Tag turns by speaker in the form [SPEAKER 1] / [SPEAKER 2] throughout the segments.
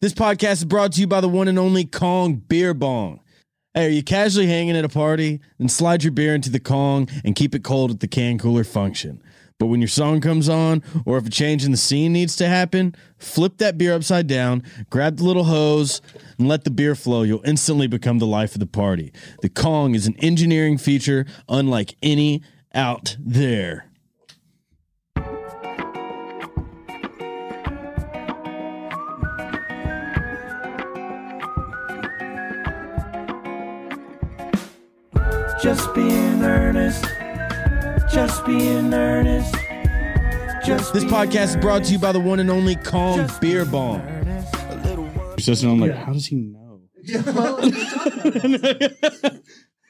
[SPEAKER 1] This podcast is brought to you by the one and only Kong Beer Bong. Hey, are you casually hanging at a party? Then slide your beer into the Kong and keep it cold at the can cooler function. But when your song comes on, or if a change in the scene needs to happen, flip that beer upside down, grab the little hose, and let the beer flow. You'll instantly become the life of the party. The Kong is an engineering feature unlike any out there.
[SPEAKER 2] Just being earnest. Just being earnest. Just
[SPEAKER 1] This podcast is brought to you by the one and only Kong Beer Bong. Sister, I'm like, how does he know?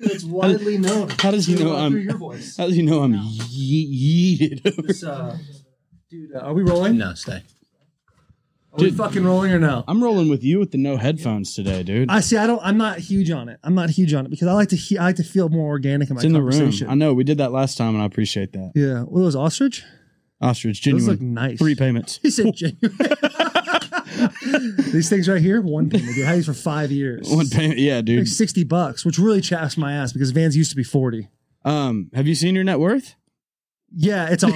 [SPEAKER 3] It's widely known.
[SPEAKER 1] How does he
[SPEAKER 3] Through-
[SPEAKER 1] know I'm-
[SPEAKER 3] through your voice?
[SPEAKER 1] How does he know I'm ye- yeeted? over?
[SPEAKER 3] This, uh, dude, uh, are we rolling?
[SPEAKER 4] No, stay.
[SPEAKER 3] Are we fucking rolling or no?
[SPEAKER 1] I'm rolling with you with the no headphones today, dude.
[SPEAKER 3] I see. I don't. I'm not huge on it. I'm not huge on it because I like to. He, I like to feel more organic in my
[SPEAKER 1] It's in the room.
[SPEAKER 3] conversation.
[SPEAKER 1] I know we did that last time, and I appreciate that.
[SPEAKER 3] yeah. What was ostrich?
[SPEAKER 1] Ostrich,
[SPEAKER 3] Those look
[SPEAKER 1] genuine.
[SPEAKER 3] nice.
[SPEAKER 1] Three payments.
[SPEAKER 3] He said genuine. These things right here, one payment. Dude. I had these for five years.
[SPEAKER 1] One payment. Yeah,
[SPEAKER 3] Like
[SPEAKER 1] dude.
[SPEAKER 3] sixty bucks, which really chaps my ass because Vans used to be forty.
[SPEAKER 1] Um, have you seen your net worth?
[SPEAKER 3] Yeah, it's off.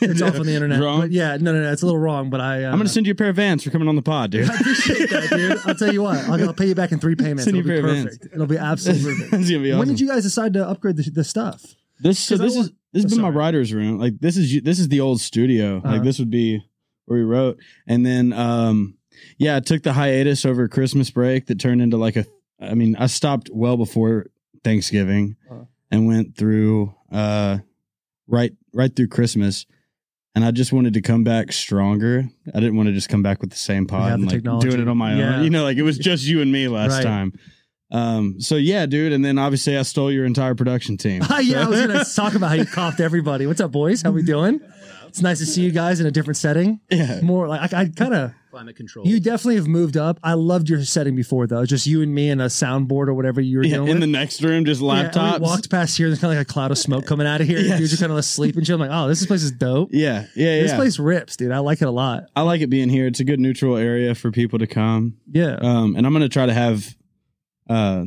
[SPEAKER 3] It's off on the internet.
[SPEAKER 1] Wrong?
[SPEAKER 3] But yeah, no, no, no, it's a little wrong. But I, uh,
[SPEAKER 1] I'm gonna send you a pair of Vans for coming on the pod, dude.
[SPEAKER 3] appreciate that, dude. I'll tell you what. I'll, I'll pay you back in three payments.
[SPEAKER 1] Send you
[SPEAKER 3] It'll be
[SPEAKER 1] pair of
[SPEAKER 3] perfect. It'll be absolutely perfect.
[SPEAKER 1] That's gonna be awesome.
[SPEAKER 3] When did you guys decide to upgrade the, the stuff?
[SPEAKER 1] This so
[SPEAKER 3] 'Cause I
[SPEAKER 1] this
[SPEAKER 3] want-
[SPEAKER 1] is this has
[SPEAKER 3] oh,
[SPEAKER 1] been my
[SPEAKER 3] sorry.
[SPEAKER 1] writer's room. Like this is this is the old studio. Like
[SPEAKER 3] Uh-huh.
[SPEAKER 1] this would be where we wrote. And then um yeah, I took the hiatus over Christmas break that turned into like a I mean, I stopped well before Thanksgiving
[SPEAKER 3] Uh-huh.
[SPEAKER 1] and went through uh right right through Christmas. And I just wanted to come back stronger. I didn't want to just come back with the same pod
[SPEAKER 3] have
[SPEAKER 1] and
[SPEAKER 3] the
[SPEAKER 1] like
[SPEAKER 3] technology.
[SPEAKER 1] doing it on my
[SPEAKER 3] Yeah.
[SPEAKER 1] own. You know, like it was just you and me last
[SPEAKER 3] Right.
[SPEAKER 1] time. Um, so yeah, dude. And then obviously I stole your entire production team.
[SPEAKER 3] Ah, yeah, I was gonna talk about how you coughed everybody. What's up, boys? How we doing? It's nice to see you guys in a different setting.
[SPEAKER 1] Yeah.
[SPEAKER 3] More like I, I kind of
[SPEAKER 4] Climate control.
[SPEAKER 3] you definitely have moved up. I loved your setting before though, just you and me and a soundboard or whatever you were
[SPEAKER 1] Yeah,
[SPEAKER 3] doing.
[SPEAKER 1] in the next room, just
[SPEAKER 3] Yeah, and
[SPEAKER 1] laptops.
[SPEAKER 3] we walked past here. There's kind of like a cloud of smoke coming out of here.
[SPEAKER 1] Yes.
[SPEAKER 3] Dudes are kind of asleep and shit. I'm like, oh, this place is dope.
[SPEAKER 1] yeah, yeah,
[SPEAKER 3] This
[SPEAKER 1] yeah.
[SPEAKER 3] place rips, dude. I like it a lot.
[SPEAKER 1] I like it being here. It's a good neutral area for people to come.
[SPEAKER 3] Yeah.
[SPEAKER 1] Um, and I'm gonna try to have, uh,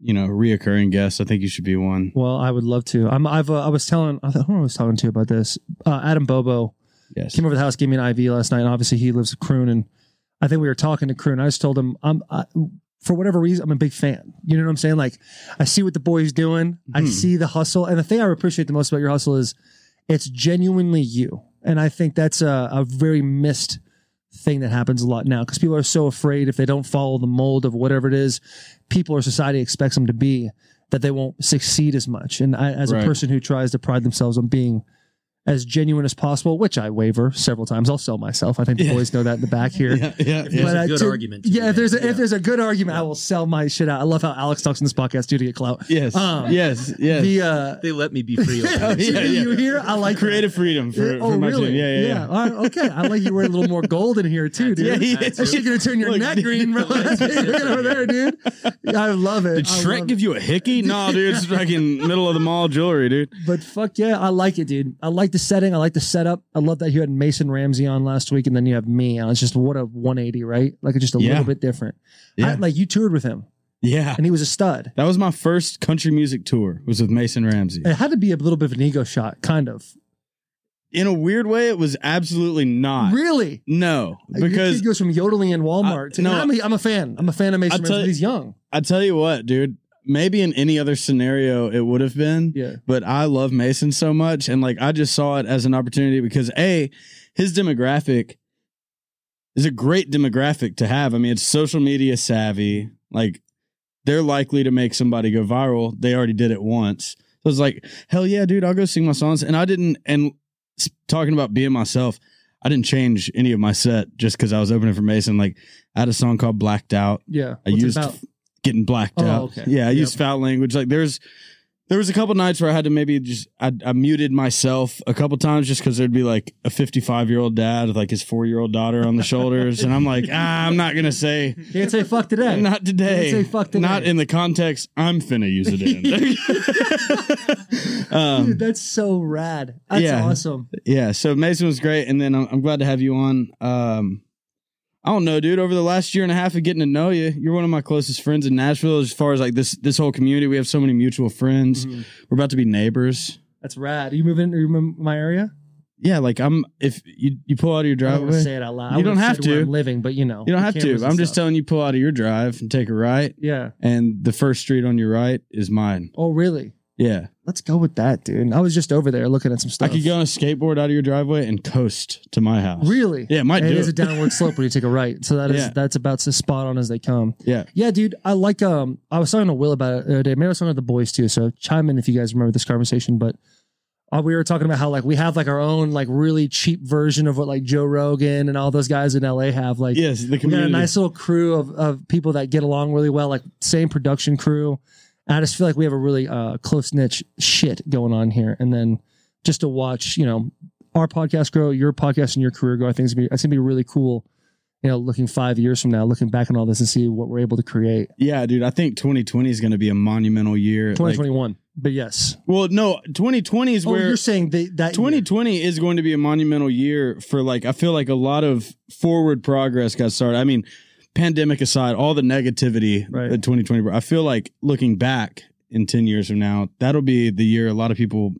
[SPEAKER 1] you know, reoccurring guests. I think you should be one.
[SPEAKER 3] Well, I would love to. I'm, I've, uh, I was telling, I don't know who I was talking to about this. Uh, Adam Bobo
[SPEAKER 1] Yes.
[SPEAKER 3] came over to the house, gave me an IV last night, and obviously he lives with Croon, and I think we were talking to Croon. I just told him, I'm, I, for whatever reason, I'm a big fan. You know what I'm saying? Like, I see what the boy's doing. I
[SPEAKER 1] Mhm.
[SPEAKER 3] see the hustle, and the thing I appreciate the most about your hustle is it's genuinely you, and I think that's a, a very missed thing that happens a lot now because people are so afraid if they don't follow the mold of whatever it is people or society expects them to be that they won't succeed as much and I, as
[SPEAKER 1] Right.
[SPEAKER 3] a person who tries to pride themselves on being as genuine as possible which i waver several times i'll sell myself i think the
[SPEAKER 1] Yeah.
[SPEAKER 3] boys know that in the back here
[SPEAKER 1] Yeah, yeah, yeah.
[SPEAKER 4] There's a
[SPEAKER 3] uh,
[SPEAKER 4] good
[SPEAKER 3] to-
[SPEAKER 4] argument to be
[SPEAKER 3] yeah if there's a,
[SPEAKER 4] made, yeah.
[SPEAKER 3] if there's a good argument i will sell my shit out i love how alex talks in this podcast too to get clout
[SPEAKER 1] yes,
[SPEAKER 3] Um,
[SPEAKER 1] yes, yes.
[SPEAKER 3] the uh
[SPEAKER 4] They let me be free. over
[SPEAKER 1] Oh,
[SPEAKER 4] this.
[SPEAKER 1] yeah, yeah.
[SPEAKER 3] you hear i like that.
[SPEAKER 1] creative freedom for,
[SPEAKER 3] oh,
[SPEAKER 1] for my
[SPEAKER 3] really?
[SPEAKER 1] team. Yeah, yeah, yeah.
[SPEAKER 3] All right, okay. I like you wearing a little more gold in here too, dude.
[SPEAKER 1] Yeah, he
[SPEAKER 3] that
[SPEAKER 1] is.
[SPEAKER 3] shit's gonna turn your
[SPEAKER 1] Look,
[SPEAKER 3] neck
[SPEAKER 1] dude.
[SPEAKER 3] green, bro. Look over there, dude. I love it.
[SPEAKER 1] Did
[SPEAKER 3] I
[SPEAKER 1] Shrek
[SPEAKER 3] love
[SPEAKER 1] give you a hickey? No, dude, it's fucking middle of the mall jewelry, dude.
[SPEAKER 3] it. But fuck yeah, I like it, dude. I like the setting. I like the setup. I love that you had Mason Ramsey on last week, and then you have me. And it's just what a 180, right? Like it's just a
[SPEAKER 1] Yeah.
[SPEAKER 3] little bit different. I-
[SPEAKER 1] Yeah,
[SPEAKER 3] like you toured with him,
[SPEAKER 1] yeah.
[SPEAKER 3] and he was a stud.
[SPEAKER 1] That was my first country music tour. Was with Mason Ramsey.
[SPEAKER 3] It had to be a little bit of an ego shot, kind of.
[SPEAKER 1] In a weird way, it was absolutely not.
[SPEAKER 3] Really.
[SPEAKER 1] No,
[SPEAKER 3] Your
[SPEAKER 1] because
[SPEAKER 3] kid goes from yodeling in Walmart
[SPEAKER 1] I-
[SPEAKER 3] to
[SPEAKER 1] no.
[SPEAKER 3] I'm, a, I'm a fan. I'm a fan of Mason
[SPEAKER 1] I'll tell
[SPEAKER 3] Ramsey.
[SPEAKER 1] you-
[SPEAKER 3] He's young.
[SPEAKER 1] I tell you what, dude. Maybe in any other scenario it would have been,
[SPEAKER 3] Yeah.
[SPEAKER 1] but I love Mason so much, and like I just saw it as an opportunity because a his demographic is a great demographic to have. I mean, it's social media savvy. Like they're likely to make somebody go viral. They already did it once, so it's like hell yeah, dude. I'll go sing my songs, and I didn't. And s- talking about being myself, I didn't change any of my set just because I was opening for Mason. Like I had a song called "Blacked Out."
[SPEAKER 3] Yeah.
[SPEAKER 1] I
[SPEAKER 3] What's it
[SPEAKER 1] used
[SPEAKER 3] about?
[SPEAKER 1] getting blacked
[SPEAKER 3] Oh,
[SPEAKER 1] out.
[SPEAKER 3] okay.
[SPEAKER 1] Yeah, I
[SPEAKER 3] Yep.
[SPEAKER 1] used foul language. Like there's there was a couple nights where I had to maybe just I, I muted myself a couple times just because there'd be like a 55 year old dad with like his four year old daughter on the shoulders, and I'm like, ah, I'm not gonna say.
[SPEAKER 3] Can't say fuck today.
[SPEAKER 1] Not today.
[SPEAKER 3] Can't say fuck today.
[SPEAKER 1] Not in the context I'm finna use it in. um,
[SPEAKER 3] Dude, that's so rad. That's
[SPEAKER 1] yeah.
[SPEAKER 3] awesome.
[SPEAKER 1] yeah, so Mason was great, and then I'm, I'm glad to have you on. Um, I don't know, dude. Over the last year and a half of getting to know you, you're one of my closest friends in Nashville. As far as like this this whole community, we have so many mutual friends.
[SPEAKER 3] Mm-hmm.
[SPEAKER 1] We're about to be neighbors.
[SPEAKER 3] That's rad. Are you moving into my area?
[SPEAKER 1] Yeah, like I'm. If you you pull out of your
[SPEAKER 3] I don't want
[SPEAKER 1] driveway,
[SPEAKER 3] to say it out loud. I
[SPEAKER 1] You don't
[SPEAKER 3] would've
[SPEAKER 1] have
[SPEAKER 3] said where
[SPEAKER 1] to.
[SPEAKER 3] I'm living, but you know,
[SPEAKER 1] you don't
[SPEAKER 3] the
[SPEAKER 1] have
[SPEAKER 3] cameras
[SPEAKER 1] to.
[SPEAKER 3] and
[SPEAKER 1] I'm just
[SPEAKER 3] stuff.
[SPEAKER 1] telling you, pull out of your drive and take a right,
[SPEAKER 3] Yeah.
[SPEAKER 1] and the first street on your right is mine.
[SPEAKER 3] Oh, really?
[SPEAKER 1] Yeah,
[SPEAKER 3] Let's go with that, dude. I was just over there looking at some stuff.
[SPEAKER 1] I could go on a skateboard out of your driveway and coast to my house.
[SPEAKER 3] Really?
[SPEAKER 1] Yeah, it might
[SPEAKER 3] And
[SPEAKER 1] do
[SPEAKER 3] it is
[SPEAKER 1] it.
[SPEAKER 3] a downward slope when you take a right. So that is
[SPEAKER 1] Yeah.
[SPEAKER 3] that's about as spot on as they come.
[SPEAKER 1] Yeah.
[SPEAKER 3] Yeah, dude. I like um I was talking to Will about it the other day. Maybe I was talking to the boys too. So chime in if you guys remember this conversation, but uh, we were talking about how like we have like our own like really cheap version of what like Joe Rogan and all those guys in LA have. Like
[SPEAKER 1] yes, the
[SPEAKER 3] we got a
[SPEAKER 1] community.
[SPEAKER 3] nice little crew of, of people that get along really well, like same production crew. And I just feel like we have a really uh, close niche shit going on here. And then just to watch, you know, our podcast grow, your podcast and your career grow, I think it's gonna be, it's gonna be really cool. You know, looking five years from now, looking back on all this and see what we're able to create.
[SPEAKER 1] yeah, dude. I think 2020 is going to be a monumental year. Like-
[SPEAKER 3] 2021, but yes.
[SPEAKER 1] well, no, 2020 is
[SPEAKER 3] Oh,
[SPEAKER 1] where
[SPEAKER 3] you're saying they, that
[SPEAKER 1] 2020 is going to be a monumental year for like I feel like a lot of forward progress got started. I mean, pandemic aside, all the negativity
[SPEAKER 3] Right.
[SPEAKER 1] that 2020 brought, I feel like looking back in 10 years from now, that'll be the year a lot of people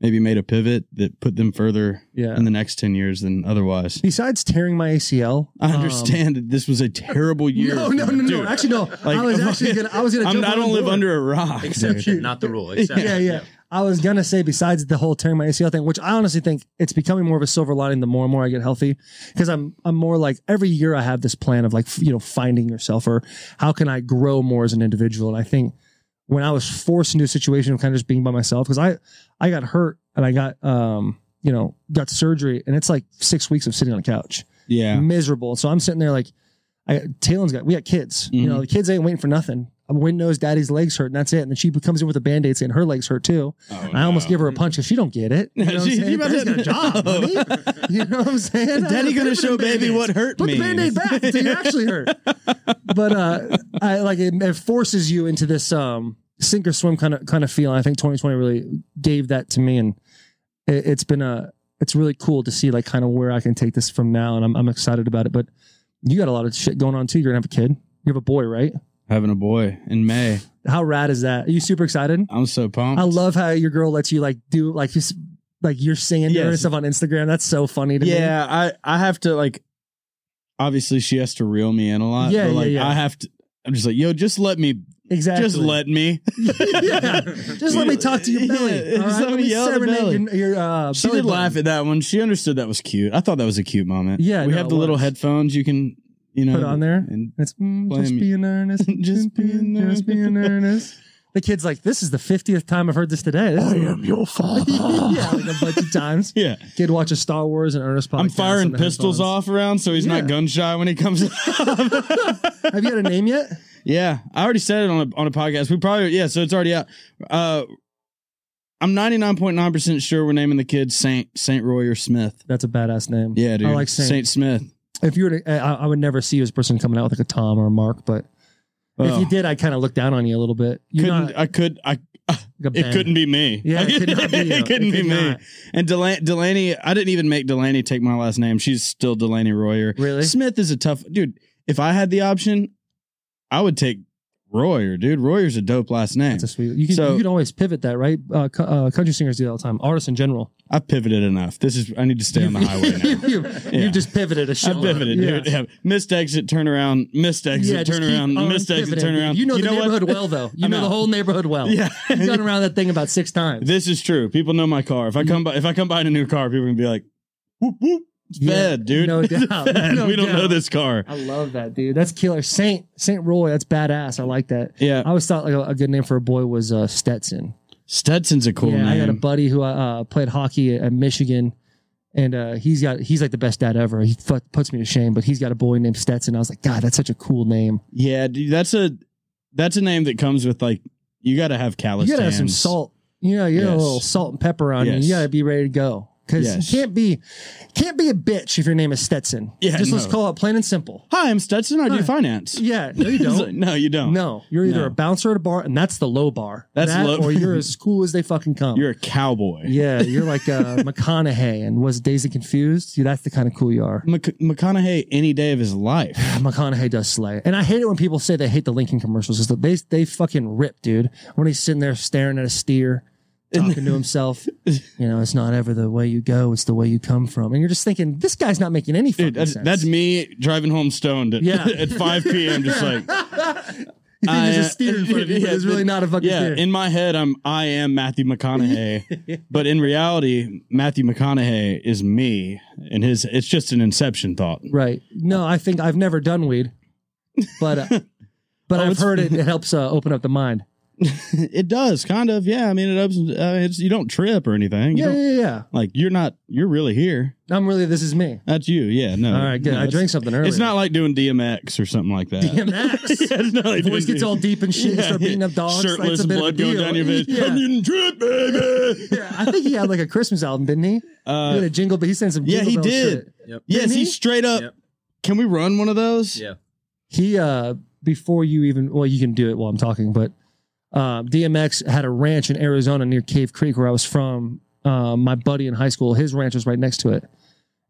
[SPEAKER 1] maybe made a pivot that put them further
[SPEAKER 3] Yeah.
[SPEAKER 1] in the next 10 years than otherwise.
[SPEAKER 3] Besides tearing my ACL,
[SPEAKER 1] I
[SPEAKER 3] um,
[SPEAKER 1] understand that this was a terrible year.
[SPEAKER 3] no, no, no, no.
[SPEAKER 1] Dude,
[SPEAKER 3] Actually, no. I was actually gonna. I was gonna.
[SPEAKER 1] I'm,
[SPEAKER 3] jump
[SPEAKER 1] I
[SPEAKER 3] on
[SPEAKER 1] don't live
[SPEAKER 3] board.
[SPEAKER 1] under a rock. dude.
[SPEAKER 4] Exception,
[SPEAKER 3] you.
[SPEAKER 4] not the rule. Exception.
[SPEAKER 3] yeah, yeah. I was gonna say besides the whole tearing my ACL thing, which I honestly think it's becoming more of a silver lining the more and more I get healthy, because I'm I'm more like every year I have this plan of like f- you know finding yourself or how can I grow more as an individual, and I think when I was forced into a situation of kind of just being by myself because I I got hurt and I got um you know got surgery and it's like six weeks of sitting on a couch
[SPEAKER 1] Yeah.
[SPEAKER 3] miserable. So I'm sitting there like, I, Talon's got, we got kids.
[SPEAKER 1] Mm-hmm.
[SPEAKER 3] You know, the kids ain't waiting for nothing. Win knows daddy's legs hurt, and that's it. And then she comes in with a band aid saying her legs hurt too. And I almost give her a punch because she don't get it. You know what I'm
[SPEAKER 1] Oh, She-
[SPEAKER 3] saying?
[SPEAKER 1] you about
[SPEAKER 3] Daddy's
[SPEAKER 1] to-
[SPEAKER 3] got a job,
[SPEAKER 1] No.
[SPEAKER 3] honey. You know what I'm saying?
[SPEAKER 1] Daddy
[SPEAKER 3] Put
[SPEAKER 1] gonna
[SPEAKER 3] the
[SPEAKER 1] show baby
[SPEAKER 3] Band-Aids.
[SPEAKER 1] what hurt
[SPEAKER 3] Put
[SPEAKER 1] means.
[SPEAKER 3] the band-aid back until you actually hurt. But uh I like it, it forces you into this um sink or swim kind of kind of feel. And I think 2020 really gave that to me and it, it's been a it's really cool to see like kind of where I can take this from now and I'm I'm excited about it. But you got a lot of shit going on too. You're gonna have a kid. You have a boy, right?
[SPEAKER 1] Having a boy in May.
[SPEAKER 3] How rad is that? Are you super excited?
[SPEAKER 1] I'm so pumped.
[SPEAKER 3] I love how your girl lets you like do like just like you're singing to her and
[SPEAKER 1] Yes.
[SPEAKER 3] stuff on Instagram. That's so funny to me.
[SPEAKER 1] yeah, I I have to like. Obviously, she has to reel me in a lot.
[SPEAKER 3] Yeah,
[SPEAKER 1] but,
[SPEAKER 3] yeah,
[SPEAKER 1] like,
[SPEAKER 3] yeah.
[SPEAKER 1] I have to. I'm just like, yo, just let me,
[SPEAKER 3] exactly.
[SPEAKER 1] just let me.
[SPEAKER 3] yeah. Just let me talk to your
[SPEAKER 1] Yeah,
[SPEAKER 3] belly.
[SPEAKER 1] just
[SPEAKER 3] all right?
[SPEAKER 1] let me yell at the
[SPEAKER 3] serenade
[SPEAKER 1] belly.
[SPEAKER 3] Your, your, uh,
[SPEAKER 1] She
[SPEAKER 3] belly
[SPEAKER 1] did laugh
[SPEAKER 3] button.
[SPEAKER 1] at that one. She understood that was cute. I thought that was a cute moment.
[SPEAKER 3] Yeah,
[SPEAKER 1] we
[SPEAKER 3] no,
[SPEAKER 1] have
[SPEAKER 3] it
[SPEAKER 1] the little
[SPEAKER 3] was.
[SPEAKER 1] headphones. You can, you know,
[SPEAKER 3] Put it on there.
[SPEAKER 1] And
[SPEAKER 3] It's mm,
[SPEAKER 1] Blame
[SPEAKER 3] just
[SPEAKER 1] you.
[SPEAKER 3] being earnest.
[SPEAKER 1] Just being
[SPEAKER 3] Just being
[SPEAKER 1] earnest.
[SPEAKER 3] earnest. The kid's like, this is the 50th time I've heard this today. This is-
[SPEAKER 4] am your
[SPEAKER 3] yeah, like a bunch of times.
[SPEAKER 1] yeah,
[SPEAKER 3] Kid watches Star Wars and Ernest podcast.
[SPEAKER 1] I'm firing
[SPEAKER 3] on the
[SPEAKER 1] pistols
[SPEAKER 3] headphones.
[SPEAKER 1] off around so he's
[SPEAKER 3] Yeah.
[SPEAKER 1] not gun shy when he comes.
[SPEAKER 3] Have you had a name yet?
[SPEAKER 1] Yeah, I already said it on a on a podcast. We probably yeah, so it's already out. Uh, I'm 99.9 percent sure we're naming the kid Saint Saint Roy or Smith.
[SPEAKER 3] That's a badass name.
[SPEAKER 1] Yeah, dude.
[SPEAKER 3] I like Saint.
[SPEAKER 1] Smith.
[SPEAKER 3] If you were to, I, I would never see you as a person coming out with like a Tom or a Mark, but if
[SPEAKER 1] Oh,
[SPEAKER 3] you did, I kind of look down on you a little bit. You're
[SPEAKER 1] couldn't
[SPEAKER 3] not
[SPEAKER 1] I could I
[SPEAKER 3] like a
[SPEAKER 1] it
[SPEAKER 3] Ben.
[SPEAKER 1] couldn't be me.
[SPEAKER 3] Yeah, it could not be you.
[SPEAKER 1] it couldn't
[SPEAKER 3] It
[SPEAKER 1] be
[SPEAKER 3] could
[SPEAKER 1] me.
[SPEAKER 3] not.
[SPEAKER 1] And Delaney, Delaney, I didn't even make Delaney take my last name. She's still Delaney Royer.
[SPEAKER 3] Really?
[SPEAKER 1] Smith is a tough dude. If I had the option, I would take Royer, dude. Royer's a dope last name.
[SPEAKER 3] That's a sweet. You can
[SPEAKER 1] So-
[SPEAKER 3] you can always pivot that, right? Uh, co- uh, country singers do that all the time. Artists in general.
[SPEAKER 1] I pivoted enough. This is I need to stay on the highway now.
[SPEAKER 3] you,
[SPEAKER 1] Yeah.
[SPEAKER 3] you just pivoted a
[SPEAKER 1] I
[SPEAKER 3] shitload.
[SPEAKER 1] pivoted,
[SPEAKER 3] yeah.
[SPEAKER 1] dude. Yeah. Missed exit, turn around, missed exit,
[SPEAKER 3] Yeah, just
[SPEAKER 1] turn
[SPEAKER 3] keep
[SPEAKER 1] around,
[SPEAKER 3] on
[SPEAKER 1] missed exit,
[SPEAKER 3] pivoting,
[SPEAKER 1] turn
[SPEAKER 3] dude.
[SPEAKER 1] around.
[SPEAKER 3] You know the
[SPEAKER 1] what?
[SPEAKER 3] neighborhood well, though. You
[SPEAKER 1] I'm
[SPEAKER 3] know the
[SPEAKER 1] out.
[SPEAKER 3] whole neighborhood well.
[SPEAKER 1] Yeah.
[SPEAKER 3] You've gone around that thing about six times.
[SPEAKER 1] This is true. People know my car. If I come by, if I come by in a new car, people are gonna be like, "Whoop whoop, it's
[SPEAKER 3] Yeah,
[SPEAKER 1] bad, dude.
[SPEAKER 3] no
[SPEAKER 1] It's
[SPEAKER 3] doubt,
[SPEAKER 1] bad.
[SPEAKER 3] no
[SPEAKER 1] we don't know
[SPEAKER 3] doubt.
[SPEAKER 1] this car."
[SPEAKER 3] I love that, dude. That's killer. Saint Saint Roy. That's badass. I like that.
[SPEAKER 1] Yeah,
[SPEAKER 3] I always thought like a, a good name for a boy was uh, Stetson.
[SPEAKER 1] Stetson's a cool
[SPEAKER 3] yeah,
[SPEAKER 1] name.
[SPEAKER 3] I got a buddy who uh, played hockey at, at Michigan, and uh, he's got he's like the best dad ever. He fu- puts me to shame, but he's got a boy named Stetson. I was like, God, that's such a cool name.
[SPEAKER 1] yeah, dude, that's a that's a name that comes with like you got to have callous.
[SPEAKER 3] you gotta have some
[SPEAKER 1] hands.
[SPEAKER 3] salt. You know, you got a
[SPEAKER 1] Yes.
[SPEAKER 3] little salt and pepper on you. You
[SPEAKER 1] Yes.
[SPEAKER 3] gotta be ready to go. because
[SPEAKER 1] Yes.
[SPEAKER 3] you can't be can't be a bitch if your name is Stetson.
[SPEAKER 1] Yeah,
[SPEAKER 3] just let's
[SPEAKER 1] no.
[SPEAKER 3] call it plain and simple.
[SPEAKER 1] Hi, I'm Stetson. I
[SPEAKER 3] Hi.
[SPEAKER 1] do finance.
[SPEAKER 3] Yeah, no, you
[SPEAKER 1] It's
[SPEAKER 3] don't.
[SPEAKER 1] like, no, you don't.
[SPEAKER 3] No, you're either
[SPEAKER 1] No.
[SPEAKER 3] a bouncer at a bar, and that's the low bar.
[SPEAKER 1] That's
[SPEAKER 3] that,
[SPEAKER 1] low-
[SPEAKER 3] or you're as cool as they fucking come.
[SPEAKER 1] You're a cowboy.
[SPEAKER 3] yeah, you're like uh, McConaughey and was Daisy confused? Yeah, that's the kind of cool you are.
[SPEAKER 1] Mc- McConaughey any day of his life.
[SPEAKER 3] McConaughey does slay, and I hate it when people say they hate the Lincoln commercials because they they fucking rip, dude. When he's sitting there staring at a steer, talking to himself, you know, it's not ever the way you go; it's the way you come from. And you're just thinking, this guy's not making any fucking
[SPEAKER 1] Dude, that's,
[SPEAKER 3] sense.
[SPEAKER 1] that's me driving home stoned at,
[SPEAKER 3] Yeah.
[SPEAKER 1] at 5 p.m. Just like,
[SPEAKER 3] You think there's
[SPEAKER 1] I,
[SPEAKER 3] a
[SPEAKER 1] uh,
[SPEAKER 3] steer in front of you, but
[SPEAKER 1] yeah,
[SPEAKER 3] it's really
[SPEAKER 1] but-
[SPEAKER 3] not a fucking
[SPEAKER 1] yeah.
[SPEAKER 3] steer.
[SPEAKER 1] In my head, I'm I am Matthew McConaughey, but in reality, Matthew McConaughey is me, and his it's just an inception thought.
[SPEAKER 3] Right. No, I think I've never done weed, but uh, but
[SPEAKER 1] Oh,
[SPEAKER 3] I've
[SPEAKER 1] it's-
[SPEAKER 3] heard it, it helps uh, open up the mind.
[SPEAKER 1] It does kind of, yeah. I mean, it ups. Uh, it's you don't trip or anything. You
[SPEAKER 3] Yeah,
[SPEAKER 1] don't-
[SPEAKER 3] yeah, yeah.
[SPEAKER 1] Like you're not you're really here.
[SPEAKER 3] I'm really. This is me.
[SPEAKER 1] That's you. Yeah. No.
[SPEAKER 3] All right, good.
[SPEAKER 1] Uh, No,
[SPEAKER 3] I
[SPEAKER 1] it's-
[SPEAKER 3] drank something earlier.
[SPEAKER 1] It's not like doing DMX or something like that.
[SPEAKER 3] DMX.
[SPEAKER 1] Yeah, it's not like
[SPEAKER 3] Voice
[SPEAKER 1] doing
[SPEAKER 3] gets all deep and shit. and start beating up dogs. like,
[SPEAKER 1] Shirtless,
[SPEAKER 3] it's a bit of
[SPEAKER 1] blood
[SPEAKER 3] a
[SPEAKER 1] going
[SPEAKER 3] deal.
[SPEAKER 1] down your face.
[SPEAKER 3] Yeah.
[SPEAKER 1] I'm getting tripped, baby.
[SPEAKER 3] Yeah, I think he had like a Christmas album, didn't he? he
[SPEAKER 1] Uh,
[SPEAKER 3] had a jingle, but he sent some.
[SPEAKER 1] yeah,
[SPEAKER 3] Jingle
[SPEAKER 1] he
[SPEAKER 3] Bell
[SPEAKER 1] did.
[SPEAKER 3] shit.
[SPEAKER 4] Yep.
[SPEAKER 1] yes,
[SPEAKER 3] Didn't
[SPEAKER 1] he
[SPEAKER 3] he?
[SPEAKER 1] straight up.
[SPEAKER 4] Yep.
[SPEAKER 1] Can we run one of those?
[SPEAKER 4] Yeah.
[SPEAKER 3] He uh before you even well, you can do it while I'm talking, but uh, DMX had a ranch in Arizona near Cave Creek where I was from. Uh, my buddy in high school, his ranch was right next to it.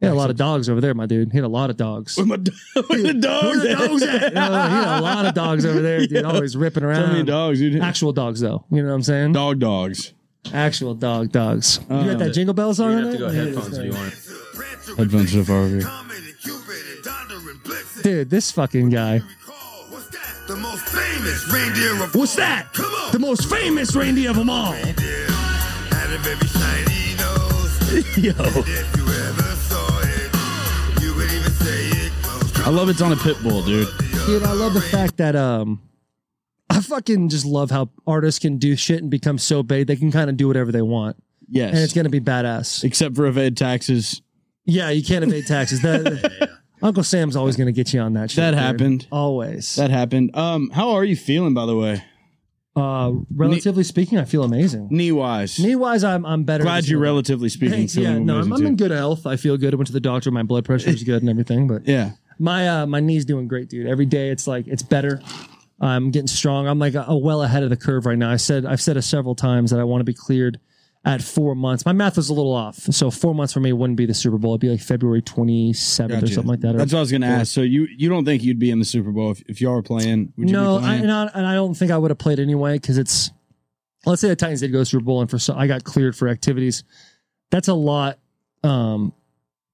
[SPEAKER 3] He had a lot of dogs over there, my dude. He had a lot of dogs.
[SPEAKER 1] Where my do- where the dogs?
[SPEAKER 3] Where the dogs
[SPEAKER 1] at?
[SPEAKER 3] at? You know, he had a lot of dogs over there, dude. Always ripping
[SPEAKER 1] So many
[SPEAKER 3] around.
[SPEAKER 1] dogs, dude.
[SPEAKER 3] Actual dogs, though. You know what I'm saying?
[SPEAKER 1] Dog dogs.
[SPEAKER 3] Actual dog dogs. you
[SPEAKER 1] Uh,
[SPEAKER 3] got that jingle bell
[SPEAKER 4] You're
[SPEAKER 3] song? on
[SPEAKER 4] gonna have to
[SPEAKER 3] there?
[SPEAKER 4] go
[SPEAKER 3] Yeah,
[SPEAKER 4] headphones
[SPEAKER 3] that's
[SPEAKER 4] if you
[SPEAKER 3] right.
[SPEAKER 4] want.
[SPEAKER 1] Headphones so far over here.
[SPEAKER 3] Dude, this fucking guy.
[SPEAKER 5] What's that? The most famous reindeer of
[SPEAKER 3] What's that?
[SPEAKER 5] Come on.
[SPEAKER 3] The most famous reindeer of them all.
[SPEAKER 5] reindeer had a very shiny nose.
[SPEAKER 1] Yo.
[SPEAKER 5] if you ever saw it, you would even say it.
[SPEAKER 1] I love it's on a pit bull, dude.
[SPEAKER 3] Dude, I love the fact that um, I fucking just love how artists can do shit and become so big they can kind of do whatever they want,
[SPEAKER 1] Yes.
[SPEAKER 3] and it's gonna be badass.
[SPEAKER 1] Except for evade taxes.
[SPEAKER 3] Yeah, you can't evade taxes. That Uncle Sam's always gonna get you on that shit.
[SPEAKER 1] That
[SPEAKER 3] dude.
[SPEAKER 1] happened.
[SPEAKER 3] Always.
[SPEAKER 1] That happened. Um, how are you feeling, by the way?
[SPEAKER 3] uh, relatively speaking, I feel amazing.
[SPEAKER 1] Knee wise.
[SPEAKER 3] Knee wise, I'm I'm better.
[SPEAKER 1] Glad
[SPEAKER 3] this
[SPEAKER 1] you,
[SPEAKER 3] year.
[SPEAKER 1] relatively speaking,
[SPEAKER 3] Thanks.
[SPEAKER 1] feeling
[SPEAKER 3] Yeah, no, I'm,
[SPEAKER 1] amazing,
[SPEAKER 3] I'm in
[SPEAKER 1] too.
[SPEAKER 3] good health. I feel good. I went to the doctor. My blood pressure is good and everything. But
[SPEAKER 1] Yeah.
[SPEAKER 3] my uh, my knee's doing great, dude. Every day it's like it's better. I'm getting strong. I'm like a, well ahead of the curve right now. I said I've said it several times that I want to be cleared at four months. My math was a little off, so four months for me wouldn't be the Super Bowl. It'd be like February 27th or
[SPEAKER 1] Gotcha.
[SPEAKER 3] something like that. or-
[SPEAKER 1] That's what I was gonna ask. So you you don't think you'd be in the Super Bowl if, if y'all were playing? Would you
[SPEAKER 3] no,
[SPEAKER 1] be
[SPEAKER 3] I,
[SPEAKER 1] playing?
[SPEAKER 3] and, I, and I don't think I would have played anyway because it's let's say the Titans did go to Super Bowl and for so, I got cleared for activities. That's a lot. Um,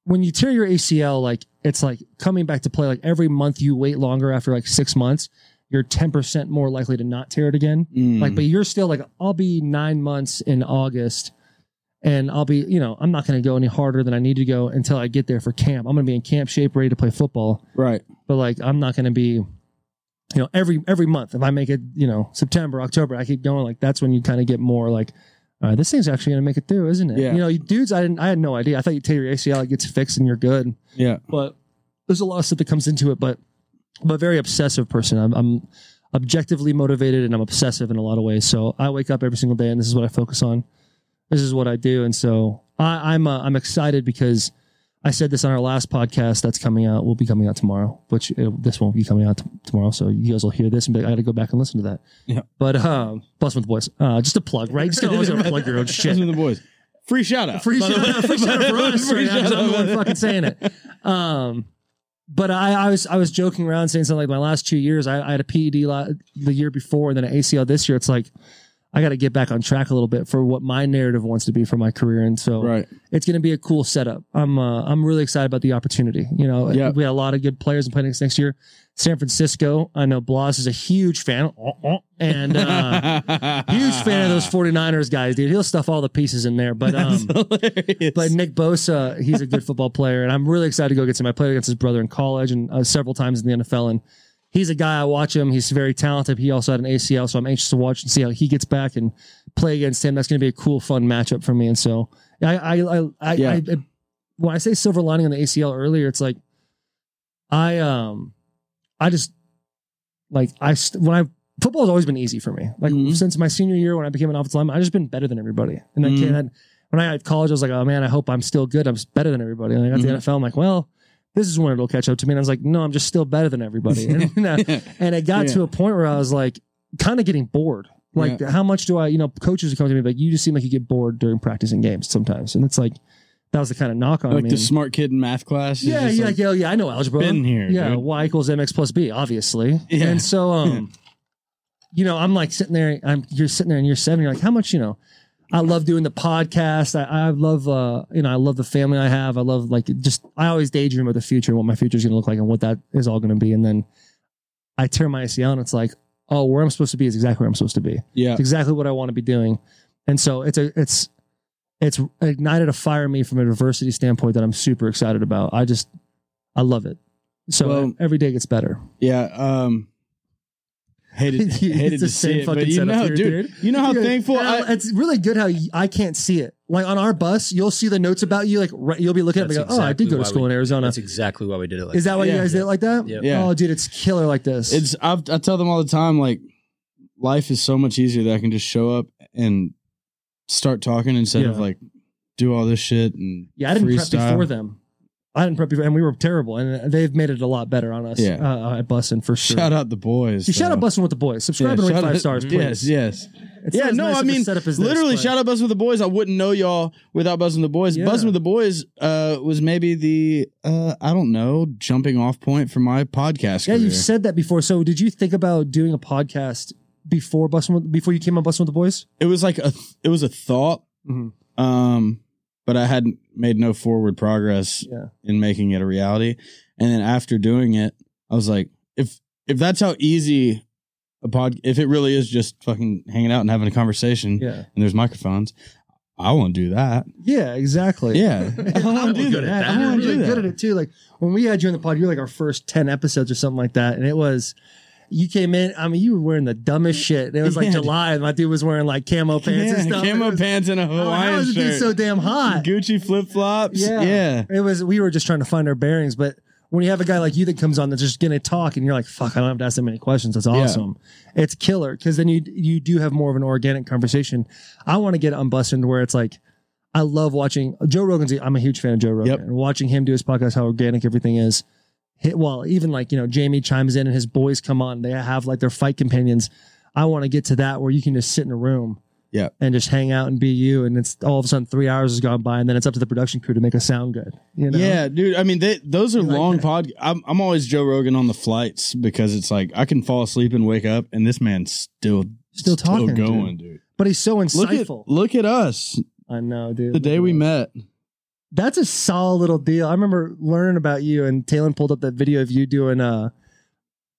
[SPEAKER 3] when you tear your ACL, like it's like coming back to play. Like every month you wait longer after like six months, you're ten percent more likely to not tear it again.
[SPEAKER 1] Mm.
[SPEAKER 3] Like, but you're still like I'll be nine months in August. And I'll be, you know, I'm not going to go any harder than I need to go until I get there for camp. I'm going to be in camp shape, ready to play football
[SPEAKER 1] right.
[SPEAKER 3] but like I'm not going to be, you know, every every month if I make it, you know, September, October, I keep going. Like that's when you kind of get more like, all right, this thing's actually going to make it through, isn't it?
[SPEAKER 1] Yeah.
[SPEAKER 3] You know, you dudes, I didn't, I had no idea. I thought you tear your ACL, it gets fixed, and you're good.
[SPEAKER 1] Yeah.
[SPEAKER 3] But there's a lot of stuff that comes into it. But I'm a very obsessive person. I'm, I'm objectively motivated and I'm obsessive in a lot of ways. So I wake up every single day and this is what I focus on. This is what I do, and so I, I'm uh, I'm excited because I said this on our last podcast that's coming out, will be coming out tomorrow, which uh this won't be coming out t- tomorrow. So you guys will hear this and be like, I got to go back and listen to that.
[SPEAKER 1] Yeah.
[SPEAKER 3] But um, plus with the boys, uh, just a plug, right? Just always gotta plug your own
[SPEAKER 1] Listen
[SPEAKER 3] shit.
[SPEAKER 1] to the boys. Free shout out.
[SPEAKER 3] Free shout out, free shout out for us.
[SPEAKER 1] Free
[SPEAKER 3] right now, 'cause I'm the
[SPEAKER 1] shout
[SPEAKER 3] one
[SPEAKER 1] out.
[SPEAKER 3] fucking saying it. Um, but I, I was I was joking around saying something like my last two years I, I had a PED la- the year before and then an ACL this year. It's like I got to get back on track a little bit for what my narrative wants to be for my career, and so
[SPEAKER 1] Right.
[SPEAKER 3] it's going to be a cool setup. I'm uh, I'm really excited about the opportunity. You know,
[SPEAKER 1] Yeah.
[SPEAKER 3] we have a lot of good players in play next next year. San Francisco, I know Blas is a huge fan, uh, uh, and uh, huge fan of those 49ers guys, dude. He'll stuff all the pieces in there, but um,
[SPEAKER 1] Hilarious.
[SPEAKER 3] but Nick Bosa, he's a good football player, and I'm really excited to go against him. I played against his brother in college and uh, several times in the NFL, and he's a guy I watch him. He's very talented. He also had an ACL, so I'm anxious to watch and see how he gets back and play against him. That's going to be a cool, fun matchup for me. And so, I, I, I, I,
[SPEAKER 1] Yeah.
[SPEAKER 3] I, I when I say silver lining on the ACL earlier, it's like I, um, I just like I st- when I. Football's always been easy for me. Like
[SPEAKER 1] Mhm.
[SPEAKER 3] since my senior year when I became an offensive lineman, I've just been better than everybody. And that
[SPEAKER 1] Mhm.
[SPEAKER 3] kid had when I had college, I was like, oh man, I hope I'm still good. I'm s- better than everybody. And I got
[SPEAKER 1] Mhm.
[SPEAKER 3] to the NFL. I'm like, well, this is when it'll catch up to me. And I was like, no, I'm just still better than everybody. And, uh, and it got
[SPEAKER 1] Yeah.
[SPEAKER 3] to a point where I was like, kind of getting bored. Like, how much do I, you know, coaches would come to me like, you just seem like you get bored during practice and games sometimes. And it's like, that was the kind of knock on
[SPEAKER 1] like
[SPEAKER 3] me.
[SPEAKER 1] the smart kid in math class. is
[SPEAKER 3] yeah,
[SPEAKER 1] just
[SPEAKER 3] yeah,
[SPEAKER 1] like,
[SPEAKER 3] yeah, yeah. I know algebra.
[SPEAKER 1] been here.
[SPEAKER 3] Yeah,
[SPEAKER 1] dude.
[SPEAKER 3] y equals mx plus b, obviously.
[SPEAKER 1] Yeah.
[SPEAKER 3] And so, um, you know, I'm like sitting there. I'm you're sitting there in year seven. You're like, how much? You know, I love doing the podcast. I, I love, uh, you know, I love the family I have. I love like just. I always daydream about the future and what my future is going to look like and what that is all going to be. And then I tear my ACL, and it's like, oh, where I'm supposed to be is exactly where I'm supposed to be.
[SPEAKER 1] yeah.
[SPEAKER 3] It's exactly what I want to be doing. And so it's a it's it's ignited a fire in me from a diversity standpoint that I'm super excited about. I just I love it. So
[SPEAKER 1] Well-
[SPEAKER 3] every day gets better.
[SPEAKER 1] Yeah. Um, hated
[SPEAKER 3] It's
[SPEAKER 1] hated
[SPEAKER 3] the
[SPEAKER 1] to
[SPEAKER 3] same
[SPEAKER 1] see it,
[SPEAKER 3] fucking
[SPEAKER 1] but you
[SPEAKER 3] setup
[SPEAKER 1] know,
[SPEAKER 3] here,
[SPEAKER 1] dude,
[SPEAKER 3] dude.
[SPEAKER 1] You know how
[SPEAKER 3] Yeah,
[SPEAKER 1] thankful
[SPEAKER 3] and I-
[SPEAKER 1] I.
[SPEAKER 3] it's really good how you, I can't see it. Like on our bus, you'll see the notes about you. Like right, you'll be looking at it, and
[SPEAKER 4] That's
[SPEAKER 3] go, oh, I did
[SPEAKER 4] exactly
[SPEAKER 3] go to
[SPEAKER 4] why
[SPEAKER 3] school
[SPEAKER 4] we-
[SPEAKER 3] in Arizona.
[SPEAKER 4] That's exactly why we did it. Like
[SPEAKER 3] Is that why
[SPEAKER 1] Yeah.
[SPEAKER 3] you guys did it like that?
[SPEAKER 4] Yep.
[SPEAKER 1] Yeah.
[SPEAKER 3] Oh, dude, it's killer like this.
[SPEAKER 1] It's I've, I tell them all the time like life is so much easier that I can just show up and start talking instead of
[SPEAKER 3] Yeah.
[SPEAKER 1] like do all this shit and
[SPEAKER 3] Yeah, I didn't
[SPEAKER 1] freestyle.
[SPEAKER 3] prep before them. I didn't prep before, and we were terrible. And they've made it a lot better on us
[SPEAKER 1] Yeah.
[SPEAKER 3] uh, at Bussin for sure.
[SPEAKER 1] Shout out the boys.
[SPEAKER 3] Dude, shout
[SPEAKER 1] though.
[SPEAKER 3] out Bustin' with the Boys. Subscribe and rate
[SPEAKER 1] shout
[SPEAKER 3] five
[SPEAKER 1] out-
[SPEAKER 3] stars, please.
[SPEAKER 1] Yes, yes.
[SPEAKER 3] It's
[SPEAKER 1] yeah,
[SPEAKER 3] not as
[SPEAKER 1] no,
[SPEAKER 3] nice
[SPEAKER 1] I
[SPEAKER 3] of a
[SPEAKER 1] mean,
[SPEAKER 3] setup as this,
[SPEAKER 1] literally,
[SPEAKER 3] but-
[SPEAKER 1] shout out Buzzing with the Boys. I wouldn't know y'all without Buzzing with the Boys.
[SPEAKER 3] Yeah.
[SPEAKER 1] Buzzing with the Boys uh, was maybe the, uh, I don't know, jumping off point for my podcast
[SPEAKER 3] Yeah,
[SPEAKER 1] career.
[SPEAKER 3] you've said that before. So, did you think about doing a podcast before Bustin' with, before you came on Bustin' with the Boys?
[SPEAKER 1] it was like a, th- it was a thought,
[SPEAKER 3] Mhm.
[SPEAKER 1] um, but I hadn't made no forward progress
[SPEAKER 3] Yeah.
[SPEAKER 1] in making it a reality. And then after doing it, I was like, if, if that's how easy a pod, if it really is just fucking hanging out and having a conversation
[SPEAKER 3] Yeah,
[SPEAKER 1] and there's microphones, I want to do that.
[SPEAKER 3] yeah, exactly.
[SPEAKER 1] Yeah. I
[SPEAKER 3] I'm
[SPEAKER 1] want to do
[SPEAKER 4] good
[SPEAKER 1] that.
[SPEAKER 3] that.
[SPEAKER 4] at that.
[SPEAKER 1] I
[SPEAKER 3] You're
[SPEAKER 1] want to do
[SPEAKER 3] really
[SPEAKER 1] that.
[SPEAKER 3] good at it too. Like when we had you in the pod, you were like our first ten episodes or something like that, and it was. You came in. I mean, you were wearing the dumbest shit. It was like
[SPEAKER 1] Yeah.
[SPEAKER 3] July, and my dude was wearing like camo pants and
[SPEAKER 1] yeah,
[SPEAKER 3] stuff.
[SPEAKER 1] camo
[SPEAKER 3] It was-
[SPEAKER 1] pants and a
[SPEAKER 3] I'm like,
[SPEAKER 1] Hawaiian
[SPEAKER 3] How is it
[SPEAKER 1] shirt.
[SPEAKER 3] so damn hot?
[SPEAKER 1] Gucci flip flops. Yeah. yeah.
[SPEAKER 3] It was we were just trying to find our bearings, but when you have a guy like you that comes on that's just gonna talk and you're like, fuck, I don't have to ask that many questions. That's awesome. It's killer because then you you do have more of an organic conversation. I want to get unbusted where it's like I love watching Joe Rogan's I'm a huge fan of Joe Rogan
[SPEAKER 1] Yep.
[SPEAKER 3] and watching him do his podcast, how organic everything is. Hit, well, even like, you know, Jamie chimes in and his boys come on. They have like their fight companions. I want to get to that where you can just sit in a room
[SPEAKER 1] Yeah.
[SPEAKER 3] and just hang out and be you. And it's all of a sudden three hours has gone by and then it's up to the production crew to make us sound good. You know?
[SPEAKER 1] dude. I mean, they, those are
[SPEAKER 3] like
[SPEAKER 1] long
[SPEAKER 3] that.
[SPEAKER 1] pod. I'm, I'm always Joe Rogan on the flights because it's like I can fall asleep and wake up, and this man's still
[SPEAKER 3] Still talking,
[SPEAKER 1] going, dude.
[SPEAKER 3] But he's so
[SPEAKER 1] Look
[SPEAKER 3] insightful.
[SPEAKER 1] at look at us.
[SPEAKER 3] I know, dude.
[SPEAKER 1] The day we met,
[SPEAKER 3] That's a solid little deal. I remember learning about you and Talon pulled up that video of you doing, uh,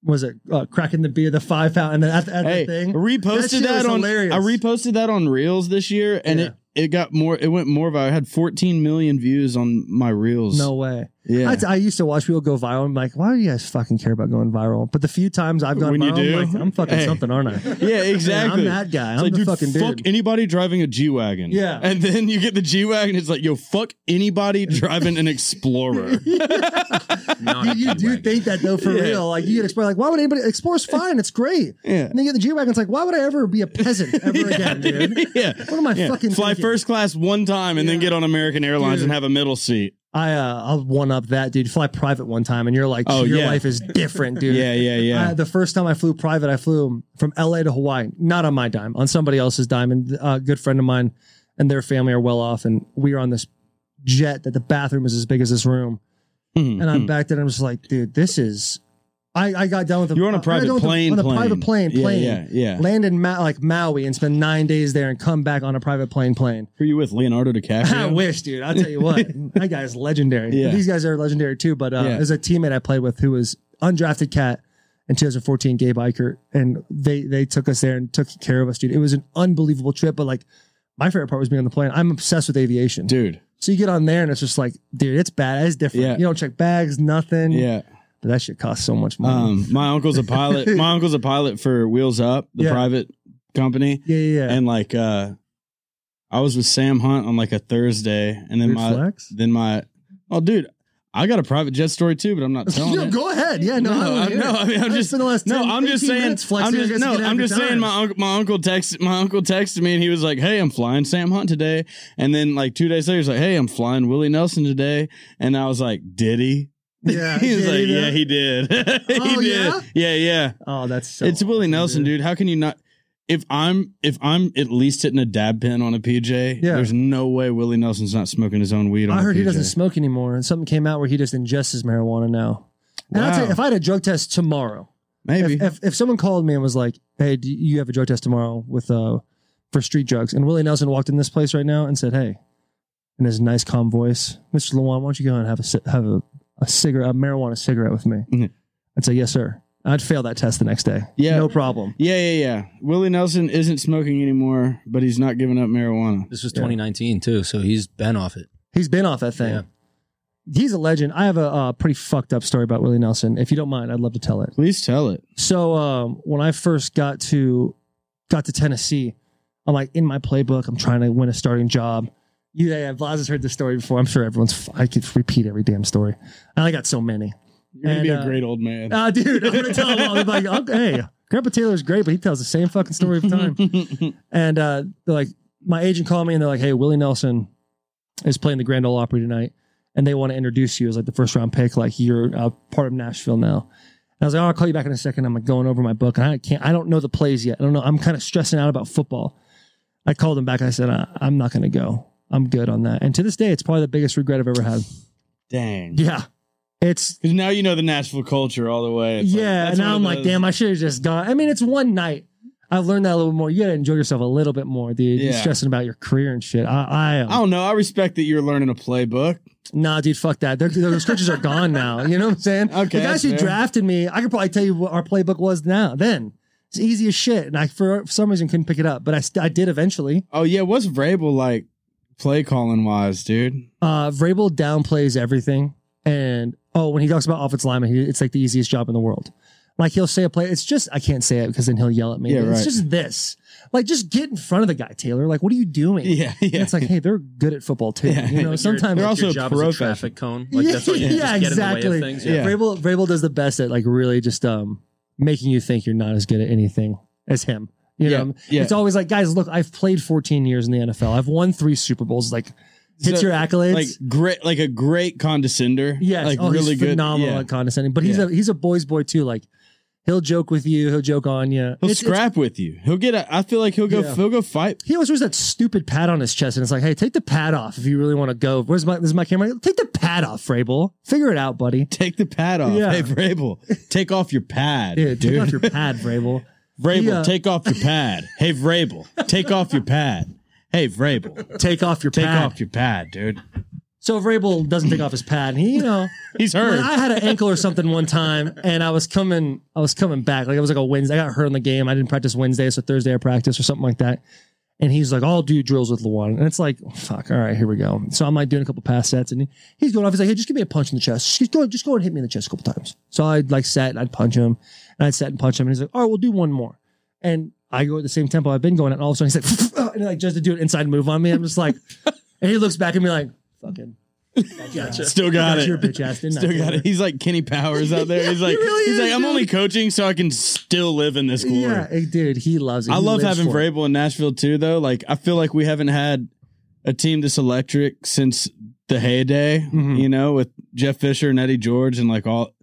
[SPEAKER 3] was it uh, cracking the beer, the five pound, and then at, the- at
[SPEAKER 1] hey,
[SPEAKER 3] the thing? That
[SPEAKER 1] reposted
[SPEAKER 3] shit
[SPEAKER 1] that,
[SPEAKER 3] was
[SPEAKER 1] on.
[SPEAKER 3] hilarious.
[SPEAKER 1] I reposted that on Reels this year, and
[SPEAKER 3] Yeah.
[SPEAKER 1] it it got more. It went more viral. I had 14 million views on my Reels.
[SPEAKER 3] No way.
[SPEAKER 1] yeah,
[SPEAKER 3] I, I used to watch people go viral. I'm like, why do you guys fucking care about going viral? But the few times I've gone
[SPEAKER 1] When you
[SPEAKER 3] viral,
[SPEAKER 1] do,
[SPEAKER 3] I'm, like, I'm fucking
[SPEAKER 1] hey.
[SPEAKER 3] something, aren't I?
[SPEAKER 1] yeah,
[SPEAKER 3] Yeah,
[SPEAKER 1] exactly.
[SPEAKER 3] I'm that guy. I'm
[SPEAKER 1] It's like,
[SPEAKER 3] the
[SPEAKER 1] dude,
[SPEAKER 3] fucking
[SPEAKER 1] fuck
[SPEAKER 3] dude.
[SPEAKER 1] anybody driving a G wagon.
[SPEAKER 3] Yeah.
[SPEAKER 1] and then you get the G wagon. It's like, yo, fuck anybody driving an Explorer.
[SPEAKER 4] Not
[SPEAKER 3] You,
[SPEAKER 4] a
[SPEAKER 3] you do
[SPEAKER 4] G-Wagon.
[SPEAKER 3] think that though for
[SPEAKER 1] Yeah.
[SPEAKER 3] real. Like you get explore like why would anybody explorer's fine, it's great.
[SPEAKER 1] Yeah.
[SPEAKER 3] And then you get the G Wagon, it's like, why would I ever be a peasant ever again, dude?
[SPEAKER 1] yeah,
[SPEAKER 3] What am I
[SPEAKER 1] yeah.
[SPEAKER 3] fucking
[SPEAKER 1] fly
[SPEAKER 3] thinking?
[SPEAKER 1] first class one time and then
[SPEAKER 3] Yeah.
[SPEAKER 1] get on American Airlines
[SPEAKER 3] Dude.
[SPEAKER 1] and have a middle seat.
[SPEAKER 3] I uh I'll one up that dude. Fly private one time and you're like,
[SPEAKER 1] Oh,
[SPEAKER 3] your
[SPEAKER 1] yeah.
[SPEAKER 3] life is different, dude.
[SPEAKER 1] Yeah, yeah, yeah.
[SPEAKER 3] Uh, the first time I flew private, I flew from LA to Hawaii, not on my dime, on somebody else's dime. And uh, a good friend of mine and their family are well off. And we were on this jet that the bathroom is as big as this room.
[SPEAKER 1] Mhm.
[SPEAKER 3] And I'm back there and I'm just like, dude, this is. I, I got down with the.
[SPEAKER 1] You're on
[SPEAKER 3] I
[SPEAKER 1] a
[SPEAKER 3] got
[SPEAKER 1] private
[SPEAKER 3] down with the-
[SPEAKER 1] plane.
[SPEAKER 3] On a
[SPEAKER 1] plane.
[SPEAKER 3] private plane,
[SPEAKER 1] Yeah,
[SPEAKER 3] plane.
[SPEAKER 1] Yeah, yeah.
[SPEAKER 3] Land in Ma- like Maui and spend nine days there and come back on a private plane, plane.
[SPEAKER 1] Who are you with? Leonardo
[SPEAKER 3] I
[SPEAKER 1] DiCaprio.
[SPEAKER 3] wish, dude. I'll tell you what, that guy is legendary.
[SPEAKER 1] Yeah.
[SPEAKER 3] These guys are legendary too. But uh,
[SPEAKER 1] Yeah.
[SPEAKER 3] there's a teammate I played with who was undrafted cat in 2014, Gabe Eichert, and they they took us there and took care of us, dude. It was an unbelievable trip. But like, my favorite part was being on the plane. I'm obsessed with aviation,
[SPEAKER 1] Dude,
[SPEAKER 3] So you get on there and it's just like, dude, it's bad. It's different.
[SPEAKER 1] Yeah.
[SPEAKER 3] You don't check bags, nothing.
[SPEAKER 1] yeah.
[SPEAKER 3] But that shit costs so much money.
[SPEAKER 1] Um, my uncle's a pilot. My uncle's a pilot for Wheels Up, the
[SPEAKER 3] Yeah.
[SPEAKER 1] private company.
[SPEAKER 3] yeah, yeah, yeah.
[SPEAKER 1] and like uh I was with Sam Hunt on like a Thursday and then
[SPEAKER 3] Weird
[SPEAKER 1] my
[SPEAKER 3] flex?
[SPEAKER 1] then my oh dude I got a private jet story too, but I'm not telling
[SPEAKER 3] Yo,
[SPEAKER 1] it.
[SPEAKER 3] go ahead. Yeah, no,
[SPEAKER 1] no,
[SPEAKER 3] I
[SPEAKER 1] I'm, no.
[SPEAKER 3] wanna hear it.
[SPEAKER 1] I mean, I'm
[SPEAKER 3] I
[SPEAKER 1] just
[SPEAKER 3] spent the last
[SPEAKER 1] no.
[SPEAKER 3] 10,
[SPEAKER 1] I'm just
[SPEAKER 3] 15
[SPEAKER 1] saying.
[SPEAKER 3] minutes
[SPEAKER 1] I'm
[SPEAKER 3] flexing, I
[SPEAKER 1] just
[SPEAKER 3] guess you
[SPEAKER 1] no.
[SPEAKER 3] can have
[SPEAKER 1] I'm
[SPEAKER 3] your
[SPEAKER 1] just saying.
[SPEAKER 3] time.
[SPEAKER 1] My uncle, my uncle texted. My uncle texted me, and he was like, "Hey, I'm flying Sam Hunt today." And then, like two days later, he's like, "Hey, I'm flying Willie Nelson today." And I was like, "Did he?"
[SPEAKER 3] Yeah,
[SPEAKER 1] he was
[SPEAKER 3] did
[SPEAKER 1] like,
[SPEAKER 3] he
[SPEAKER 1] "Yeah,
[SPEAKER 3] though?
[SPEAKER 1] he did. he
[SPEAKER 3] Oh,
[SPEAKER 1] did.
[SPEAKER 3] yeah?
[SPEAKER 1] yeah, yeah.
[SPEAKER 3] Oh, that's so
[SPEAKER 1] it's Willie
[SPEAKER 3] awesome,
[SPEAKER 1] Nelson, dude. How can you not? If I'm if I'm at least hitting a dab pin on a PJ,
[SPEAKER 3] Yeah.
[SPEAKER 1] there's no way Willie Nelson's not smoking his own weed. on
[SPEAKER 3] I
[SPEAKER 1] a
[SPEAKER 3] heard he
[SPEAKER 1] PJ.
[SPEAKER 3] doesn't smoke anymore, and something came out where he just ingests his marijuana now. And I'll tell you,
[SPEAKER 1] Wow.
[SPEAKER 3] if I had a drug test tomorrow,
[SPEAKER 1] Maybe.
[SPEAKER 3] if, if if someone called me and was like, "Hey, do you have a drug test tomorrow with uh for street drugs?" and Willie Nelson walked in this place right now and said, "Hey," in his nice calm voice, "Mr. Lawan, why don't you go and have a ci- have a, a cigarette, a marijuana cigarette with me?"
[SPEAKER 1] Mhm.
[SPEAKER 3] I'd say, "Yes, sir." I'd fail that test the next day.
[SPEAKER 1] Yeah.
[SPEAKER 3] no problem.
[SPEAKER 1] Yeah, yeah, yeah. Willie Nelson isn't smoking anymore, but he's not giving up marijuana.
[SPEAKER 4] This was
[SPEAKER 3] Yeah.
[SPEAKER 4] 2019 too, so he's been off it.
[SPEAKER 3] He's been off that thing.
[SPEAKER 4] Yeah.
[SPEAKER 3] He's a legend. I have a uh, pretty fucked up story about Willie Nelson. If you don't mind, I'd love to tell it.
[SPEAKER 1] Please tell it.
[SPEAKER 3] So um, when I first got to got to Tennessee, I'm like in my playbook. I'm trying to win a starting job. You, yeah, yeah, Vlad has heard this story before. I'm sure everyone's. I could repeat every damn story. And I got so many.
[SPEAKER 1] You're gonna
[SPEAKER 3] And,
[SPEAKER 1] be a
[SPEAKER 3] uh,
[SPEAKER 1] great old man.
[SPEAKER 3] Ah, dude, I'm gonna tell them all. They're like, okay, hey, Grandpa Taylor's great, but he tells the same fucking story every time. And uh, they're like, my agent called me and they're like, hey, Willie Nelson is playing the Grand Ole Opry tonight, and they want to introduce you as like the first round pick, like you're uh, part of Nashville now. And I was like, oh, I'll call you back in a second. I'm like going over my book, and I can't, I don't know the plays yet. I don't know. I'm kind of stressing out about football. I called him back. and I said, I, I'm not gonna go. I'm good on that. And to this day, it's probably the biggest regret I've ever had.
[SPEAKER 1] Dang.
[SPEAKER 3] Yeah, it's
[SPEAKER 1] Because now you know the Nashville culture all the way. It's like-
[SPEAKER 3] yeah,
[SPEAKER 1] that's
[SPEAKER 3] and now
[SPEAKER 1] one
[SPEAKER 3] I'm
[SPEAKER 1] of
[SPEAKER 3] like,
[SPEAKER 1] those-
[SPEAKER 3] damn, I should have just gone. I mean, it's one night. I've learned that a little more. You gotta enjoy yourself a little bit more, dude. You're
[SPEAKER 1] Yeah. Oh.
[SPEAKER 3] stressing about your career and shit. I, I, am.
[SPEAKER 1] I don't know. I respect that you're learning a playbook.
[SPEAKER 3] nah, dude, fuck that. Their, those coaches are gone now. You know what I'm saying?
[SPEAKER 1] Okay,
[SPEAKER 3] the guys
[SPEAKER 1] that's
[SPEAKER 3] who
[SPEAKER 1] fair.
[SPEAKER 3] drafted me, I could probably tell you what our playbook was now. Then it's easy as shit, and I for some reason couldn't pick it up, but I, st- I did eventually.
[SPEAKER 1] Oh yeah, what's Vrabel like play calling wise, dude?
[SPEAKER 3] Uh, Vrabel downplays everything, and oh, when he talks about offense lineman, he, it's like the easiest job in the world. Like he'll say a play, it's just I can't say it because then he'll yell at me.
[SPEAKER 1] Yeah,
[SPEAKER 3] It's
[SPEAKER 1] right.
[SPEAKER 3] just this, like just get in front of the guy, Taylor. Like, what are you doing?
[SPEAKER 1] Yeah, yeah.
[SPEAKER 3] It's like, hey, they're good at football too.
[SPEAKER 1] Yeah.
[SPEAKER 3] You know,
[SPEAKER 1] Like,
[SPEAKER 3] sometimes
[SPEAKER 1] They're
[SPEAKER 4] Like,
[SPEAKER 1] also
[SPEAKER 4] your job is a
[SPEAKER 1] pro
[SPEAKER 4] traffic cone. Like that's what you
[SPEAKER 3] Yeah,
[SPEAKER 4] just get in the way
[SPEAKER 3] exactly.
[SPEAKER 4] of things.
[SPEAKER 1] Yeah.
[SPEAKER 3] Vrabel Vrabel does the best at like really just um making you think you're not as good at anything as him. You
[SPEAKER 1] Yeah,
[SPEAKER 3] know, Um,
[SPEAKER 1] yeah.
[SPEAKER 3] it's always like, guys, look, I've played 14 years in the NFL. I've won three Super Bowls. Like, hits
[SPEAKER 1] So,
[SPEAKER 3] your accolades.
[SPEAKER 1] Like great, like a great condescender.
[SPEAKER 3] Yes,
[SPEAKER 1] like
[SPEAKER 3] oh,
[SPEAKER 1] really
[SPEAKER 3] he's
[SPEAKER 1] good.
[SPEAKER 3] phenomenal
[SPEAKER 1] yeah.
[SPEAKER 3] at condescending. But he's
[SPEAKER 1] Yeah.
[SPEAKER 3] a he's a boy's boy too. Like he'll joke with you, he'll joke on you.
[SPEAKER 1] He'll
[SPEAKER 3] It's- it's-
[SPEAKER 1] scrap with you. He'll get. A, I feel like he'll go.
[SPEAKER 3] Yeah.
[SPEAKER 1] He'll go fight.
[SPEAKER 3] he always wears that stupid pad on his chest, and it's like, hey, take the pad off if you really want to go. Where's my this is my camera? Take the pad off, Frable. Figure it out, buddy.
[SPEAKER 1] Take the pad off.
[SPEAKER 3] Yeah.
[SPEAKER 1] Hey Vrabel, take off your pad,
[SPEAKER 3] Yeah,
[SPEAKER 1] dude.
[SPEAKER 3] take off your pad, Frable.
[SPEAKER 1] Vrabel,
[SPEAKER 3] Yeah.
[SPEAKER 1] take off your pad. Hey, Vrabel, take off your pad. Hey, Vrabel,
[SPEAKER 3] Take off your
[SPEAKER 1] take
[SPEAKER 3] pad.
[SPEAKER 1] off your pad, dude.
[SPEAKER 3] so Vrabel doesn't take off his pad. He, you know,
[SPEAKER 1] He's hurt.
[SPEAKER 3] Like, I had an ankle or something one time, and I was coming, I was coming back. Like it was like a Wednesday. I got hurt in the game. I didn't practice Wednesday, so Thursday I practiced or something like that. And he's like, "I'll do drills with Lawan," and it's like, oh, "Fuck, all right, here we go." So I'm like doing a couple pass sets, and he- he's going off. He's like, "Hey, just give me a punch in the chest. Just go, just go and hit me in the chest a couple times." So I would like sat and I'd punch him, and I'd sat and punch him, and he's like, "All right, we'll do one more." And I go at the same tempo I've been going, at, and all of a sudden he's like, and like just to do an inside move on me. I'm just like, and he looks back at me like, "Fucking." Gotcha.
[SPEAKER 1] Still got
[SPEAKER 3] Got
[SPEAKER 1] it.
[SPEAKER 3] your bitch ass, didn't I,
[SPEAKER 1] Still got
[SPEAKER 3] Taylor?
[SPEAKER 1] it. He's like Kenny Powers out there. He's
[SPEAKER 3] Yeah,
[SPEAKER 1] like,
[SPEAKER 3] he really
[SPEAKER 1] he's
[SPEAKER 3] is,
[SPEAKER 1] like, I'm
[SPEAKER 3] dude.
[SPEAKER 1] only coaching so I can still live in this glory.
[SPEAKER 3] Yeah, eh, dude, he loves it.
[SPEAKER 1] I
[SPEAKER 3] He
[SPEAKER 1] love
[SPEAKER 3] lives
[SPEAKER 1] having
[SPEAKER 3] for it.
[SPEAKER 1] Vrabel in Nashville too, though. Like, I feel like we haven't had a team this electric since the heyday.
[SPEAKER 3] Mhm.
[SPEAKER 1] You know, with Jeff Fisher and Eddie George and like all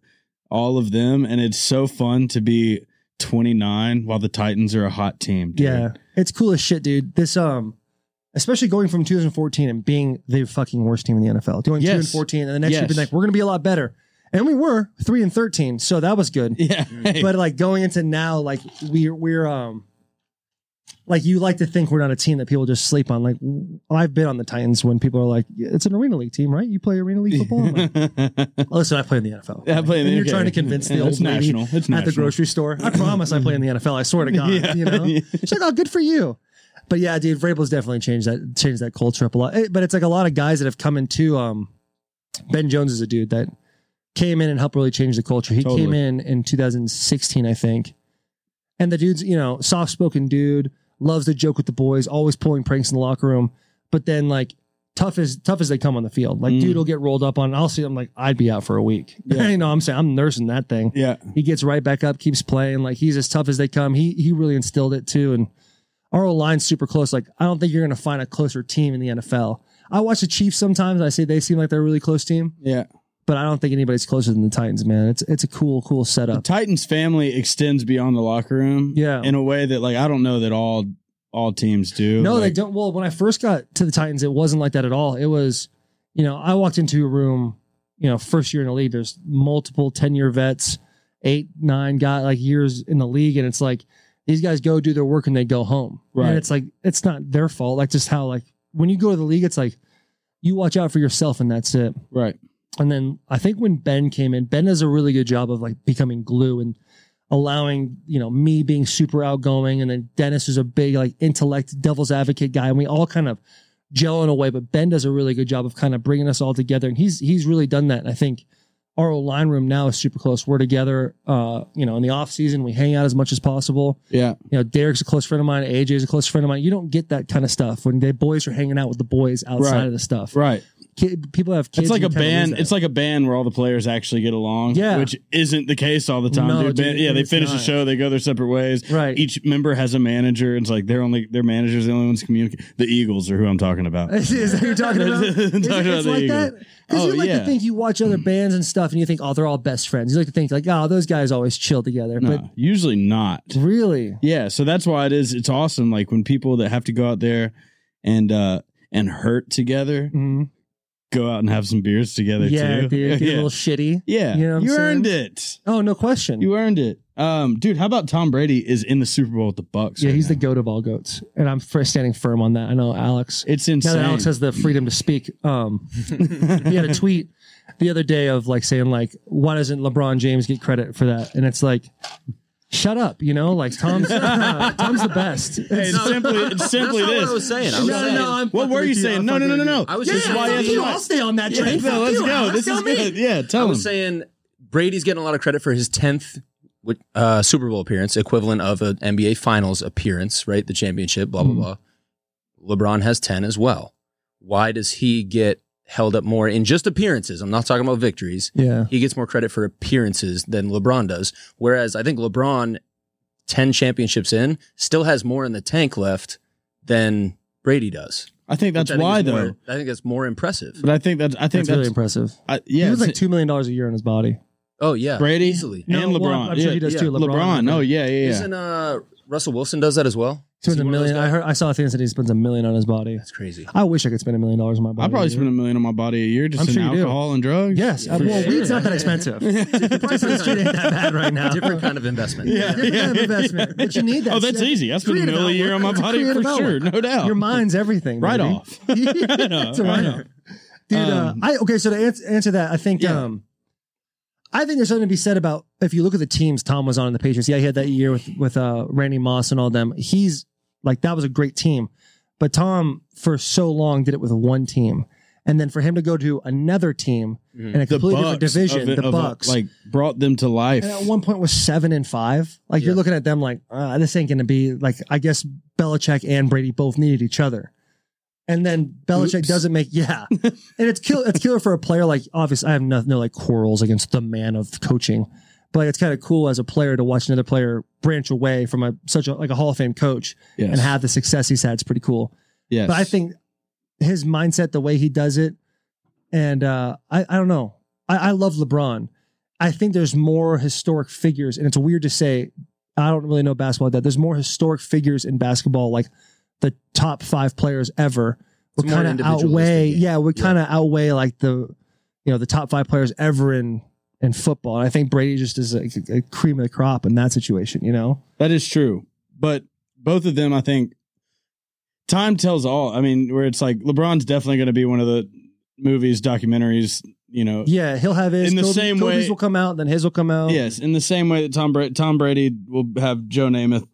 [SPEAKER 1] all of them, and it's so fun to be 29 while the Titans are a hot team. dude.
[SPEAKER 3] Yeah, it's cool as shit, dude. This um, especially going from 2014 and being the fucking worst team in the NFL, doing two
[SPEAKER 1] Yes.
[SPEAKER 3] and 14, and the next year
[SPEAKER 1] Yes.
[SPEAKER 3] being like, we're gonna be a lot better, and we were three and 13, so that was good.
[SPEAKER 1] yeah.
[SPEAKER 3] Mm. But like going into now, like we're we're um, like you like to think we're not a team that people just sleep on. Like w- I've been on the Titans when people are like, "Yeah, it's an arena league team, right? You play arena league football. I'm like, Listen, I play in the NFL.
[SPEAKER 1] Yeah, I play in
[SPEAKER 3] and
[SPEAKER 1] the-
[SPEAKER 3] you're
[SPEAKER 1] okay.
[SPEAKER 3] trying to convince the
[SPEAKER 1] Yeah,
[SPEAKER 3] old
[SPEAKER 1] it's
[SPEAKER 3] lady
[SPEAKER 1] national. It's
[SPEAKER 3] at the
[SPEAKER 1] national.
[SPEAKER 3] grocery store. I promise I play in the NFL. I swear to God.
[SPEAKER 1] Yeah.
[SPEAKER 3] You know?
[SPEAKER 1] Yeah.
[SPEAKER 3] She's like, oh, good for you. But yeah, dude, Vrabel's definitely changed that changed that culture up a lot. Eh, But it's like a lot of guys that have come into um, Ben Jones is a dude that came in and helped really change the culture. He
[SPEAKER 1] Totally.
[SPEAKER 3] came in in 2016, I think, and the dude's you know soft spoken dude loves to joke with the boys, always pulling pranks in the locker room. But then like tough as tough as they come on the field. Like,
[SPEAKER 1] Mm.
[SPEAKER 3] dude will get rolled up on. I'll see him like I'd be out for a week.
[SPEAKER 1] Yeah.
[SPEAKER 3] you know, what I'm saying I'm nursing that thing.
[SPEAKER 1] Yeah.
[SPEAKER 3] He gets right back up, keeps playing. Like he's as tough as they come. He he really instilled it too. And our O line's super close. Like I don't think you're gonna find a closer team in the NFL. I watch the Chiefs sometimes. I say they seem like they're a really close team,
[SPEAKER 1] Yeah.
[SPEAKER 3] but I don't think anybody's closer than the Titans. Man, it's it's a cool cool
[SPEAKER 1] The
[SPEAKER 3] setup.
[SPEAKER 1] Titans family extends beyond the locker room.
[SPEAKER 3] Yeah.
[SPEAKER 1] In a way that like I don't know that all all teams do.
[SPEAKER 3] No, they
[SPEAKER 1] Like,
[SPEAKER 3] don't. Well, when I first got to the Titans, it wasn't like that at all. It was, you know, I walked into a room, you know, first year in the league. There's multiple ten year vets, eight, nine guy like years in the league, and it's like these guys go do their work and they go home.
[SPEAKER 1] Right.
[SPEAKER 3] And it's like it's not their fault. Like just how like when you go to the league, it's like you watch out for yourself and that's it.
[SPEAKER 1] Right.
[SPEAKER 3] And then I think when Ben came in, Ben does a really good job of like becoming glue and allowing, you know, me being super outgoing. And then Dennis is a big like intellect devil's advocate guy. And we all kind of gel in a way, but Ben does a really good job of kind of bringing us all together. And he's, he's really done that. And I think our old line room now is super close. We're together, uh, you know, in the off season, we hang out as much as possible.
[SPEAKER 1] Yeah.
[SPEAKER 3] You know, Derek's a close friend of mine. AJ's a close friend of mine. You don't get that kind of stuff when the boys are hanging out with the boys outside
[SPEAKER 1] Right.
[SPEAKER 3] of the stuff.
[SPEAKER 1] Right.
[SPEAKER 3] Kid, people have kids.
[SPEAKER 1] it's like
[SPEAKER 3] and
[SPEAKER 1] a
[SPEAKER 3] you kinda lose
[SPEAKER 1] band.
[SPEAKER 3] that.
[SPEAKER 1] It's like a band where all the players actually get along.
[SPEAKER 3] Yeah.
[SPEAKER 1] Which isn't the case all the time.
[SPEAKER 3] No,
[SPEAKER 1] dude.
[SPEAKER 3] dude,
[SPEAKER 1] Band- yeah, they
[SPEAKER 3] it's
[SPEAKER 1] finish the
[SPEAKER 3] not.
[SPEAKER 1] show, they go their separate ways.
[SPEAKER 3] right.
[SPEAKER 1] Each member has a manager. It's like they're only their managers the only ones communicating. The Eagles are who I'm talking about.
[SPEAKER 3] Is, is that who you're talking about?
[SPEAKER 1] Talking
[SPEAKER 3] Is it-
[SPEAKER 1] about
[SPEAKER 3] it's
[SPEAKER 1] the
[SPEAKER 3] like
[SPEAKER 1] Eagles.
[SPEAKER 3] that? Because
[SPEAKER 1] Oh,
[SPEAKER 3] you like
[SPEAKER 1] yeah. Hmm.
[SPEAKER 3] to think you watch other bands and stuff and you think, oh, they're all best friends. You like to think, like, oh, those guys always chill together.
[SPEAKER 1] No,
[SPEAKER 3] But
[SPEAKER 1] usually not.
[SPEAKER 3] really,
[SPEAKER 1] Yeah, so that's why it is. It's awesome. Like when people that have to go out there and uh and hurt together
[SPEAKER 3] Mhm.
[SPEAKER 1] go out and have some beers together
[SPEAKER 3] yeah,
[SPEAKER 1] too.
[SPEAKER 3] dude, get a
[SPEAKER 1] yeah,
[SPEAKER 3] little shitty.
[SPEAKER 1] yeah.
[SPEAKER 3] you know what I'm
[SPEAKER 1] you
[SPEAKER 3] saying?
[SPEAKER 1] earned it.
[SPEAKER 3] Oh, no question.
[SPEAKER 1] You earned it. Um, dude, how about Tom Brady is in the Super Bowl with the Bucks?
[SPEAKER 3] yeah,
[SPEAKER 1] right
[SPEAKER 3] he's the
[SPEAKER 1] now?
[SPEAKER 3] goat of all goats, and I'm fir- standing firm on that. I know Alex.
[SPEAKER 1] It's insane.
[SPEAKER 3] Now that Alex has the freedom to speak, um, he had a tweet the other day of like saying like, why doesn't LeBron James get credit for that? And it's like. Shut up, you know, like Tom's Tom's the best.
[SPEAKER 1] Hey, it's simply, it's simply
[SPEAKER 4] That's not
[SPEAKER 1] this.
[SPEAKER 4] what I was saying. I was
[SPEAKER 3] No,
[SPEAKER 4] saying-
[SPEAKER 3] no, I'm
[SPEAKER 1] What
[SPEAKER 3] fucking
[SPEAKER 1] were you
[SPEAKER 3] with
[SPEAKER 1] saying?
[SPEAKER 3] I'm
[SPEAKER 1] No, no,
[SPEAKER 3] fucking
[SPEAKER 1] no, no,
[SPEAKER 3] with
[SPEAKER 1] no.
[SPEAKER 3] you.
[SPEAKER 4] I was
[SPEAKER 1] This
[SPEAKER 4] just-
[SPEAKER 1] is
[SPEAKER 4] Yeah,
[SPEAKER 1] why he
[SPEAKER 4] fuck
[SPEAKER 1] has a mic.
[SPEAKER 3] stay on that train.
[SPEAKER 1] No, let's go. This is good. Yeah,
[SPEAKER 4] I
[SPEAKER 1] tell him.
[SPEAKER 4] was saying Brady's getting a lot of credit for his tenth uh, Super Bowl appearance, equivalent of an NBA Finals appearance, right? The championship, blah blah
[SPEAKER 3] Hmm.
[SPEAKER 4] blah. LeBron has ten as well. Why does he get held up more in just appearances? I'm not talking about victories.
[SPEAKER 3] Yeah.
[SPEAKER 4] He gets more credit for appearances than LeBron does. Whereas I think LeBron, ten championships in, still has more in the tank left than Brady does.
[SPEAKER 1] I think that's
[SPEAKER 4] Which I think
[SPEAKER 1] why
[SPEAKER 4] is
[SPEAKER 1] though.
[SPEAKER 4] more- I think that's more impressive.
[SPEAKER 1] But I think that's I think
[SPEAKER 3] That's really
[SPEAKER 1] that's,
[SPEAKER 3] impressive.
[SPEAKER 1] I, yeah.
[SPEAKER 3] he was like
[SPEAKER 1] it's-
[SPEAKER 3] two million dollars a year on his body.
[SPEAKER 4] Oh
[SPEAKER 3] Uh,
[SPEAKER 4] yeah,
[SPEAKER 1] Brady
[SPEAKER 4] easily.
[SPEAKER 1] and
[SPEAKER 3] No,
[SPEAKER 1] LeBron.
[SPEAKER 3] well, I'm sure
[SPEAKER 1] yeah.
[SPEAKER 3] he does
[SPEAKER 4] yeah.
[SPEAKER 3] too. LeBron,
[SPEAKER 1] LeBron. Oh yeah, yeah, yeah.
[SPEAKER 4] Isn't uh Russell Wilson does that as well?
[SPEAKER 3] He spends
[SPEAKER 4] Is
[SPEAKER 3] a
[SPEAKER 4] he one of those
[SPEAKER 3] million. I
[SPEAKER 4] guys?
[SPEAKER 3] heard. I saw a thing that said he spends a million on his body.
[SPEAKER 4] That's crazy.
[SPEAKER 3] I wish I could spend a million dollars on my body.
[SPEAKER 1] I probably spend a million on my body a year just
[SPEAKER 3] I'm
[SPEAKER 1] in
[SPEAKER 3] sure you do.
[SPEAKER 1] alcohol and drugs.
[SPEAKER 3] Yes. uh, well,
[SPEAKER 4] sure.
[SPEAKER 3] weed's not that expensive. Prices shit ain't that bad right now.
[SPEAKER 4] Different kind of investment.
[SPEAKER 3] Different kind of investment, but you need that.
[SPEAKER 1] Oh, that's
[SPEAKER 3] shit.
[SPEAKER 1] easy. I spend a
[SPEAKER 3] Creative
[SPEAKER 1] million a year on my
[SPEAKER 3] outlet. It's a
[SPEAKER 1] body for
[SPEAKER 3] creative
[SPEAKER 1] sure,
[SPEAKER 3] outlet.
[SPEAKER 1] no doubt.
[SPEAKER 3] Your mind's everything.
[SPEAKER 1] right
[SPEAKER 3] baby.
[SPEAKER 1] off.
[SPEAKER 3] it's a
[SPEAKER 1] Right
[SPEAKER 3] write-off.
[SPEAKER 1] off.
[SPEAKER 3] Dude,
[SPEAKER 1] Um,
[SPEAKER 3] uh, I okay. So to answer, answer that, I think
[SPEAKER 1] Yeah.
[SPEAKER 3] um, I think there's something to be said about if you look at the teams Tom was on in the Patriots. Yeah, he had that year with with uh, Randy Moss and all them. He's like that was a great team, but Tom for so long did it with one team, and then for him to go to another team
[SPEAKER 4] Mhm.
[SPEAKER 3] in a completely
[SPEAKER 1] Mm-hmm.
[SPEAKER 3] different
[SPEAKER 1] Bucks
[SPEAKER 3] division,
[SPEAKER 1] of it- of
[SPEAKER 3] the
[SPEAKER 1] it,
[SPEAKER 3] Bucks,
[SPEAKER 1] like brought them to life.
[SPEAKER 3] and at one point was seven and five. Like you're
[SPEAKER 4] Yeah.
[SPEAKER 3] looking at them like uh, this ain't going to be like I guess Belichick and Brady both needed each other, and then Belichick
[SPEAKER 1] Oops.
[SPEAKER 3] doesn't make yeah, and it's kill it's killer for a player like obviously I have no, no like quarrels against the man of coaching, but it's kind of cool as a player to watch another player branch away from a such a like a Hall of Fame coach
[SPEAKER 1] Yes.
[SPEAKER 3] and have the success he's had. It's pretty cool.
[SPEAKER 1] yes.
[SPEAKER 3] But I think his mindset, the way he does it, and uh, I, I don't know. I, I love LeBron. I think there's more historic figures, and it's weird to say. I don't really know basketball like that. There's more historic figures in basketball, like the top five players ever would
[SPEAKER 4] It's more
[SPEAKER 3] kind of
[SPEAKER 4] individualistic
[SPEAKER 3] outweigh.
[SPEAKER 4] game.
[SPEAKER 3] Yeah, would
[SPEAKER 4] Yeah.
[SPEAKER 3] kind of outweigh like the you know the top five players ever in in football. And I think Brady just is like a cream of the crop in that situation. You know.
[SPEAKER 1] that is true. But both of them, I think, time tells all. I mean, where it's like LeBron's definitely going to be one of the movies, documentaries, you know,
[SPEAKER 3] Yeah, he'll have his.
[SPEAKER 1] In the
[SPEAKER 3] Kobe-
[SPEAKER 1] same
[SPEAKER 3] Kobe's
[SPEAKER 1] way-
[SPEAKER 3] will come out, then his will come out.
[SPEAKER 1] Yes, in the same way that Tom Brady, Tom Brady will have Joe Namath,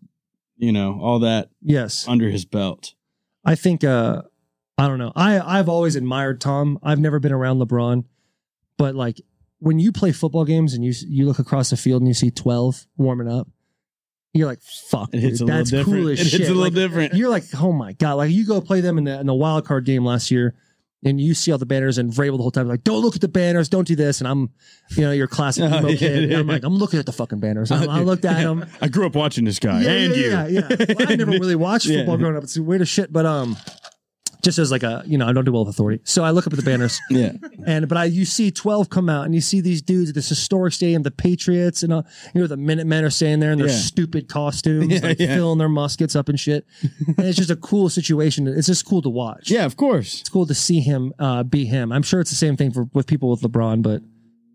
[SPEAKER 1] you know, all that
[SPEAKER 3] Yes.
[SPEAKER 1] under his belt.
[SPEAKER 3] I think uh I don't know. I I've always admired Tom. I've never been around LeBron, but like when you play football games and you you look across the field and you see 12 warming up, you're like fuck.
[SPEAKER 1] It hits
[SPEAKER 3] dude,
[SPEAKER 1] a little
[SPEAKER 3] that's
[SPEAKER 1] different.
[SPEAKER 3] cool as
[SPEAKER 1] it
[SPEAKER 3] shit.
[SPEAKER 1] hits a little
[SPEAKER 3] Like,
[SPEAKER 1] different.
[SPEAKER 3] You're like, "Oh my god, like you go play them in the in the wild card game last year and you see all the banners and Vrabel the whole time like, don't look at the banners, don't do this. And I'm, you know, your classic
[SPEAKER 1] Oh,
[SPEAKER 3] emo
[SPEAKER 1] yeah,
[SPEAKER 3] kid. And I'm
[SPEAKER 1] yeah.
[SPEAKER 3] like, I'm looking at the fucking banners. I, I looked at them.
[SPEAKER 1] I grew up watching this guy
[SPEAKER 3] Yeah,
[SPEAKER 1] and
[SPEAKER 3] yeah,
[SPEAKER 1] you.
[SPEAKER 3] yeah, yeah. Well, I never really watched
[SPEAKER 1] Yeah.
[SPEAKER 3] football growing up. It's weird as shit, but um, just as like a you know, I don't do well with authority. So I look up at the banners,
[SPEAKER 1] Yeah.
[SPEAKER 3] and but I you see twelve come out, and you see these dudes at this historic stadium, the Patriots, and uh, you know the Minutemen are standing there in their
[SPEAKER 1] Yeah.
[SPEAKER 3] stupid costumes,
[SPEAKER 1] Yeah,
[SPEAKER 3] like
[SPEAKER 1] yeah.
[SPEAKER 3] filling their muskets up and shit. and it's just a cool situation. It's just cool to watch.
[SPEAKER 1] Yeah, of course.
[SPEAKER 3] it's cool to see him uh, be him. I'm sure it's the same thing for with people with LeBron, but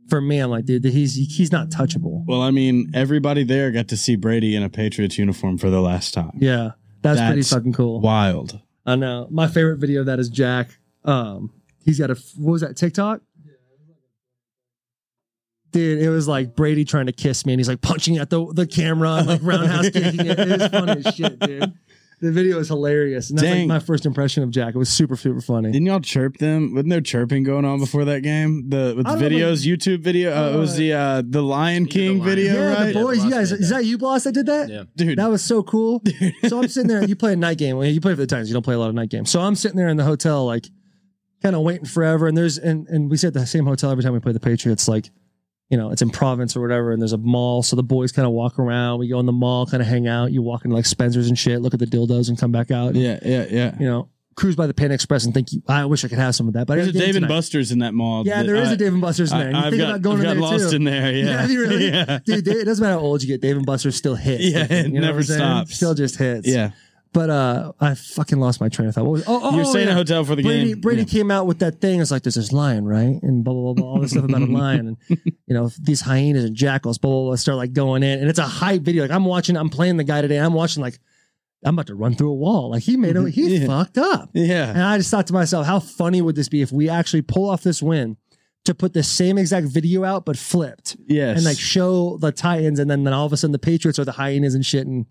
[SPEAKER 3] for me, I'm like, dude, he's he's not touchable.
[SPEAKER 1] Well, I mean, everybody there got to see Brady in a Patriots uniform for the last time.
[SPEAKER 3] Yeah, that's, pretty
[SPEAKER 1] That's
[SPEAKER 3] fucking cool.
[SPEAKER 1] Wild.
[SPEAKER 3] I know. My favorite video of that is Jack. Um, he's got a what was that TikTok? Dude, it was like Brady trying to kiss me, and he's like punching at the the camera, and like roundhouse kicking it. It was funny as shit, dude. The video is hilarious, and that's like
[SPEAKER 1] Dang.
[SPEAKER 3] my first impression of Jack. It was super super funny.
[SPEAKER 1] Didn't y'all chirp them? Wasn't there chirping going on before that game? The with
[SPEAKER 3] I
[SPEAKER 1] the
[SPEAKER 3] don't know,
[SPEAKER 1] videos, YouTube video. Uh, it was the uh, the Lion
[SPEAKER 4] Speak of the
[SPEAKER 1] King
[SPEAKER 4] Lion.
[SPEAKER 1] video,
[SPEAKER 3] yeah,
[SPEAKER 1] right?
[SPEAKER 3] the boys, you
[SPEAKER 4] Bloss
[SPEAKER 3] guys,
[SPEAKER 4] did
[SPEAKER 3] is
[SPEAKER 4] that.
[SPEAKER 3] that you, Bloss, that did that?
[SPEAKER 4] Yeah.
[SPEAKER 1] Dude,
[SPEAKER 3] That was so cool. so I'm sitting there. You play a night game. Well, you play for the Titans. You don't play a lot of night games. So I'm sitting there in the hotel, like kind of waiting forever. And there's and and we stay at the same hotel every time we play the Patriots. Like you know, it's in Province or whatever. And there's a mall, so the boys kind of walk around. We go in the mall, kind of hang out. You walk into like Spencer's and shit, look at the dildos, and come back out.
[SPEAKER 1] yeah, yeah, yeah.
[SPEAKER 3] You know, cruise by the Pan Express and think, you, I wish I could have some of that. But I
[SPEAKER 1] There's a
[SPEAKER 3] got a game
[SPEAKER 1] Dave and
[SPEAKER 3] tonight.
[SPEAKER 1] Buster's in that mall.
[SPEAKER 3] Yeah,
[SPEAKER 1] that
[SPEAKER 3] there is
[SPEAKER 1] I-
[SPEAKER 3] a Dave and Buster's in there. And you
[SPEAKER 1] I, I've
[SPEAKER 3] think
[SPEAKER 1] got,
[SPEAKER 3] about going
[SPEAKER 1] I've
[SPEAKER 3] in
[SPEAKER 1] got
[SPEAKER 3] there
[SPEAKER 1] lost
[SPEAKER 3] too.
[SPEAKER 1] in there. Yeah,
[SPEAKER 3] you really?
[SPEAKER 1] yeah.
[SPEAKER 3] Dude, it doesn't matter how old you get. Dave and Buster still hits.
[SPEAKER 1] Yeah, it
[SPEAKER 3] know what
[SPEAKER 1] never
[SPEAKER 3] I'm saying?
[SPEAKER 1] stops.
[SPEAKER 3] Still just hits.
[SPEAKER 1] Yeah.
[SPEAKER 3] But uh, I fucking lost my train of thought. What was, oh, oh,
[SPEAKER 1] You're
[SPEAKER 3] oh,
[SPEAKER 1] staying
[SPEAKER 3] yeah.
[SPEAKER 1] at a hotel for the
[SPEAKER 3] Brady,
[SPEAKER 1] game.
[SPEAKER 3] Brady
[SPEAKER 1] Yeah.
[SPEAKER 3] came out with that thing. It's like there's this lion, right? And blah blah blah, blah all this stuff about a lion, and you know these hyenas and jackals. Blah blah blah. Start like going in, and it's a hype video. Like I'm watching, I'm playing the guy today. I'm watching like I'm about to run through a wall. Like he made it. He
[SPEAKER 1] Mm-hmm. Yeah.
[SPEAKER 3] fucked up.
[SPEAKER 1] Yeah.
[SPEAKER 3] And I just thought to myself, how funny would this be if we actually pull off this win to put the same exact video out but flipped
[SPEAKER 1] Yes.
[SPEAKER 3] and like show the Titans, and then, then all of a sudden the Patriots are the hyenas and shit, and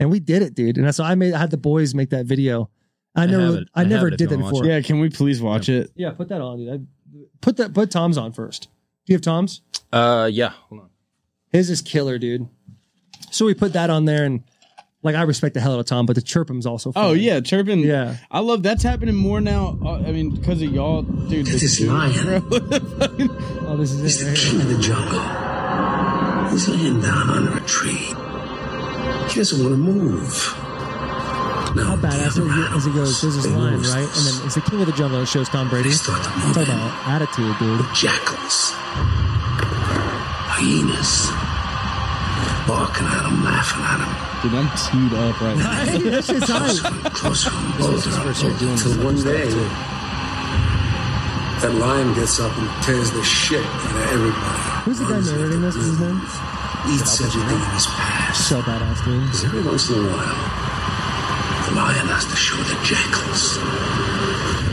[SPEAKER 3] and we did it, dude. And so I made I had the boys make that video. I,
[SPEAKER 4] I have
[SPEAKER 3] never
[SPEAKER 4] it.
[SPEAKER 3] I,
[SPEAKER 4] I have
[SPEAKER 3] never
[SPEAKER 4] it if
[SPEAKER 3] did
[SPEAKER 4] you
[SPEAKER 3] that
[SPEAKER 4] wanna watch
[SPEAKER 3] before.
[SPEAKER 1] yeah. Can we please watch it?
[SPEAKER 3] yeah, put that on, dude. I, put that put Tom's on first. Do you have Tom's?
[SPEAKER 4] Uh, yeah. Hold on.
[SPEAKER 3] His is killer, dude. So we put that on there, and like I respect the hell out of Tom, but the chirpum's also. Fun.
[SPEAKER 1] Oh yeah, Turpin.
[SPEAKER 3] Yeah.
[SPEAKER 1] I love that's happening more now. Uh, I mean, because of y'all, dude. This
[SPEAKER 6] is mine.
[SPEAKER 3] Oh, this is
[SPEAKER 6] He's
[SPEAKER 3] it.
[SPEAKER 6] the
[SPEAKER 3] Right here.
[SPEAKER 6] king of the jungle. He's laying down under a tree. He doesn't want to move.
[SPEAKER 3] How badass is it, as it goes? There's this line, right? And then it's the king of the jungle. It shows Tom Brady.
[SPEAKER 6] He's thought to
[SPEAKER 3] Talk
[SPEAKER 6] move him.
[SPEAKER 3] about attitude, dude.
[SPEAKER 6] jackals, hyenas, barking at him, laughing at him.
[SPEAKER 1] Dude, I'm teed up right now.
[SPEAKER 3] That shit's hype.
[SPEAKER 6] closer and bolder until one day that lion gets up and tears the shit out of everybody.
[SPEAKER 3] Who's the guy narrating this? What's his name?
[SPEAKER 6] Eats everything in his path.
[SPEAKER 3] So badass, dude.
[SPEAKER 6] Because every once in a while, the lion has to show the jackals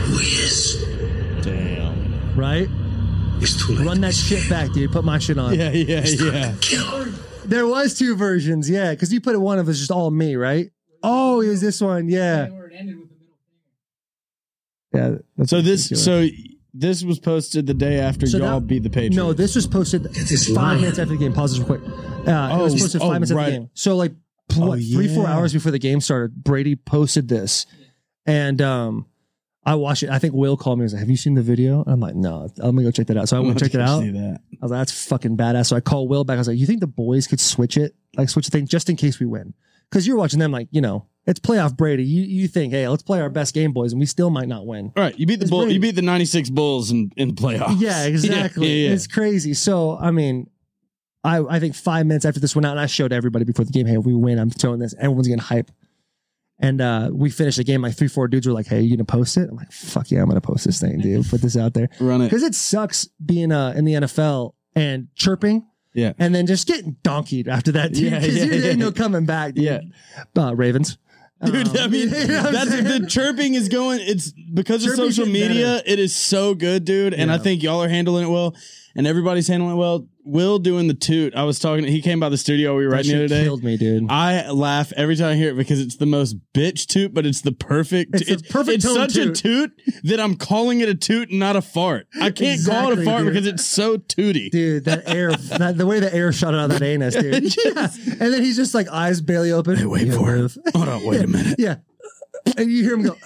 [SPEAKER 6] who he is.
[SPEAKER 3] Right?
[SPEAKER 6] It's too late.
[SPEAKER 3] Run that shit back, dude. Put my shit on.
[SPEAKER 1] Yeah, yeah, yeah.
[SPEAKER 6] Kill.
[SPEAKER 3] There was two versions, yeah, because you put it one of us just all me, right? Oh, it was this one, yeah. Yeah. that's
[SPEAKER 1] So this,
[SPEAKER 3] ridiculous.
[SPEAKER 1] so this was posted the day after
[SPEAKER 3] So
[SPEAKER 1] y'all
[SPEAKER 3] that-
[SPEAKER 1] beat the Patriots.
[SPEAKER 3] No, this was posted
[SPEAKER 6] this
[SPEAKER 3] five
[SPEAKER 6] lion.
[SPEAKER 3] minutes after the game. Pause this real quick. Uh, it was
[SPEAKER 1] Oh,
[SPEAKER 3] posted five
[SPEAKER 1] oh,
[SPEAKER 3] minutes after
[SPEAKER 1] right.
[SPEAKER 3] the game. So like pl-
[SPEAKER 1] Oh,
[SPEAKER 3] what, three, four
[SPEAKER 1] yeah.
[SPEAKER 3] hours before the game started, Brady posted this, and um, I watched it. I think Will called me and was like, "Have you seen the video?" And I'm like, "No, I'm gonna go check that out." So I
[SPEAKER 1] I'm
[SPEAKER 3] went
[SPEAKER 1] gonna
[SPEAKER 3] and checked it out.
[SPEAKER 1] see that.
[SPEAKER 3] I was like, that's fucking badass. So I call Will back. I was like, you think the boys could switch it? Like switch the thing just in case we win. Cause you're watching them like, you know, it's playoff Brady. You you think, hey, let's play our best game, boys, and we still might not win.
[SPEAKER 1] All right, you beat the
[SPEAKER 3] It's
[SPEAKER 1] bull.
[SPEAKER 3] pretty-
[SPEAKER 1] You beat the '96 Bulls in in the playoffs.
[SPEAKER 3] Yeah, exactly.
[SPEAKER 1] Yeah, yeah,
[SPEAKER 3] It's crazy. So I mean, I I think five minutes after this went out, and I showed everybody before the game, hey, if we win, I'm throwing this. Everyone's getting hype. And uh, we finished the game. Like three, four dudes were like, "Hey, you gonna post it?" I'm like, "Fuck yeah, I'm gonna post this thing, dude. Put this out there."
[SPEAKER 1] yeah. Run it.
[SPEAKER 3] because it sucks being uh, in the NFL and chirping.
[SPEAKER 1] Yeah.
[SPEAKER 3] And then just getting donkeyed after that, dude.
[SPEAKER 1] Yeah,
[SPEAKER 3] Because
[SPEAKER 1] yeah,
[SPEAKER 3] you
[SPEAKER 1] yeah.
[SPEAKER 3] ain't no coming back, dude.
[SPEAKER 1] Yeah.
[SPEAKER 3] Uh, Ravens.
[SPEAKER 1] Dude, I
[SPEAKER 3] Um,
[SPEAKER 1] mean,
[SPEAKER 3] you know what I'm
[SPEAKER 1] that's
[SPEAKER 3] saying?
[SPEAKER 1] the chirping is going. It's because of
[SPEAKER 3] Chirping's
[SPEAKER 1] social
[SPEAKER 3] getting
[SPEAKER 1] media. It is so good, dude. And I
[SPEAKER 3] Yeah.
[SPEAKER 1] think y'all are handling it well, and everybody's handling it well. Will doing the toot. I was talking. He came by the studio. We were
[SPEAKER 3] That
[SPEAKER 1] writing the
[SPEAKER 3] shit
[SPEAKER 1] other day.
[SPEAKER 3] killed me, dude.
[SPEAKER 1] I laugh every time I hear it because it's the most bitch toot, but it's the perfect.
[SPEAKER 3] It's the perfect
[SPEAKER 1] It's
[SPEAKER 3] tone
[SPEAKER 1] such a toot that I'm calling it a toot and not a fart. I can't call it
[SPEAKER 3] Exactly,
[SPEAKER 1] a fart
[SPEAKER 3] dude.
[SPEAKER 1] because it's so tooty.
[SPEAKER 3] Dude, that air, that, the way the air shot out of that anus, dude. Yeah. And then he's just like eyes barely open.
[SPEAKER 1] Hey, wait for it. Hold on, wait a minute.
[SPEAKER 3] Yeah. And you hear him go,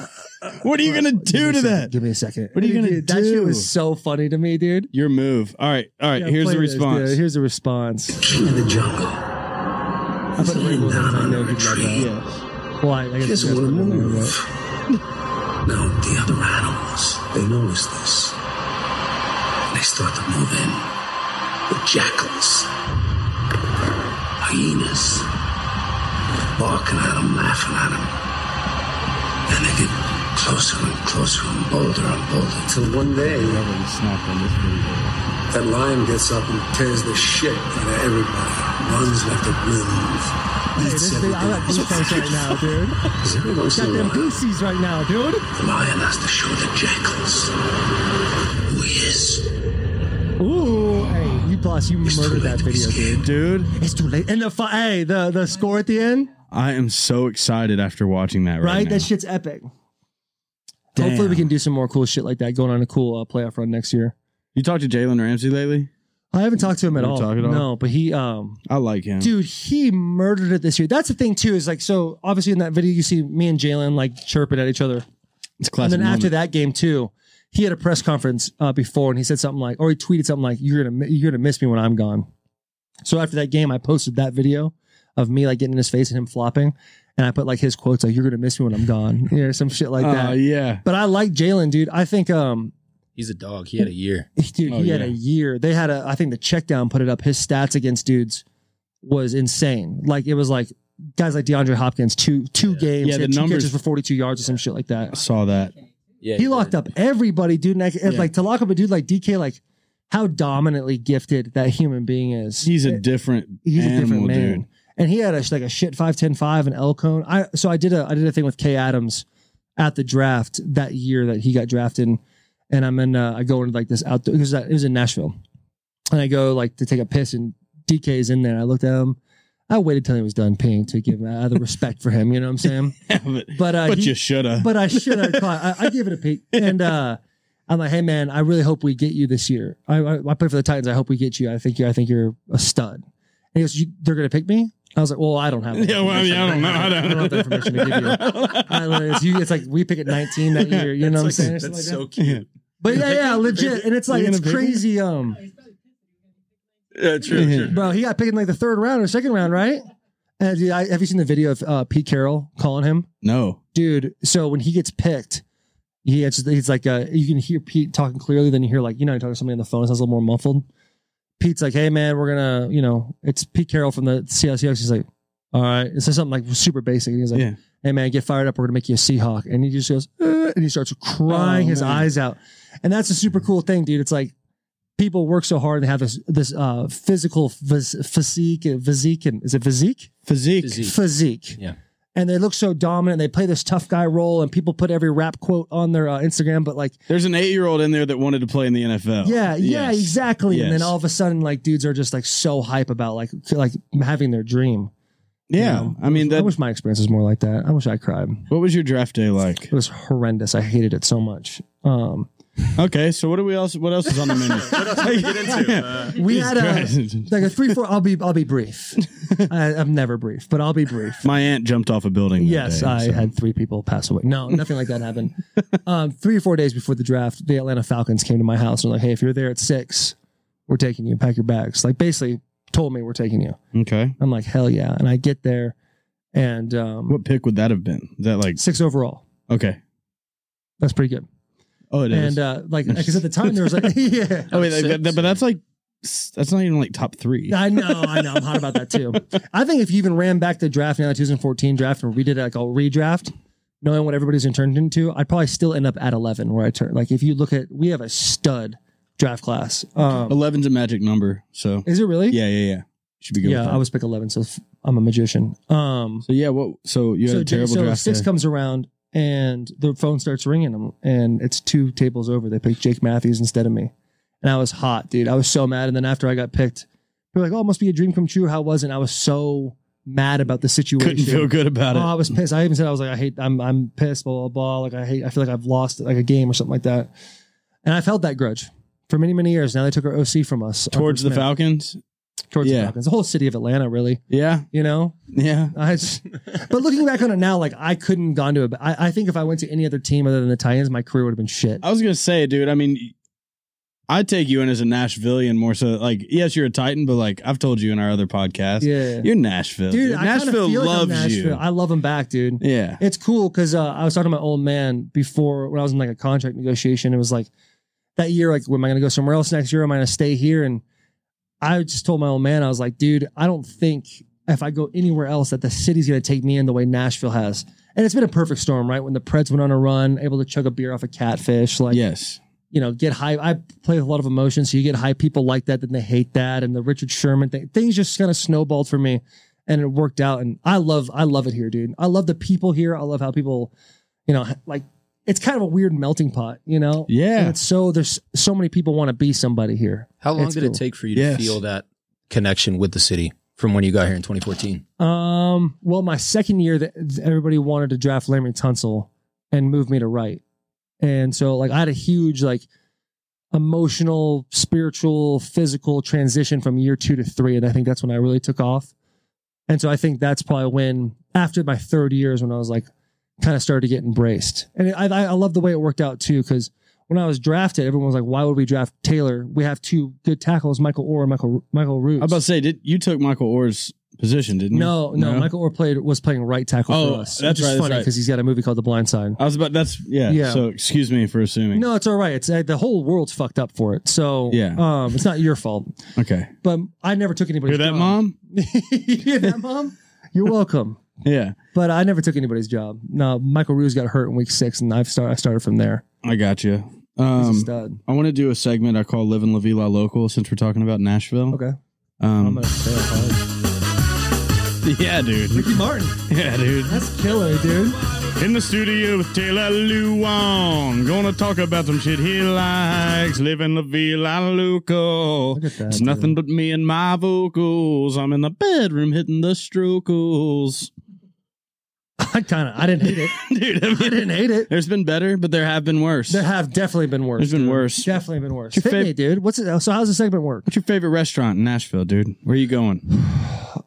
[SPEAKER 3] "Oh,
[SPEAKER 1] What are you gonna do to that?
[SPEAKER 3] Give me a second.
[SPEAKER 1] What are you gonna
[SPEAKER 3] Dude, That shit
[SPEAKER 1] do?
[SPEAKER 3] was so funny to me, dude.
[SPEAKER 1] Your move. All right, all right.
[SPEAKER 3] Yeah,
[SPEAKER 1] here's
[SPEAKER 3] play
[SPEAKER 1] the
[SPEAKER 3] this,
[SPEAKER 1] response.
[SPEAKER 3] dude. Here's the response.
[SPEAKER 6] King of the jungle.
[SPEAKER 3] I put Ringo's on. I know he'd love that.
[SPEAKER 1] yeah.
[SPEAKER 3] Well, I, I guess
[SPEAKER 6] Just
[SPEAKER 3] you guys
[SPEAKER 6] want to
[SPEAKER 3] put it in there,
[SPEAKER 6] move.
[SPEAKER 3] but-
[SPEAKER 6] Now, the other animals, they notice this. They start to move in. The jackals, hyenas, barking at them, laughing at them. And they get closer and closer and bolder and bolder. Till one day,
[SPEAKER 1] Probably snapped on this video.
[SPEAKER 6] that lion gets up and tears the shit out of everybody. Runs like the wind.
[SPEAKER 3] Hey,
[SPEAKER 6] Eats
[SPEAKER 3] this thing, I'm at Beasties
[SPEAKER 6] everything.
[SPEAKER 3] right now, dude.
[SPEAKER 6] Because every once in a
[SPEAKER 3] Goddamn
[SPEAKER 6] while,
[SPEAKER 3] Beasties right now, dude.
[SPEAKER 6] The lion has to show the jackals who he is.
[SPEAKER 3] Ooh, hey, you boss, you
[SPEAKER 6] It's
[SPEAKER 3] murdered
[SPEAKER 6] too late
[SPEAKER 3] that
[SPEAKER 6] to be
[SPEAKER 3] video, dude.
[SPEAKER 6] scared.
[SPEAKER 1] Dude,
[SPEAKER 3] It's too late. And the fi- hey, the the score at the end,
[SPEAKER 1] I am so excited after watching that. Right,
[SPEAKER 3] right?
[SPEAKER 1] now.
[SPEAKER 3] that shit's epic.
[SPEAKER 1] Damn.
[SPEAKER 3] Hopefully, we can do some more cool shit like that going on a cool uh, playoff run next year.
[SPEAKER 1] You talked to Jalen Ramsey lately?
[SPEAKER 3] I haven't talked to him at
[SPEAKER 1] You
[SPEAKER 3] all.
[SPEAKER 1] talk at all?
[SPEAKER 3] No, but he, um,
[SPEAKER 1] I like him.
[SPEAKER 3] dude, he murdered it this year. That's the thing too. Is like so. Obviously, in that video, you see me and Jalen like chirping at each other.
[SPEAKER 1] it's a classic.
[SPEAKER 3] and then after
[SPEAKER 1] moment.
[SPEAKER 3] that game too, he had a press conference uh, before, and he said something like, or he tweeted something like, "You're gonna mi- you're gonna miss me when I'm gone." So after that game, I posted that video of me like getting in his face and him flopping, and I put like his quotes like, "You're gonna miss me when I'm gone," you know, some shit like
[SPEAKER 1] Oh,
[SPEAKER 3] that.
[SPEAKER 1] yeah.
[SPEAKER 3] But I like Jalen, dude. I think, um,
[SPEAKER 4] He's a dog. He had a year.
[SPEAKER 3] dude,
[SPEAKER 1] Oh,
[SPEAKER 3] he had
[SPEAKER 1] yeah.
[SPEAKER 3] a year. They had a, I think the check down put it up. His stats against dudes was insane. Like it was like guys like DeAndre Hopkins, two two games,
[SPEAKER 1] Yeah,
[SPEAKER 3] he
[SPEAKER 1] the
[SPEAKER 3] had two
[SPEAKER 1] numbers-
[SPEAKER 3] catches for 42 yards or some shit like that
[SPEAKER 1] I saw that.
[SPEAKER 4] Yeah,
[SPEAKER 3] he locked up everybody, dude. And like, and,
[SPEAKER 1] Yeah.
[SPEAKER 3] like to lock up a dude like DK, like how dominantly gifted that human being is.
[SPEAKER 1] He's a
[SPEAKER 3] It-
[SPEAKER 1] different
[SPEAKER 3] he's
[SPEAKER 1] animal,
[SPEAKER 3] a different man.
[SPEAKER 1] dude.
[SPEAKER 3] And he had a, like a shit five ten five and L cone. I so I did a I did a thing with Kay Adams at the draft that year that he got drafted, and I'm in uh, I go into like this outdoor. It was at- it was in Nashville, and I go like to take a piss, and DK's in there. I looked at him. I waited till he was done peeing to give him uh, the respect for him. You know what I'm saying?
[SPEAKER 1] but
[SPEAKER 3] But uh,
[SPEAKER 1] but
[SPEAKER 3] he-
[SPEAKER 1] you shoulda.
[SPEAKER 3] but I should have caught. I, I gave it a peek, and uh, I'm like, hey man, I really hope we get you this year. I, I, I play for the Titans. I hope we get you. I think you. I think you're a stud. And he goes, you, they're gonna pick me. I was like, well, I don't have. that
[SPEAKER 1] Yeah, well, I mean, I don't know. I don't-
[SPEAKER 3] I don't have the information to give you. I literally- it's, you. It's like we pick at 19 that year. You know what I'm saying? or something like that.
[SPEAKER 4] cute.
[SPEAKER 3] But yeah, yeah, legit. And it's like
[SPEAKER 1] You're
[SPEAKER 3] it's
[SPEAKER 1] gonna pick me?
[SPEAKER 3] crazy. Um,
[SPEAKER 4] Yeah, true. true.
[SPEAKER 3] bro, he got picked in like the third round or second round, right? And dude, I, have you seen the video of uh, Pete Carroll calling him?
[SPEAKER 1] no.
[SPEAKER 3] dude. So when he gets picked, he it's, he's like uh, you can hear Pete talking clearly. Then you hear like you know you're talking to somebody on the phone. It sounds a little more muffled. Pete's like, "Hey man, we're gonna you know it's Pete Carroll from the Seattle Seahawks." He's like, "All right," it's just something like super basic. And he's like,
[SPEAKER 1] Yeah.
[SPEAKER 3] "Hey man, get fired up. We're gonna make you a Seahawk." And he just goes "Uh," and he starts crying
[SPEAKER 1] Oh,
[SPEAKER 3] his
[SPEAKER 1] man.
[SPEAKER 3] eyes out. And that's a super cool thing, dude. It's like people work so hard and have this this uh, physical phys- physique physique and is it physique
[SPEAKER 1] Physique.
[SPEAKER 4] Physique.
[SPEAKER 3] physique.
[SPEAKER 4] Yeah.
[SPEAKER 3] And they look so dominant. They play this tough guy role, and people put every rap quote on their uh, Instagram. But like,
[SPEAKER 1] There's an eight year old in there that wanted to play in the NFL.
[SPEAKER 3] yeah, yeah,
[SPEAKER 1] Oh, Yes.
[SPEAKER 3] exactly. And
[SPEAKER 1] Yes.
[SPEAKER 3] then all of a sudden, like dudes are just like so hype about like like having their dream. you
[SPEAKER 1] Yeah.
[SPEAKER 3] know?
[SPEAKER 1] I mean,
[SPEAKER 3] I
[SPEAKER 1] that.
[SPEAKER 3] wish my experience was more like that. I wish I cried.
[SPEAKER 1] what was your draft day like?
[SPEAKER 3] It was horrendous. I hated it so much. Um,
[SPEAKER 1] Okay, so what do we else? What else is on the menu? what else we get into? uh?
[SPEAKER 3] we had a like a three four. I'll be I'll be brief. I, I'm never brief, but I'll be brief.
[SPEAKER 1] My aunt jumped off a building. that
[SPEAKER 3] Yes,
[SPEAKER 1] day,
[SPEAKER 3] I
[SPEAKER 1] so-
[SPEAKER 3] had three people pass away. No, nothing like that happened. Um, three or four days before the draft, the Atlanta Falcons came to my house and were like, "Hey, if you're there at six, we're taking you. Pack your bags." Like basically told me we're taking you.
[SPEAKER 1] Okay.
[SPEAKER 3] I'm like, "Hell yeah!" And I get there, and um,
[SPEAKER 1] What pick would that have been? Is that like
[SPEAKER 3] six overall.
[SPEAKER 1] okay?
[SPEAKER 3] That's pretty good.
[SPEAKER 1] Oh, it is.
[SPEAKER 3] And uh, like, because at the time there was like, yeah.
[SPEAKER 1] oh wait,
[SPEAKER 4] Six.
[SPEAKER 1] that, that- but that's like s- that's not even like top three.
[SPEAKER 3] I know, I know. I'm hot about that too. I think if you even ran back the draft now, the 2014 draft, and redid it like a redraft, knowing what everybody's been turned into, I'd probably still end up at 11 where I turn. Like if you look at, we have a stud draft class. Um,
[SPEAKER 1] Eleven's a magic number, so
[SPEAKER 3] is it really?
[SPEAKER 1] Oh. yeah, yeah, yeah. Should be good.
[SPEAKER 3] Yeah,
[SPEAKER 1] with that.
[SPEAKER 3] I was pick 11, so f- I'm a magician. Um,
[SPEAKER 1] So yeah, what? So you had
[SPEAKER 3] so
[SPEAKER 1] a
[SPEAKER 3] J-
[SPEAKER 1] terrible
[SPEAKER 3] so
[SPEAKER 1] draft.
[SPEAKER 3] six
[SPEAKER 1] day.
[SPEAKER 3] comes around and the phone starts ringing them, and it's two tables over. They picked Jake Matthews instead of me, and I was hot, dude. I was so mad. And then after I got picked, they were like, "Oh, it must be a dream come true." How it wasn't? I was so mad about the situation.
[SPEAKER 1] Couldn't feel good about
[SPEAKER 3] Oh, I
[SPEAKER 1] it.
[SPEAKER 3] was pissed. I even said I was like, I hate. I'm I'm pissed. Blah blah blah. Like I hate. I feel like I've lost like a game or something like that. And I've held that grudge for many many years. Now they took our OC from us.
[SPEAKER 1] Towards the
[SPEAKER 3] Arthur Smith.
[SPEAKER 1] Falcons,
[SPEAKER 3] towards the
[SPEAKER 1] Yeah.
[SPEAKER 3] Falcons. The whole city of Atlanta, really.
[SPEAKER 1] Yeah.
[SPEAKER 3] You know,
[SPEAKER 1] Yeah.
[SPEAKER 3] I just, but looking back on it now, like I couldn't gone to it. But I, I think if I went to any other team other than the Titans, my career would have been shit.
[SPEAKER 1] I was gonna say, dude. I mean, I'd take you in as a Nashvilleian more so. Like, yes, you're a Titan, but like I've told you in our other podcast,
[SPEAKER 3] yeah,
[SPEAKER 1] you're Nashville.
[SPEAKER 3] dude, I kinda
[SPEAKER 1] Nashville
[SPEAKER 3] feel like I'm
[SPEAKER 1] loves
[SPEAKER 3] Nashville.
[SPEAKER 1] you.
[SPEAKER 3] I love them back, dude.
[SPEAKER 1] yeah.
[SPEAKER 3] It's cool because uh, I was talking to my old man before when I was in like a contract negotiation. It was like that year, like, am I going to go somewhere else next year? Am I going to stay here? And I just told my old man, I was like, dude, I don't think if I go anywhere else that the city's going to take me in the way Nashville has. And it's been a perfect storm, right? When the Preds went on a run, able to chug a beer off a catfish, like,
[SPEAKER 1] yes.
[SPEAKER 3] you know, get high. I play with a lot of emotion, so you get high people like that, then they hate that, and the Richard Sherman thing. Things just kind of snowballed for me, and it worked out. And I love, I love it here, dude. I love the people here. I love how people, you know, like it's kind of a weird melting pot, you know. And
[SPEAKER 1] Yeah.
[SPEAKER 3] it's so there's so many people want to be somebody here.
[SPEAKER 4] How long
[SPEAKER 3] It's
[SPEAKER 4] did
[SPEAKER 3] cool.
[SPEAKER 4] it take for you to
[SPEAKER 1] Yes.
[SPEAKER 4] feel that connection with the city from when you got here in 2014?
[SPEAKER 3] Um, well, my second year that that everybody wanted to draft Laramie Tunsil and move me to right. And so like I had a huge like emotional, spiritual, physical transition from year two to three. And I think that's when I really took off. And so I think that's probably when after my third year is when I was like kind of started to get embraced. And I I, I love the way it worked out too, because when I was drafted, everyone was like, why would we draft Taylor? We have two good tackles, Michael Orr and Michael Michael Root.
[SPEAKER 1] I was about to say, did you took Michael Orr's position, didn't you?
[SPEAKER 3] No, no, Michael Orr played was playing right tackle
[SPEAKER 1] Oh,
[SPEAKER 3] for us.
[SPEAKER 1] that's
[SPEAKER 3] which
[SPEAKER 1] right,
[SPEAKER 3] is
[SPEAKER 1] that's
[SPEAKER 3] funny
[SPEAKER 1] right.
[SPEAKER 3] because he's got a movie called The Blind Side.
[SPEAKER 1] I was about. That's yeah.
[SPEAKER 3] Yeah.
[SPEAKER 1] So excuse me for assuming.
[SPEAKER 3] No, it's all right. It's uh, the whole world's fucked up for it. So
[SPEAKER 1] Yeah.
[SPEAKER 3] um, it's not your fault.
[SPEAKER 1] Okay.
[SPEAKER 3] But I never took anybody's.
[SPEAKER 1] Hear that,
[SPEAKER 3] job.
[SPEAKER 1] mom?
[SPEAKER 3] you hear that, mom? You're welcome.
[SPEAKER 1] Yeah.
[SPEAKER 3] But I never took anybody's job. No, Michael Ruse got hurt in week six, and I've start, I started from there.
[SPEAKER 1] I got you.
[SPEAKER 3] He's a
[SPEAKER 1] Um,
[SPEAKER 3] stud.
[SPEAKER 1] I want to do a segment I call "Live in La Villa Local" since we're talking about Nashville.
[SPEAKER 3] Okay, I'm
[SPEAKER 1] Um,
[SPEAKER 3] gonna say it hard.
[SPEAKER 1] yeah, dude.
[SPEAKER 3] Ricky Martin,
[SPEAKER 1] Yeah, dude.
[SPEAKER 3] that's killer, dude.
[SPEAKER 1] In the studio with Taylor Luan. Gonna talk about some shit he likes. Living La Villa Loco.
[SPEAKER 3] Look at that,
[SPEAKER 1] It's
[SPEAKER 3] dude.
[SPEAKER 1] nothing but me and my vocals. I'm in the bedroom hitting the strokles.
[SPEAKER 3] I kind of, I didn't hate it.
[SPEAKER 1] Dude, I
[SPEAKER 3] I
[SPEAKER 1] mean,
[SPEAKER 3] didn't hate it.
[SPEAKER 1] there's been better, but there have been worse.
[SPEAKER 3] There have definitely been worse.
[SPEAKER 1] There's been
[SPEAKER 3] dude.
[SPEAKER 1] worse.
[SPEAKER 3] Definitely been worse.
[SPEAKER 1] Your
[SPEAKER 3] Hit
[SPEAKER 1] fav-
[SPEAKER 3] me, dude. What's it? So how's the segment work?
[SPEAKER 1] What's your favorite restaurant in Nashville, dude? Where are you going?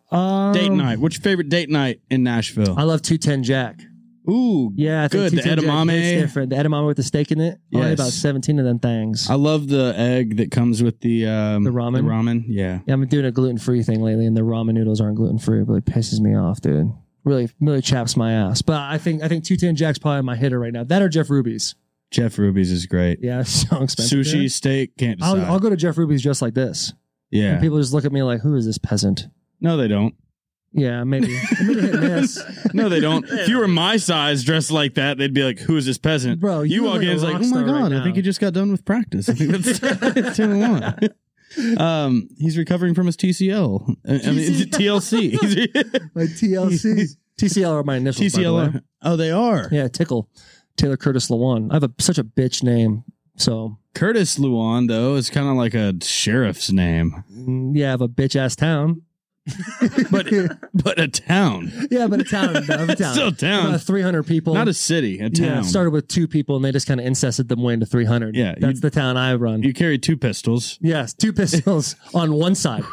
[SPEAKER 3] Um,
[SPEAKER 1] Date night. What's your favorite date night in Nashville?
[SPEAKER 3] I love 210 Jack.
[SPEAKER 1] Ooh,
[SPEAKER 3] Yeah, I
[SPEAKER 1] good.
[SPEAKER 3] think
[SPEAKER 1] The
[SPEAKER 3] 210 Jack
[SPEAKER 1] edamame.
[SPEAKER 3] is different. The edamame with the steak in it. Only
[SPEAKER 1] Yes.
[SPEAKER 3] about 17 of them things.
[SPEAKER 1] I love the egg that comes with the um,
[SPEAKER 3] The ramen?
[SPEAKER 1] The ramen, yeah.
[SPEAKER 3] yeah, I've been doing a gluten free thing lately, and the ramen noodles aren't gluten free. It really pisses me off, dude. Really, really chaps my ass. But I think I think 210 Jack's probably my hitter right now. That or Jeff Ruby's.
[SPEAKER 1] Jeff Ruby's is great.
[SPEAKER 3] Yeah, it's so expensive.
[SPEAKER 1] Sushi,
[SPEAKER 3] dude.
[SPEAKER 1] steak, can't decide.
[SPEAKER 3] I'll, I'll go to Jeff Ruby's just like this. And
[SPEAKER 1] yeah.
[SPEAKER 3] people just look at me like, who is this peasant?
[SPEAKER 1] No, they don't.
[SPEAKER 3] Yeah, maybe. maybe hit and miss.
[SPEAKER 1] No, they don't. if you were my size, dressed like that, they'd be like, "Who is this peasant?"
[SPEAKER 3] Bro,
[SPEAKER 1] you,
[SPEAKER 3] you look
[SPEAKER 1] walk
[SPEAKER 3] like
[SPEAKER 1] in,
[SPEAKER 3] a
[SPEAKER 1] it's like,
[SPEAKER 3] rock
[SPEAKER 1] "Oh my
[SPEAKER 3] star right
[SPEAKER 1] god, I
[SPEAKER 3] now."
[SPEAKER 1] think he just got done with practice." I think that's it's two and one. Um, he's recovering from his TCL. I I mean, it's a TLC. He's-
[SPEAKER 3] Like TLC. TCL are my initials. by the way.
[SPEAKER 1] TCL. Oh, they are.
[SPEAKER 3] Yeah, Tickle. Taylor Curtis Lawan. I have a, such a bitch name. So,
[SPEAKER 1] Curtis Luan though is kind of like a sheriff's name,
[SPEAKER 3] mm, yeah, I have a bitch ass town.
[SPEAKER 1] but but a town,
[SPEAKER 3] Yeah, but a town. I have a town.
[SPEAKER 1] Still a town.
[SPEAKER 3] About 300 people.
[SPEAKER 1] not a city, a
[SPEAKER 3] Yeah,
[SPEAKER 1] town.
[SPEAKER 3] it started with two people and they just kind of incested them way into 300.
[SPEAKER 1] Yeah,
[SPEAKER 3] That's
[SPEAKER 1] you-
[SPEAKER 3] the town I run.
[SPEAKER 1] you carry two pistols.
[SPEAKER 3] yes, two pistols on one side.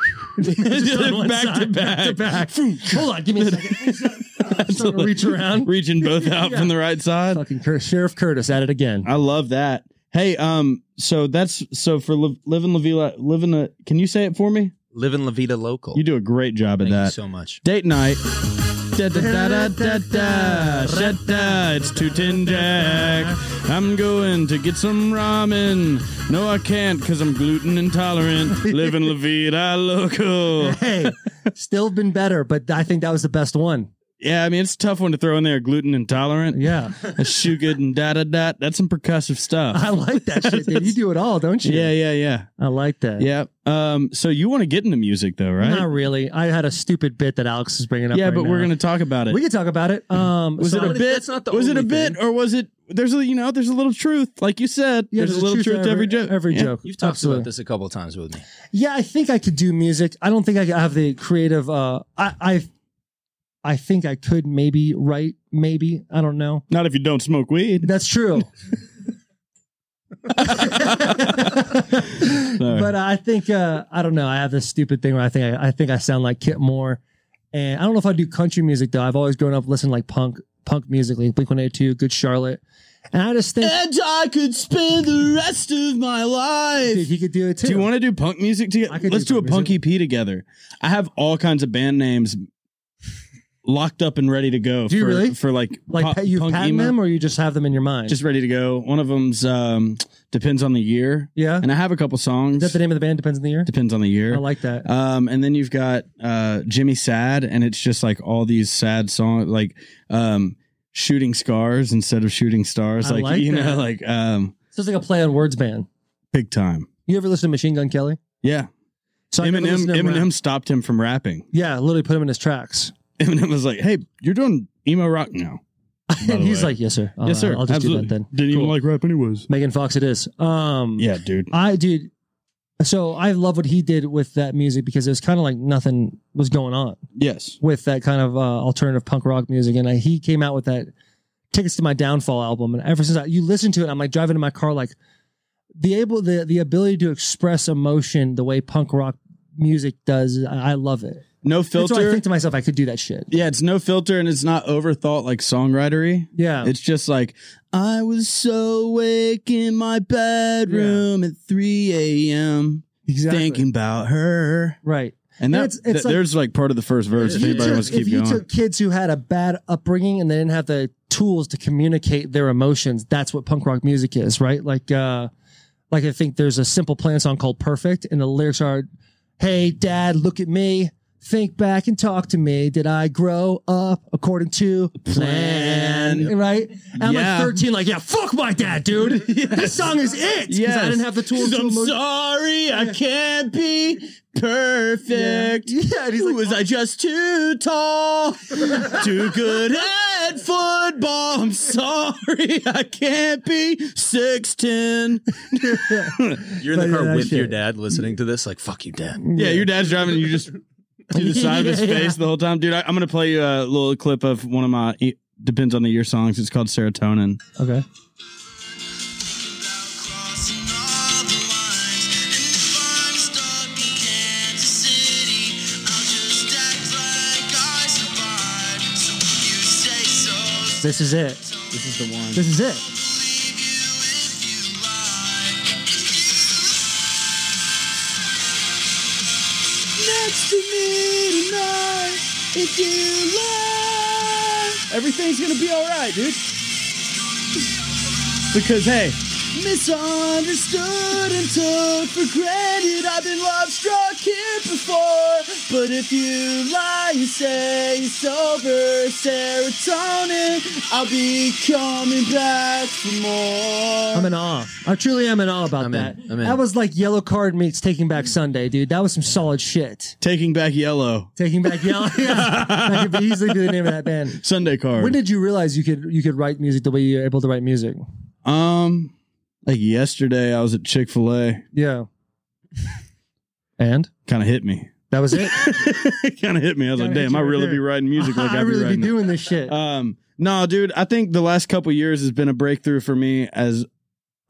[SPEAKER 3] Just on one
[SPEAKER 1] Back to
[SPEAKER 3] back to back. Hold on, give me a second. uh, I'm starting to reach around.
[SPEAKER 1] reaching both out
[SPEAKER 3] Yeah.
[SPEAKER 1] from the right side.
[SPEAKER 3] Fucking Cur- Sheriff Curtis at it again.
[SPEAKER 1] I love that. Hey, um, so that's so for li- living La Villa, living a. uh, Can you say it for me?
[SPEAKER 4] Living La Vida local.
[SPEAKER 1] You do a great job at
[SPEAKER 4] Thank you
[SPEAKER 1] that.
[SPEAKER 4] so much.
[SPEAKER 1] Date night. Da da da da da da. Shut da. It's two tin jack. I'm going to get some ramen. No, I can't because I'm gluten intolerant. Living La Vida local.
[SPEAKER 3] Hey, still been better, but I think that was the best one.
[SPEAKER 1] Yeah, I mean it's a tough one to throw in there. Gluten intolerant.
[SPEAKER 3] Yeah.
[SPEAKER 1] A shoe good and da da da. That's some percussive stuff.
[SPEAKER 3] I like that shit, dude. You do it all, don't you?
[SPEAKER 1] Yeah, yeah, yeah.
[SPEAKER 3] I like that.
[SPEAKER 1] Yeah. Um. So you want to get into music though, right?
[SPEAKER 3] Not really. I had a stupid bit that Alex is bringing up.
[SPEAKER 1] yeah,
[SPEAKER 3] right
[SPEAKER 1] but we're
[SPEAKER 3] now.
[SPEAKER 1] gonna talk about it.
[SPEAKER 3] we can talk about it. Um,
[SPEAKER 1] was
[SPEAKER 3] so
[SPEAKER 1] it a
[SPEAKER 3] I'm-
[SPEAKER 1] bit?
[SPEAKER 4] that's not the
[SPEAKER 1] was it a
[SPEAKER 4] only
[SPEAKER 1] bit, or was it? There's a you know, there's a little truth, like you said.
[SPEAKER 3] Yeah,
[SPEAKER 1] there's, a little truth, to every joke.
[SPEAKER 3] Every
[SPEAKER 1] Yeah.
[SPEAKER 3] joke.
[SPEAKER 4] You've talked
[SPEAKER 3] Absolutely.
[SPEAKER 4] about this a couple of times with me.
[SPEAKER 3] Yeah, I think I could do music. I don't think I could have the creative. Uh, I, I, I think I could maybe write. Maybe I don't know.
[SPEAKER 1] Not if you don't smoke weed.
[SPEAKER 3] That's true.
[SPEAKER 1] No.
[SPEAKER 3] but I think uh, I don't know. I have this stupid thing where I think I, I think I sound like Kit Moore, and I don't know if I do country music though. I've always grown up listening to, like punk punk music, like Blink One Eight Two, Good Charlotte, and I just think
[SPEAKER 1] And I could spend the rest of my
[SPEAKER 3] dude,
[SPEAKER 1] life.
[SPEAKER 3] he could do it too.
[SPEAKER 1] Do you want to do punk music
[SPEAKER 3] I
[SPEAKER 1] together?
[SPEAKER 3] could
[SPEAKER 1] Let's
[SPEAKER 3] do
[SPEAKER 1] do a punk
[SPEAKER 3] punk music.
[SPEAKER 1] EP together. I have all kinds of band names locked up and ready to go.
[SPEAKER 3] Do you
[SPEAKER 1] for,
[SPEAKER 3] really?
[SPEAKER 1] For like,
[SPEAKER 3] like
[SPEAKER 1] pop-
[SPEAKER 3] pa- you
[SPEAKER 1] punk
[SPEAKER 3] patent
[SPEAKER 1] emo.
[SPEAKER 3] them, or you just have them in your mind?
[SPEAKER 1] Just ready to go. One of them's um, depends on the year,
[SPEAKER 3] yeah.
[SPEAKER 1] and I have a couple songs.
[SPEAKER 3] Is that the name of the band? Depends on the year.
[SPEAKER 1] depends on the year.
[SPEAKER 3] I like that.
[SPEAKER 1] Um, and then you've got uh, Jimmy Sad, and it's just like all these sad songs, like um, shooting scars instead of shooting stars,
[SPEAKER 3] I
[SPEAKER 1] like,
[SPEAKER 3] like
[SPEAKER 1] you
[SPEAKER 3] that.
[SPEAKER 1] know, like um,
[SPEAKER 3] So it's like a play on words band.
[SPEAKER 1] big time.
[SPEAKER 3] You ever listen to Machine Gun Kelly?
[SPEAKER 1] Yeah,
[SPEAKER 3] So I never
[SPEAKER 1] Eminem.
[SPEAKER 3] listened to him rap.
[SPEAKER 1] Eminem stopped him from rapping.
[SPEAKER 3] Yeah, literally put him in his tracks.
[SPEAKER 1] Eminem was like, "Hey, you're doing emo rock now." the
[SPEAKER 3] and he's
[SPEAKER 1] way.
[SPEAKER 3] like, "Yes, sir. All
[SPEAKER 1] yes,
[SPEAKER 3] right,
[SPEAKER 1] sir.
[SPEAKER 3] I'll just
[SPEAKER 1] Absolutely.
[SPEAKER 3] do that then."
[SPEAKER 1] Didn't even like rap anyways.
[SPEAKER 3] Megan Fox, it is. Um,
[SPEAKER 1] Yeah, dude.
[SPEAKER 3] I dude. So I love what he did with that music because it was kind of like nothing was going on
[SPEAKER 1] Yes.
[SPEAKER 3] with that kind of uh, alternative punk rock music, and I, he came out with that "Tickets to My Downfall" album. And ever since I, you listen to it, I'm like driving in my car, like the able the the ability to express emotion the way punk rock music does. I, I love it.
[SPEAKER 1] No
[SPEAKER 3] That's why I
[SPEAKER 1] filter.
[SPEAKER 3] think to myself, I could do that shit.
[SPEAKER 1] Yeah, it's no filter, and it's not overthought like songwritery.
[SPEAKER 3] Yeah,
[SPEAKER 1] It's just like I was so awake in my bedroom at 3 a.m.
[SPEAKER 3] exactly.
[SPEAKER 1] thinking about her.
[SPEAKER 3] Right.
[SPEAKER 1] And that,
[SPEAKER 3] It's- it's
[SPEAKER 1] that-
[SPEAKER 3] like-
[SPEAKER 1] there's like part of the first verse. If
[SPEAKER 3] you
[SPEAKER 1] anybody
[SPEAKER 3] took-
[SPEAKER 1] wants to keep
[SPEAKER 3] if you
[SPEAKER 1] going,
[SPEAKER 3] took kids who had a bad upbringing and they didn't have the tools to communicate their emotions, that's what punk rock music is, right? Like, uh, like I think there's a Simple Plan song called "Perfect," and the lyrics are, "Hey, Dad, look at me." Think back and talk to me. Did I grow up according to plan?
[SPEAKER 1] Plan.
[SPEAKER 3] Right? And I'm
[SPEAKER 1] Yeah.
[SPEAKER 3] like 13, like, yeah, fuck my dad, dude. This song is it. Yeah. I
[SPEAKER 1] Yes.
[SPEAKER 3] didn't have the tools to
[SPEAKER 1] I'm
[SPEAKER 3] emo-
[SPEAKER 1] sorry, I can't be perfect.
[SPEAKER 3] Yeah. Yeah, and he's like,
[SPEAKER 1] was I just too tall? too good at football. I'm sorry, I can't be six ten.
[SPEAKER 4] You're in
[SPEAKER 3] But
[SPEAKER 4] the
[SPEAKER 3] yeah,
[SPEAKER 4] car
[SPEAKER 3] that
[SPEAKER 4] with your
[SPEAKER 3] shit.
[SPEAKER 4] dad listening to this, like, fuck you, dad.
[SPEAKER 1] Yeah, your dad's driving. and You just to the side of his
[SPEAKER 3] Yeah.
[SPEAKER 1] face the whole time, dude. I, I'm gonna play you a little clip of one of my it depends on the year songs. It's called Serotonin.
[SPEAKER 3] Okay. This is it.
[SPEAKER 1] This is the one.
[SPEAKER 3] This is it.
[SPEAKER 1] next to me tonight. If you lie, everything's gonna be all right, dude. Because hey, misunderstood and took for granted. I've been love struck here before, but if you lie, you say it's over. Serotonin, I'll be coming back for more.
[SPEAKER 3] I'm in awe. I truly am in awe about
[SPEAKER 4] I'm
[SPEAKER 3] that.
[SPEAKER 4] in. I'm in.
[SPEAKER 3] That was like yellow card meets Taking Back Sunday, dude. That was some solid shit.
[SPEAKER 1] Taking back yellow
[SPEAKER 3] Taking Back Yellow. Yeah. That could easily be the name of that band.
[SPEAKER 1] Sunday card.
[SPEAKER 3] When did you realize you could you could write music the way you're able to write music?
[SPEAKER 1] Um, like yesterday, I was at Chick Fil A.
[SPEAKER 3] Yeah. And
[SPEAKER 1] Kind of hit me.
[SPEAKER 3] that was it.
[SPEAKER 1] kind of hit me. I was
[SPEAKER 3] Kinda
[SPEAKER 1] like,
[SPEAKER 3] hit
[SPEAKER 1] damn,
[SPEAKER 3] you
[SPEAKER 1] I
[SPEAKER 3] right
[SPEAKER 1] really
[SPEAKER 3] there.
[SPEAKER 1] be writing music like I,
[SPEAKER 3] I really be
[SPEAKER 1] writing.
[SPEAKER 3] doing this shit.
[SPEAKER 1] um, no, dude, I think the last couple years has been a breakthrough for me as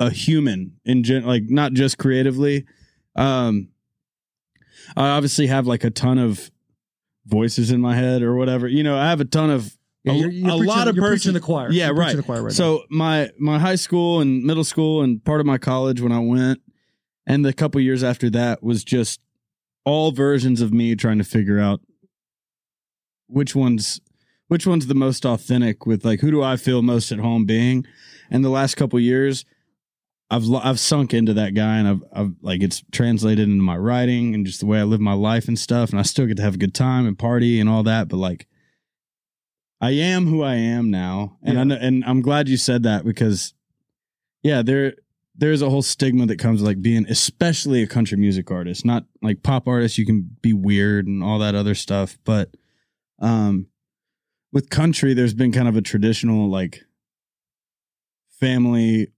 [SPEAKER 1] a human in gen, like not just creatively. Um, I obviously have like a ton of voices in my head or whatever. You know, I have a ton of
[SPEAKER 3] Yeah,
[SPEAKER 1] a-
[SPEAKER 3] you're- you're
[SPEAKER 1] a
[SPEAKER 3] preaching-
[SPEAKER 1] lot of
[SPEAKER 3] you're preaching
[SPEAKER 1] person-
[SPEAKER 3] the choir.
[SPEAKER 1] Yeah,
[SPEAKER 3] You're
[SPEAKER 1] right.
[SPEAKER 3] preaching The choir right
[SPEAKER 1] so my my high school and middle school and part of my college when I went, and the couple years after that was just all versions of me trying to figure out which one's which one's the most authentic with like who do I feel most at home being, and the last couple years. I've lo- I've sunk into that guy and I've I've like it's translated into my writing and just the way I live my life and stuff and I still get to have a good time and party and all that but like I am who I am now, and I know, and I'm glad you said that because, yeah, there there's a whole stigma that comes with, like being, especially a country music artist, not like pop artists. You can be weird and all that other stuff, but um, with country, there's been kind of a traditional like family,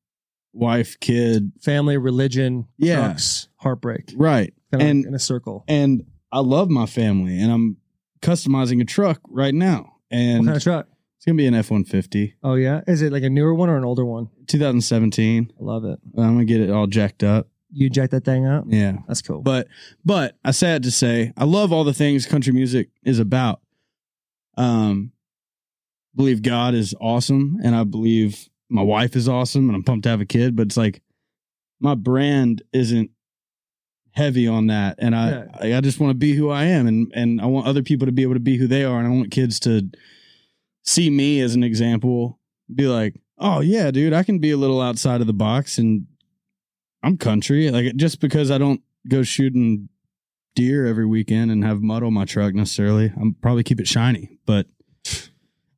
[SPEAKER 1] wife, kid,
[SPEAKER 3] now. Family, religion,
[SPEAKER 1] Yeah.
[SPEAKER 3] trucks, heartbreak.
[SPEAKER 1] right,
[SPEAKER 3] Kind of
[SPEAKER 1] And-
[SPEAKER 3] like in a circle.
[SPEAKER 1] and I love my family, and I'm customizing a truck right now, and
[SPEAKER 3] what kind of truck?
[SPEAKER 1] it's gonna be an F one fifty.
[SPEAKER 3] Oh yeah, is it like a newer one or an older one?
[SPEAKER 1] 2017.
[SPEAKER 3] I love it.
[SPEAKER 1] I'm gonna get it all jacked up.
[SPEAKER 3] You jack that thing up.
[SPEAKER 1] Yeah.
[SPEAKER 3] That's cool.
[SPEAKER 1] But but I sad to say, I love all the things country music is about. Um believe God is awesome and I believe my wife is awesome and I'm pumped to have a kid, but it's like my brand isn't heavy on that and I
[SPEAKER 3] Yeah.
[SPEAKER 1] I I just want to be who I am and and I want other people to be able to be who they are and I want kids to see me as an example, be like, "Oh yeah, dude, I can be a little outside of the box and I'm country." Like just because I don't go shooting deer every weekend and have mud on my truck necessarily. I'm probably keep it shiny, but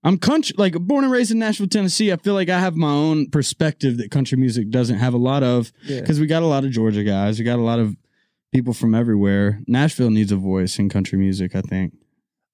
[SPEAKER 1] I'm country like born and raised in Nashville, Tennessee. I feel like I have my own perspective that country music doesn't have a lot of
[SPEAKER 3] Yeah.
[SPEAKER 1] because we got a lot of Georgia guys, we got a lot of people from everywhere. Nashville needs a voice in country music, I think.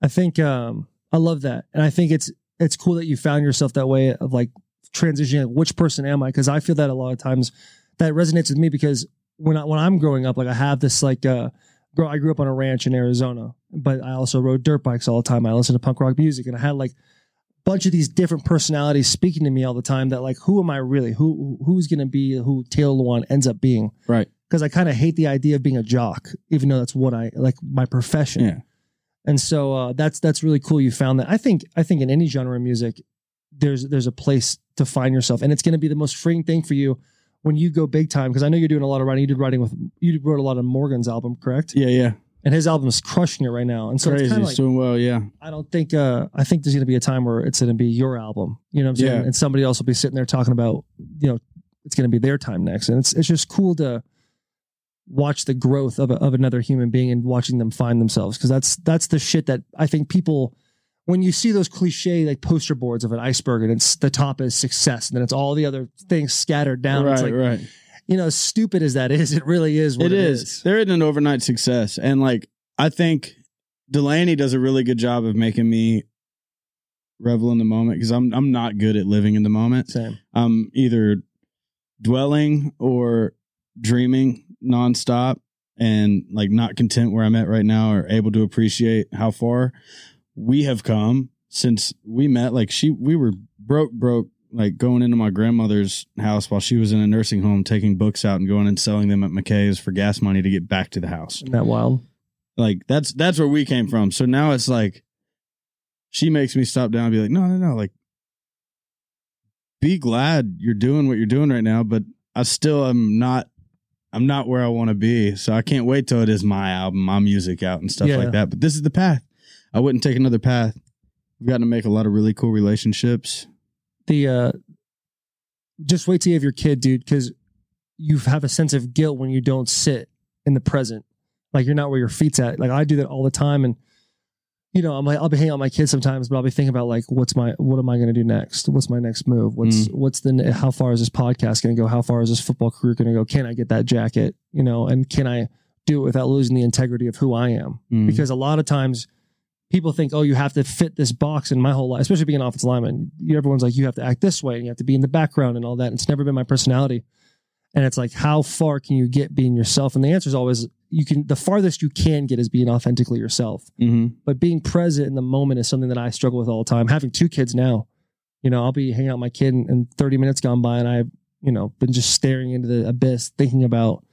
[SPEAKER 3] I think um, I love that, and I think it's it's cool that you found yourself that way of like transitioning. Like, which person am I? Because I feel that a lot of times that resonates with me because when I when I'm growing up, like I have this like uh, grow. I grew up on a ranch in Arizona, but I also rode dirt bikes all the time. I listened to punk rock music, and I had like a bunch of these different personalities speaking to me all the time. That like, who am I really? Who who's gonna be who Taylor Lewan ends up being?
[SPEAKER 1] Right.
[SPEAKER 3] Because I kind of hate the idea of being a jock, even though that's what I like my profession.
[SPEAKER 1] Yeah.
[SPEAKER 3] And so uh, that's that's really cool. You found that. I think I think in any genre of music, there's there's a place to find yourself, and it's going to be the most freeing thing for you when you go big time. Because I know you're doing a lot of writing. You did writing with you wrote a lot of Morgan's album, correct?
[SPEAKER 1] Yeah, yeah.
[SPEAKER 3] And his album is crushing it right now. And so
[SPEAKER 1] Crazy.
[SPEAKER 3] it's
[SPEAKER 1] It's,
[SPEAKER 3] kind of like
[SPEAKER 1] doing well, yeah.
[SPEAKER 3] I don't think uh, I think there's going to be a time where it's going to be your album. You know what I'm saying?
[SPEAKER 1] Yeah.
[SPEAKER 3] And somebody else will be sitting there talking about you know it's going to be their time next, and it's it's just cool to watch the growth of a, of another human being and watching them find themselves because that's that's the shit that I think people when you see those cliche like poster boards of an iceberg and it's the top is success and then it's all the other things scattered down.
[SPEAKER 1] right,
[SPEAKER 3] it's like
[SPEAKER 1] right.
[SPEAKER 3] you know, as stupid as that is, it really is. What
[SPEAKER 1] it is. There isn't an overnight success. And like I think Delaney does a really good job of making me revel in the moment because I'm I'm not good at living in the moment.
[SPEAKER 3] Same.
[SPEAKER 1] I'm um, either dwelling or dreaming nonstop and like not content where I'm at right now or able to appreciate how far we have come since we met. Like she we were broke broke like going into my grandmother's house while she was in a nursing home taking books out and going and selling them at McKay's for gas money to get back to the house
[SPEAKER 3] Isn't that wild?
[SPEAKER 1] like that's that's where we came from. So now it's like she makes me stop down and be like, no, no, no, like be glad you're doing what you're doing right now, but I still am not I'm not where I want to be. So I can't wait till it is my album, my music out and stuff
[SPEAKER 3] Yeah.
[SPEAKER 1] like that. But this is the path. I wouldn't take another path. We've gotten to make a lot of really cool relationships.
[SPEAKER 3] the uh just wait till you have your kid dude because you have a sense of guilt when you don't sit in the present like you're not where your feet's at like i do that all the time and you know i'm like i'll be hanging out with my kids sometimes but i'll be thinking about like what's my what am i going to do next what's my next move what's what's the ne- how far is this podcast going to go how far is this football career going to go can i get that jacket you know and can i do it without losing the integrity of who i am
[SPEAKER 1] Mm.
[SPEAKER 3] because a lot of times people think, oh, you have to fit this box in my whole life, especially being an offensive lineman. You- Everyone's like, you have to act this way and you have to be in the background and all that. It's never been my personality. And it's like, how far can you get being yourself? And the answer is always, you can, the farthest you can get is being authentically yourself.
[SPEAKER 1] hmm
[SPEAKER 3] But being present in the moment is something that I struggle with all the time. Having two kids now, you know, I'll be hanging out with my kid and, and 30 minutes gone by and I've, you know, been just staring into the abyss thinking about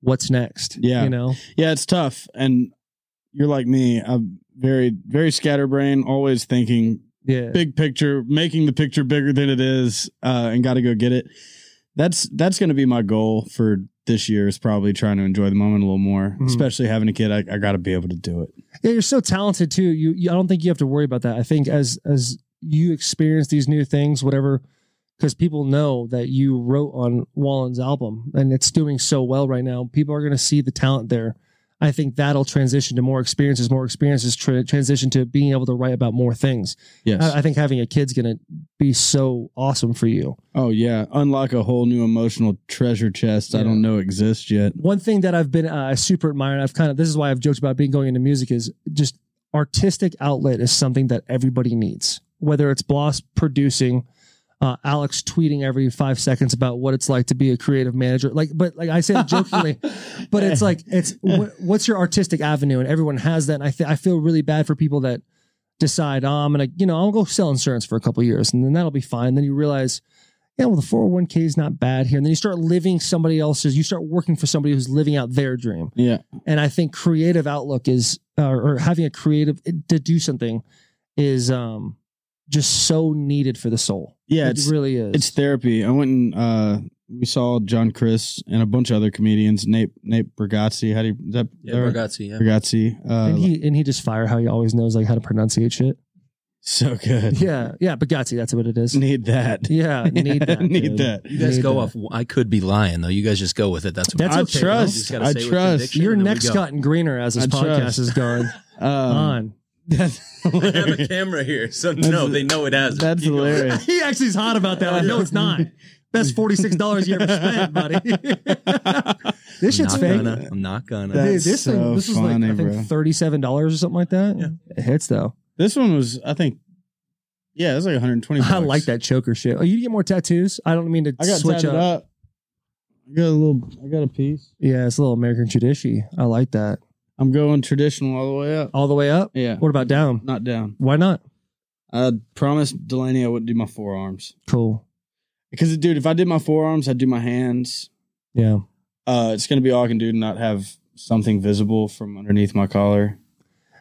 [SPEAKER 3] what's next.
[SPEAKER 1] Yeah.
[SPEAKER 3] You know,
[SPEAKER 1] Yeah, it's tough. And you're like me. I'm very, very scatterbrained, always thinking
[SPEAKER 3] yeah.
[SPEAKER 1] big picture, making the picture bigger than it is, uh, and got to go get it. That's that's going to be my goal for this year. Is probably trying to enjoy the moment a little more,
[SPEAKER 3] Mhm.
[SPEAKER 1] especially having a kid. I, I got to be able to do it.
[SPEAKER 3] Yeah, you're so talented too. You, you, I don't think you have to worry about that. I think as as you experience these new things, whatever, because people know that you wrote on Wallen's album and it's doing so well right now. People are going to see the talent there. I think that'll transition to more experiences. More experiences tra- transition to being able to write about more things.
[SPEAKER 1] Yes.
[SPEAKER 3] I, I think having a kid's going to be so awesome for you.
[SPEAKER 1] oh yeah. Unlock a whole new emotional treasure chest I
[SPEAKER 3] Yeah.
[SPEAKER 1] don't know exists yet.
[SPEAKER 3] one thing that I've been uh, I super admired. I've kind of this is why I've joked about being going into music is just artistic outlet is something that everybody needs. Whether it's Bloss producing, uh, Alex tweeting every five seconds about what it's like to be a creative manager. Like, but like I say that jokingly, but it's like it's wh- what's your artistic avenue, and everyone has that. And I th- I feel really bad for people that decide, oh, I'm gonna, you know, I'll go sell insurance for a couple years, and then that'll be fine. then you realize, yeah, well, the 401k is not bad here, and then you start living somebody else's. You start working for somebody who's living out their dream.
[SPEAKER 1] Yeah.
[SPEAKER 3] And I think creative outlook is, uh, or having a creative to do something, is um just so needed for the soul.
[SPEAKER 1] Yeah.
[SPEAKER 3] it
[SPEAKER 1] It's
[SPEAKER 3] really is.
[SPEAKER 1] It's therapy. I went and uh, we saw John Chris and a bunch of other comedians. Nate Nate Bergazzi. How do you? Is that,
[SPEAKER 4] Yeah, Bergazzi, yeah.
[SPEAKER 1] Bergazzi. Uh,
[SPEAKER 3] and he and he just fire how he always knows like how to pronunciate shit.
[SPEAKER 1] so good.
[SPEAKER 3] Yeah, yeah, Bugatti, that's what it is.
[SPEAKER 1] Need that.
[SPEAKER 3] Yeah, need that.
[SPEAKER 1] Need
[SPEAKER 3] dude.
[SPEAKER 1] that.
[SPEAKER 4] You guys
[SPEAKER 3] Need
[SPEAKER 4] go
[SPEAKER 3] that.
[SPEAKER 4] off. I could be lying though. You guys just go with it. That's what
[SPEAKER 3] That's
[SPEAKER 1] I
[SPEAKER 3] okay,
[SPEAKER 1] trust.
[SPEAKER 4] You just gotta
[SPEAKER 1] I
[SPEAKER 4] say it with
[SPEAKER 1] trust.
[SPEAKER 4] conviction
[SPEAKER 3] Your
[SPEAKER 4] and then we
[SPEAKER 3] neck's
[SPEAKER 4] go.
[SPEAKER 3] gotten greener as this
[SPEAKER 1] I
[SPEAKER 3] podcast
[SPEAKER 1] trust.
[SPEAKER 3] has gone
[SPEAKER 1] Um,
[SPEAKER 3] on.
[SPEAKER 1] that's
[SPEAKER 4] I have a
[SPEAKER 1] hilarious.
[SPEAKER 4] camera here, so
[SPEAKER 1] That's-
[SPEAKER 4] no, they know it has. it.
[SPEAKER 1] That's
[SPEAKER 4] Keep going.
[SPEAKER 1] hilarious.
[SPEAKER 3] He actually is hot about that. Like, no, it's not. That's forty six dollars you ever spent, buddy. this shit's
[SPEAKER 4] I'm not
[SPEAKER 3] fake.
[SPEAKER 4] gonna. I'm not gonna.
[SPEAKER 1] That-
[SPEAKER 3] Dude,
[SPEAKER 1] That's
[SPEAKER 3] this
[SPEAKER 1] so
[SPEAKER 3] thing, this was
[SPEAKER 1] funny,
[SPEAKER 3] like I think
[SPEAKER 1] bro.
[SPEAKER 3] thirty seven dollars or something like that. Yeah, it hits though.
[SPEAKER 1] This one was, I think, yeah, it was like 120.
[SPEAKER 3] I
[SPEAKER 1] bucks.
[SPEAKER 3] like that choker shit. Oh, you get more tattoos? I don't mean to
[SPEAKER 1] I got
[SPEAKER 3] switch
[SPEAKER 1] tatted
[SPEAKER 3] up.
[SPEAKER 1] up. I got a little. I got a piece.
[SPEAKER 3] Yeah, it's a little American tradition. I like that.
[SPEAKER 1] I'm going traditional all the way up.
[SPEAKER 3] All the way up.
[SPEAKER 1] Yeah,
[SPEAKER 3] What about down?
[SPEAKER 1] not down.
[SPEAKER 3] Why not?
[SPEAKER 1] I promised Delaney I wouldn't do my forearms
[SPEAKER 3] Cool.
[SPEAKER 1] because, dude, if I did my forearms, I'd do my hands.
[SPEAKER 3] Yeah.
[SPEAKER 1] Uh, it's gonna be all I can do to not have something visible from underneath my collar.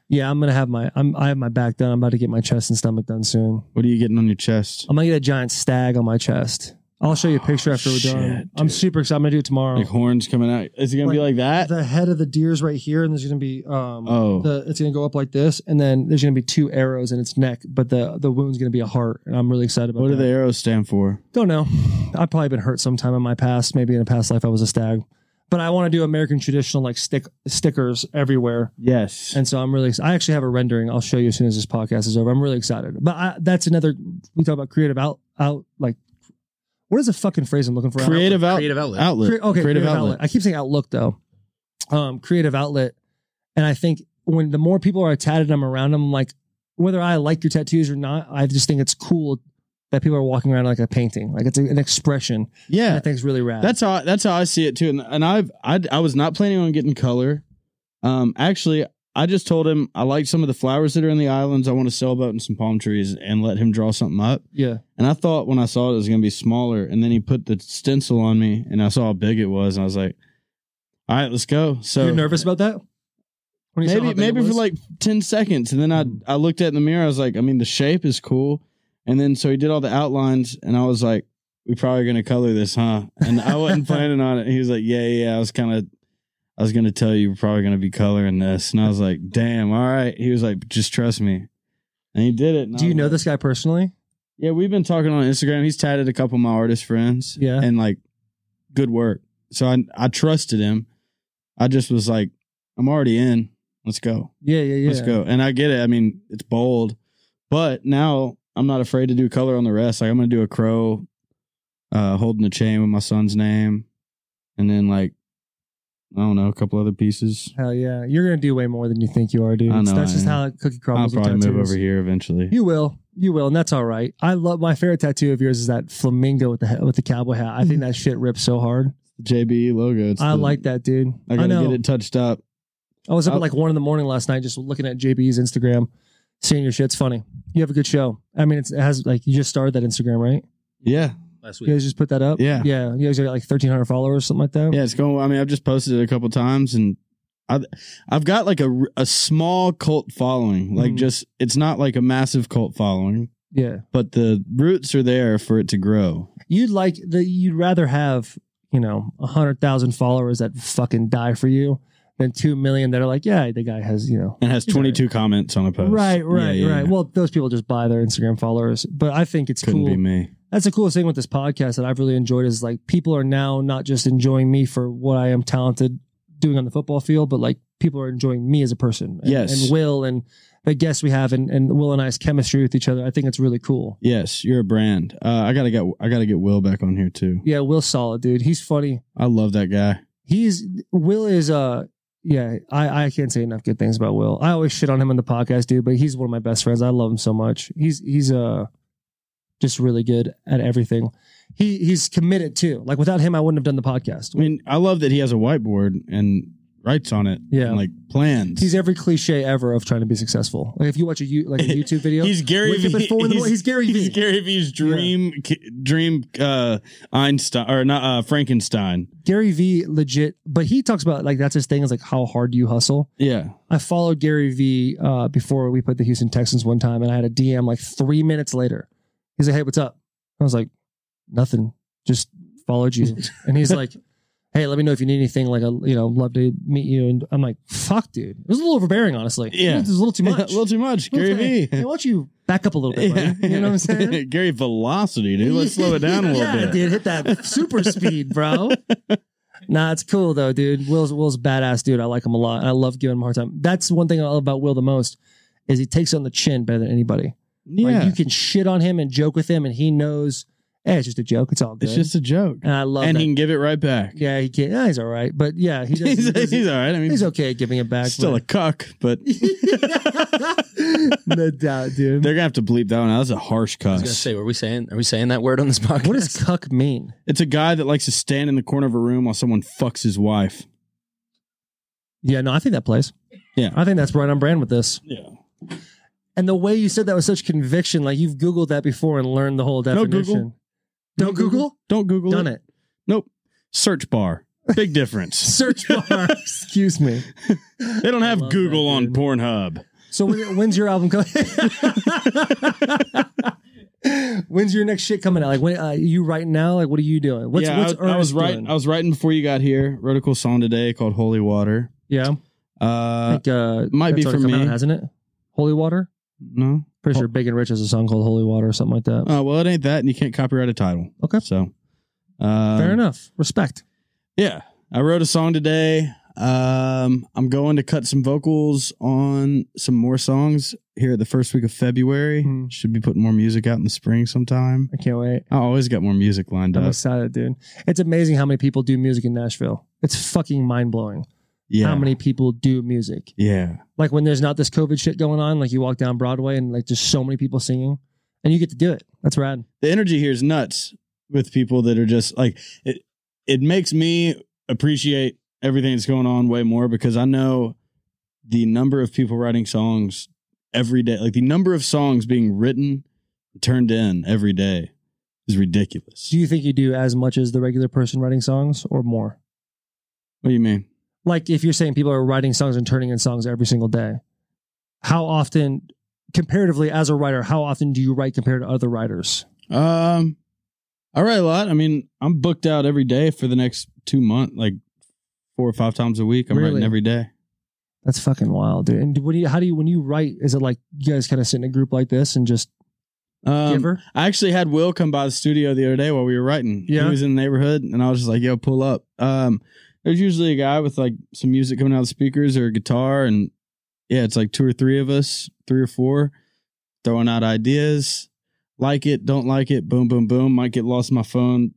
[SPEAKER 3] Yeah, I'm gonna have my I'm I have my back done. I'm about to get my chest and stomach done soon.
[SPEAKER 1] What are you getting on your chest?
[SPEAKER 3] I'm gonna get a giant stag on my chest. I'll show you a picture after we're done.
[SPEAKER 1] Shit,
[SPEAKER 3] I'm
[SPEAKER 1] dude.
[SPEAKER 3] super excited. I'm gonna do it tomorrow.
[SPEAKER 1] Like horns coming out? Is it gonna be like that?
[SPEAKER 3] Oh. The head of the deer's right here, and there's gonna be um
[SPEAKER 1] Oh.
[SPEAKER 3] the, it's gonna go up like this, and then there's gonna be two arrows in its neck, but the the wound's gonna be a heart, and I'm really excited about
[SPEAKER 1] What do
[SPEAKER 3] that.
[SPEAKER 1] the arrows stand for?
[SPEAKER 3] Don't know. I've probably been hurt sometime in my past. Maybe in a past life I was a stag. But I want to do American traditional like stick stickers everywhere.
[SPEAKER 1] Yes.
[SPEAKER 3] And so I'm really I actually have a rendering I'll show you as soon as this podcast is over. I'm really excited. But I, that's another we talk about creative out out like what is the fucking phrase I'm looking for?
[SPEAKER 1] creative out,
[SPEAKER 4] Creative outlet.
[SPEAKER 1] outlet.
[SPEAKER 3] Cre- okay, creative, outlet. I keep saying outlook though. Um, creative outlet, and I think when the more people are tatted, and I'm around them. Like whether I like your tattoos or not, I just think it's cool that people are walking around like a painting, like it's a, an expression.
[SPEAKER 1] Yeah.
[SPEAKER 3] And I think it's really rad.
[SPEAKER 1] That's how that's how I see it too. And and I've I I was not planning on getting color. Um, actually, I just told him I like some of the flowers that are in the islands. I want to sailboat and some palm trees and let him draw something up.
[SPEAKER 3] yeah,
[SPEAKER 1] And I thought when I saw it, it was gonna be smaller. And then he put the stencil on me, and I saw how big it was, and I was like, "All right, let's go." So
[SPEAKER 3] you're nervous about that. When you saw how
[SPEAKER 1] maybe
[SPEAKER 3] big it
[SPEAKER 1] maybe for
[SPEAKER 3] was? Hmm.
[SPEAKER 1] like 10 seconds and then i i looked at it in the mirror i was like i mean the shape is cool and then so he did all the outlines and i was like we probably gonna color this huh and i wasn't planning on it he was like yeah yeah i was kind of i was gonna tell you we're probably gonna be coloring this and i was like damn all right he was like just trust me and he did it and
[SPEAKER 3] Do
[SPEAKER 1] I
[SPEAKER 3] you
[SPEAKER 1] was
[SPEAKER 3] know
[SPEAKER 1] like-
[SPEAKER 3] this guy personally?
[SPEAKER 1] yeah we've been talking on instagram he's tatted a couple of my artist friends
[SPEAKER 3] Yeah.
[SPEAKER 1] and like good work so i i trusted him i just was like i'm already in let's go
[SPEAKER 3] Yeah, yeah, yeah.
[SPEAKER 1] Let's go. And I get it. I mean, it's bold, but now I'm not afraid to do color on the rest. Like I'm going to do a crow uh, holding the chain with my son's name, and then like I don't know, a couple other pieces.
[SPEAKER 3] Hell yeah! You're gonna do way more than you think you are, dude.
[SPEAKER 1] I know
[SPEAKER 3] that's
[SPEAKER 1] I
[SPEAKER 3] just
[SPEAKER 1] am.
[SPEAKER 3] how cookie
[SPEAKER 1] I'll
[SPEAKER 3] crumbles. with
[SPEAKER 1] probably move
[SPEAKER 3] tattoos.
[SPEAKER 1] over here eventually.
[SPEAKER 3] You will, you will, and that's all right. I love my favorite tattoo of yours is that flamingo with the he- with the cowboy hat. I think that shit rips so hard.
[SPEAKER 1] JBE logo. It's
[SPEAKER 3] I
[SPEAKER 1] the-
[SPEAKER 3] like that, dude.
[SPEAKER 1] I
[SPEAKER 3] I,
[SPEAKER 1] gotta
[SPEAKER 3] know.
[SPEAKER 1] get it touched up.
[SPEAKER 3] I was up
[SPEAKER 1] I'll-
[SPEAKER 3] at like one in the morning last night, just looking at JB's Instagram, seeing your shit. It's funny. You have a good show. I mean, it's, it has like you just started that Instagram, right?
[SPEAKER 1] Yeah,
[SPEAKER 4] Last
[SPEAKER 3] You guys just put that up.
[SPEAKER 1] Yeah.
[SPEAKER 3] yeah. You guys got like thirteen hundred followers, something like that.
[SPEAKER 1] yeah. It's going. I mean, I've just posted it a couple times, and I've I've got like a r- a small cult following. Like
[SPEAKER 3] Mhm.
[SPEAKER 1] just it's not like a massive cult following,
[SPEAKER 3] yeah.
[SPEAKER 1] but the roots are there for it to grow.
[SPEAKER 3] You'd like the you'd rather have you know a hundred thousand followers that fucking die for you than two million that are like, yeah, the guy has you know
[SPEAKER 1] and has 22 comments on a post.
[SPEAKER 3] Right, right,
[SPEAKER 1] Yeah, yeah,
[SPEAKER 3] right.
[SPEAKER 1] yeah.
[SPEAKER 3] Well, those people just buy their Instagram followers, but I think it's
[SPEAKER 1] couldn't
[SPEAKER 3] cool.
[SPEAKER 1] be me.
[SPEAKER 3] That's the coolest thing with this podcast that I've really enjoyed is like people are now not just enjoying me for what I am talented doing on the football field, but like people are enjoying me as a person. And,
[SPEAKER 1] Yes.
[SPEAKER 3] and Will and the guests we have and, and Will and I's chemistry with each other. I think it's really cool.
[SPEAKER 1] Yes, you're a brand. Uh, I gotta get I gotta get Will back on here too.
[SPEAKER 3] Yeah, Will's solid, dude. He's funny.
[SPEAKER 1] I love that guy.
[SPEAKER 3] He's Will is uh yeah, I, I can't say enough good things about Will. I always shit on him on the podcast, dude, but he's one of my best friends. I love him so much. He's he's uh just really good at everything. He he's committed too. Like without him, I wouldn't have done the podcast.
[SPEAKER 1] I mean, I love that he has a whiteboard and writes on it.
[SPEAKER 3] Yeah.
[SPEAKER 1] and, like plans.
[SPEAKER 3] He's every cliche ever of trying to be successful. Like if you watch a you like a YouTube video,
[SPEAKER 1] He's Gary
[SPEAKER 3] Wake up
[SPEAKER 1] Vee.
[SPEAKER 3] at four in the morning. He's Gary Vee.
[SPEAKER 1] He's Gary Vee's dream ki- dream uh Einstein or not uh Frankenstein.
[SPEAKER 3] Gary Vee legit, but he talks about like that's his thing is like how hard do you hustle.
[SPEAKER 1] Yeah.
[SPEAKER 3] I followed Gary Vee uh, before we played the Houston Texans one time, and I had a DM like three minutes later. He's like, "Hey, what's up?" I was like, "Nothing, just followed you." and he's like, "Hey, let me know if you need anything. Like, I you know love to meet you." And I'm like, "Fuck, dude, it was a little overbearing, honestly.
[SPEAKER 1] Yeah.
[SPEAKER 3] it was a little too much.
[SPEAKER 1] a little too much, Gary
[SPEAKER 3] Okay.
[SPEAKER 1] Vee.
[SPEAKER 3] Hey, why don't you back up a little bit, buddy? You know what I'm saying?
[SPEAKER 1] Gary Velocity, dude. Let's slow it down a little
[SPEAKER 3] yeah,
[SPEAKER 1] bit.
[SPEAKER 3] dude. Hit that super speed, bro. Nah, it's cool though, dude. Will's Will's a badass, dude. I like him a lot. I love giving him a hard time. That's one thing I love about Will the most is he takes it on the chin better than anybody.
[SPEAKER 1] Yeah.
[SPEAKER 3] Like you can shit on him and joke with him, and he knows, hey, it's just a joke. It's all good.
[SPEAKER 1] it's just a joke.
[SPEAKER 3] and I love
[SPEAKER 1] And
[SPEAKER 3] that.
[SPEAKER 1] he can give it right back.
[SPEAKER 3] yeah, he can. Yeah, he's all right, but yeah, he does,
[SPEAKER 1] he's,
[SPEAKER 3] he does-
[SPEAKER 1] he's all right. I mean,
[SPEAKER 3] he's okay at giving it back.
[SPEAKER 1] still a
[SPEAKER 3] but-
[SPEAKER 1] cuck, but
[SPEAKER 3] no doubt, dude.
[SPEAKER 1] they're gonna have to bleep that one out. That's a harsh
[SPEAKER 4] I was gonna
[SPEAKER 1] cuss.
[SPEAKER 4] say, were we saying are we saying that word on this podcast?
[SPEAKER 3] What does cuck mean?
[SPEAKER 1] It's a guy that likes to stand in the corner of a room while someone fucks his wife.
[SPEAKER 3] Yeah, no, I think that plays.
[SPEAKER 1] Yeah.
[SPEAKER 3] I think that's right on brand with this.
[SPEAKER 1] Yeah.
[SPEAKER 3] And the way you said that with such conviction, like you've Googled that before and learned the whole
[SPEAKER 1] Google.
[SPEAKER 3] definition. Don't Google?
[SPEAKER 1] Don't Google
[SPEAKER 3] Done
[SPEAKER 1] it.
[SPEAKER 3] it.
[SPEAKER 1] Search bar. Big difference.
[SPEAKER 3] Search bar. Excuse me.
[SPEAKER 1] They don't
[SPEAKER 3] I
[SPEAKER 1] have
[SPEAKER 3] love
[SPEAKER 1] Google
[SPEAKER 3] that,
[SPEAKER 1] on
[SPEAKER 3] dude.
[SPEAKER 1] Pornhub.
[SPEAKER 3] So when, when's your album coming? when's your next shit coming out? Like when uh, you right now? Like what are you doing? What's
[SPEAKER 1] yeah,
[SPEAKER 3] what's
[SPEAKER 1] I, I was
[SPEAKER 3] Ernest
[SPEAKER 1] writing.
[SPEAKER 3] doing?
[SPEAKER 1] I was writing before you got here. Wrote a cool song today called "Holy Water."
[SPEAKER 3] yeah, I
[SPEAKER 1] Uh,
[SPEAKER 3] think, uh,
[SPEAKER 1] might be
[SPEAKER 3] that's already
[SPEAKER 1] for
[SPEAKER 3] come
[SPEAKER 1] me. Oh.
[SPEAKER 3] out, hasn't it? Holy water.
[SPEAKER 1] no.
[SPEAKER 3] Pretty sure Big and Rich has a song called Holy Water or something like that.
[SPEAKER 1] Oh well, it ain't that, and you can't copyright a title.
[SPEAKER 3] Okay.
[SPEAKER 1] So, uh,
[SPEAKER 3] Fair enough. Respect.
[SPEAKER 1] Yeah, I wrote a song today. Um, I'm going to cut some vocals on some more songs here at the first week of February.
[SPEAKER 3] Hmm.
[SPEAKER 1] Should be putting more music out in the spring sometime.
[SPEAKER 3] I can't wait.
[SPEAKER 1] I always got more music lined
[SPEAKER 3] I'm
[SPEAKER 1] up.
[SPEAKER 3] excited, dude. It's amazing how many people do music in Nashville. It's fucking mind blowing
[SPEAKER 1] Yeah.
[SPEAKER 3] how many people do music.
[SPEAKER 1] Yeah.
[SPEAKER 3] Like when there's not this COVID shit going on, like you walk down Broadway and like there's so many people singing and you get to do it. That's rad.
[SPEAKER 1] the energy here is nuts with people that are just like it it makes me appreciate everything that's going on way more because I know the number of people writing songs every day like the number of songs being written and turned in every day is ridiculous.
[SPEAKER 3] Do you think you do as much as the regular person writing songs or more?
[SPEAKER 1] What do you mean?
[SPEAKER 3] Like if you're saying people are writing songs and turning in songs every single day, how often, comparatively as a writer, how often do you write compared to other writers?
[SPEAKER 1] Um I write a lot. I mean, I'm booked out every day for the next 2 months like four or five times a week. I'm
[SPEAKER 3] Really?
[SPEAKER 1] writing every day.
[SPEAKER 3] That's fucking wild, dude. And what do you, how do you, when you write, is it like you guys kind of sit in a group like this and just
[SPEAKER 1] Um,
[SPEAKER 3] give her?
[SPEAKER 1] I actually had Will come by the studio the other day while we were writing.
[SPEAKER 3] Yeah.
[SPEAKER 1] He was in the neighborhood and I was just like, yo, pull up. Um, there's usually a guy with like some music coming out of the speakers or a guitar and yeah, it's like two or three of us, three or four, throwing out ideas. Like it, don't like it, boom, boom, boom. Might get lost in my phone,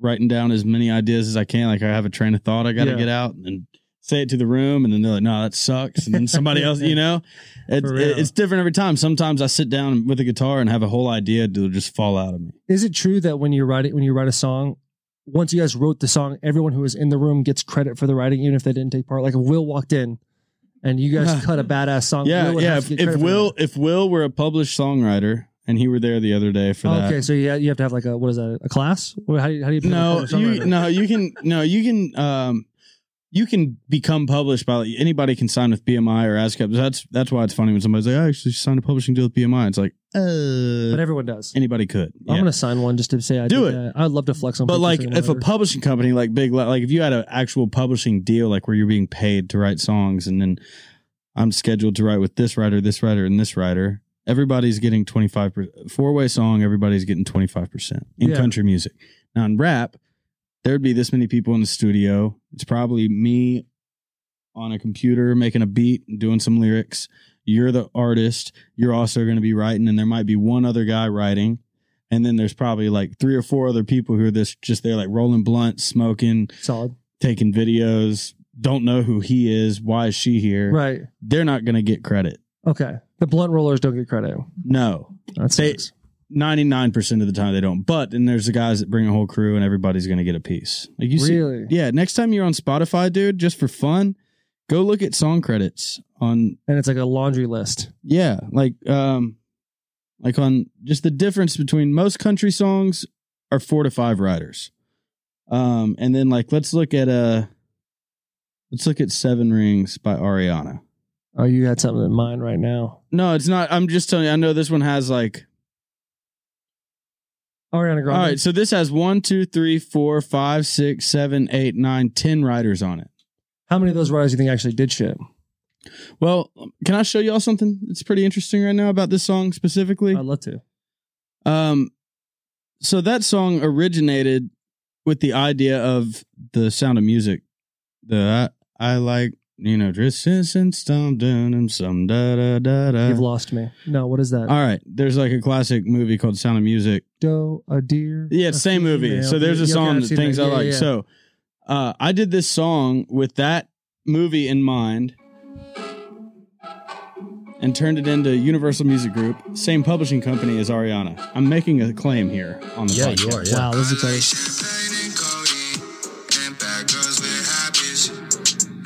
[SPEAKER 1] writing down as many ideas as I can. Like I have a train of thought I gotta
[SPEAKER 3] Yeah.
[SPEAKER 1] get out and say it to the room and then they're like, no, that sucks. And then somebody else, you know? It,
[SPEAKER 3] For
[SPEAKER 1] it-
[SPEAKER 3] real.
[SPEAKER 1] it's different every time. Sometimes I sit down with a guitar and have a whole idea to just fall out of me.
[SPEAKER 3] Is it true that when you write it, when you write a song, once you guys wrote the song, everyone who was in the room gets credit for the writing, even if they didn't take part? Like if Will walked in and you guys
[SPEAKER 1] Yeah.
[SPEAKER 3] cut a badass song,
[SPEAKER 1] Yeah,
[SPEAKER 3] Will would
[SPEAKER 1] yeah.
[SPEAKER 3] have to
[SPEAKER 1] If,
[SPEAKER 3] get
[SPEAKER 1] if
[SPEAKER 3] credit for
[SPEAKER 1] Will, if Will were a published songwriter and he were there the other day for
[SPEAKER 3] that.
[SPEAKER 1] that.
[SPEAKER 3] okay, so yeah, you have to have like a what is that a class? Or How do you, how do you become
[SPEAKER 1] No,
[SPEAKER 3] a
[SPEAKER 1] you,
[SPEAKER 3] songwriter?
[SPEAKER 1] no, you can, no, you can, um, you can become published by anybody can sign with BMI or ASCAP. That's that's why it's funny when somebody's like, "I actually signed a publishing deal with BMI." It's like, uh,
[SPEAKER 3] but everyone does.
[SPEAKER 1] anybody could.
[SPEAKER 3] I'm
[SPEAKER 1] Yeah.
[SPEAKER 3] gonna sign one just to say I
[SPEAKER 1] Do
[SPEAKER 3] did
[SPEAKER 1] it.
[SPEAKER 3] that. I'd love to flex on.
[SPEAKER 1] But
[SPEAKER 3] people
[SPEAKER 1] like,
[SPEAKER 3] saying
[SPEAKER 1] if a
[SPEAKER 3] whatever.
[SPEAKER 1] publishing company like Big, Li- like if you had an actual publishing deal, like where you're being paid to write songs, and then I'm scheduled to write with this writer, this writer, and this writer, everybody's getting 25 percent four way song. Everybody's getting 25 percent in
[SPEAKER 3] Yeah.
[SPEAKER 1] country music. Now in rap, there'd be this many people in the studio. It's probably me on a computer making a beat and doing some lyrics. You're the artist. You're also going to be writing, and there might be one other guy writing. And then there's probably like three or four other people who are this just there, like rolling blunt, smoking,
[SPEAKER 3] solid,
[SPEAKER 1] taking videos, don't know who he is. Why is she here?
[SPEAKER 3] right?
[SPEAKER 1] They're not going to get credit.
[SPEAKER 3] Okay, the blunt rollers don't get credit.
[SPEAKER 1] No.
[SPEAKER 3] That's
[SPEAKER 1] They- 99% of the time they don't. But, and there's the guys that bring a whole crew and everybody's going to get a piece. Like you see,
[SPEAKER 3] really
[SPEAKER 1] yeah, next time you're on Spotify, dude, just for fun, Go look at song credits on
[SPEAKER 3] and it's like a laundry list.
[SPEAKER 1] yeah, like um like on just the difference between most country songs are 4 to 5 riders. Um and then like let's look at uh let's look at 7 Rings by Ariana.
[SPEAKER 3] Oh, you had something in mind right now.
[SPEAKER 1] No, it's not I'm just telling you I know this one has like
[SPEAKER 3] Ariana Grande.
[SPEAKER 1] All right, so this has one, two, three, four, five, six, seven, eight, nine, ten riders on it.
[SPEAKER 3] How many of those riders do you think actually did shit?
[SPEAKER 1] Well, can I show y'all something that's pretty interesting right now about this song specifically?
[SPEAKER 3] I'd love to.
[SPEAKER 1] Um, so that song originated with the idea of the Sound of Music. The I, I like you know dressing and stomp down and some da da da da.
[SPEAKER 3] You've lost me. No, what is that?
[SPEAKER 1] All right, there's like a classic movie called Sound of Music.
[SPEAKER 3] Doe, a deer.
[SPEAKER 1] Yeah,
[SPEAKER 3] a
[SPEAKER 1] it's same movie.
[SPEAKER 3] female.
[SPEAKER 1] So there's a
[SPEAKER 3] Yeah, okay,
[SPEAKER 1] song
[SPEAKER 3] I've
[SPEAKER 1] that
[SPEAKER 3] seen
[SPEAKER 1] things
[SPEAKER 3] that.
[SPEAKER 1] I
[SPEAKER 3] Yeah,
[SPEAKER 1] like.
[SPEAKER 3] yeah.
[SPEAKER 1] So uh, I did this song with that movie in mind and turned it into Universal Music Group, same publishing company as Ariana. I'm making a claim here on the
[SPEAKER 4] Yeah,
[SPEAKER 1] podcast.
[SPEAKER 4] you are. Yeah.
[SPEAKER 3] Wow, this is exciting.
[SPEAKER 5] Champagne and codeine, and bad girls with hobbies.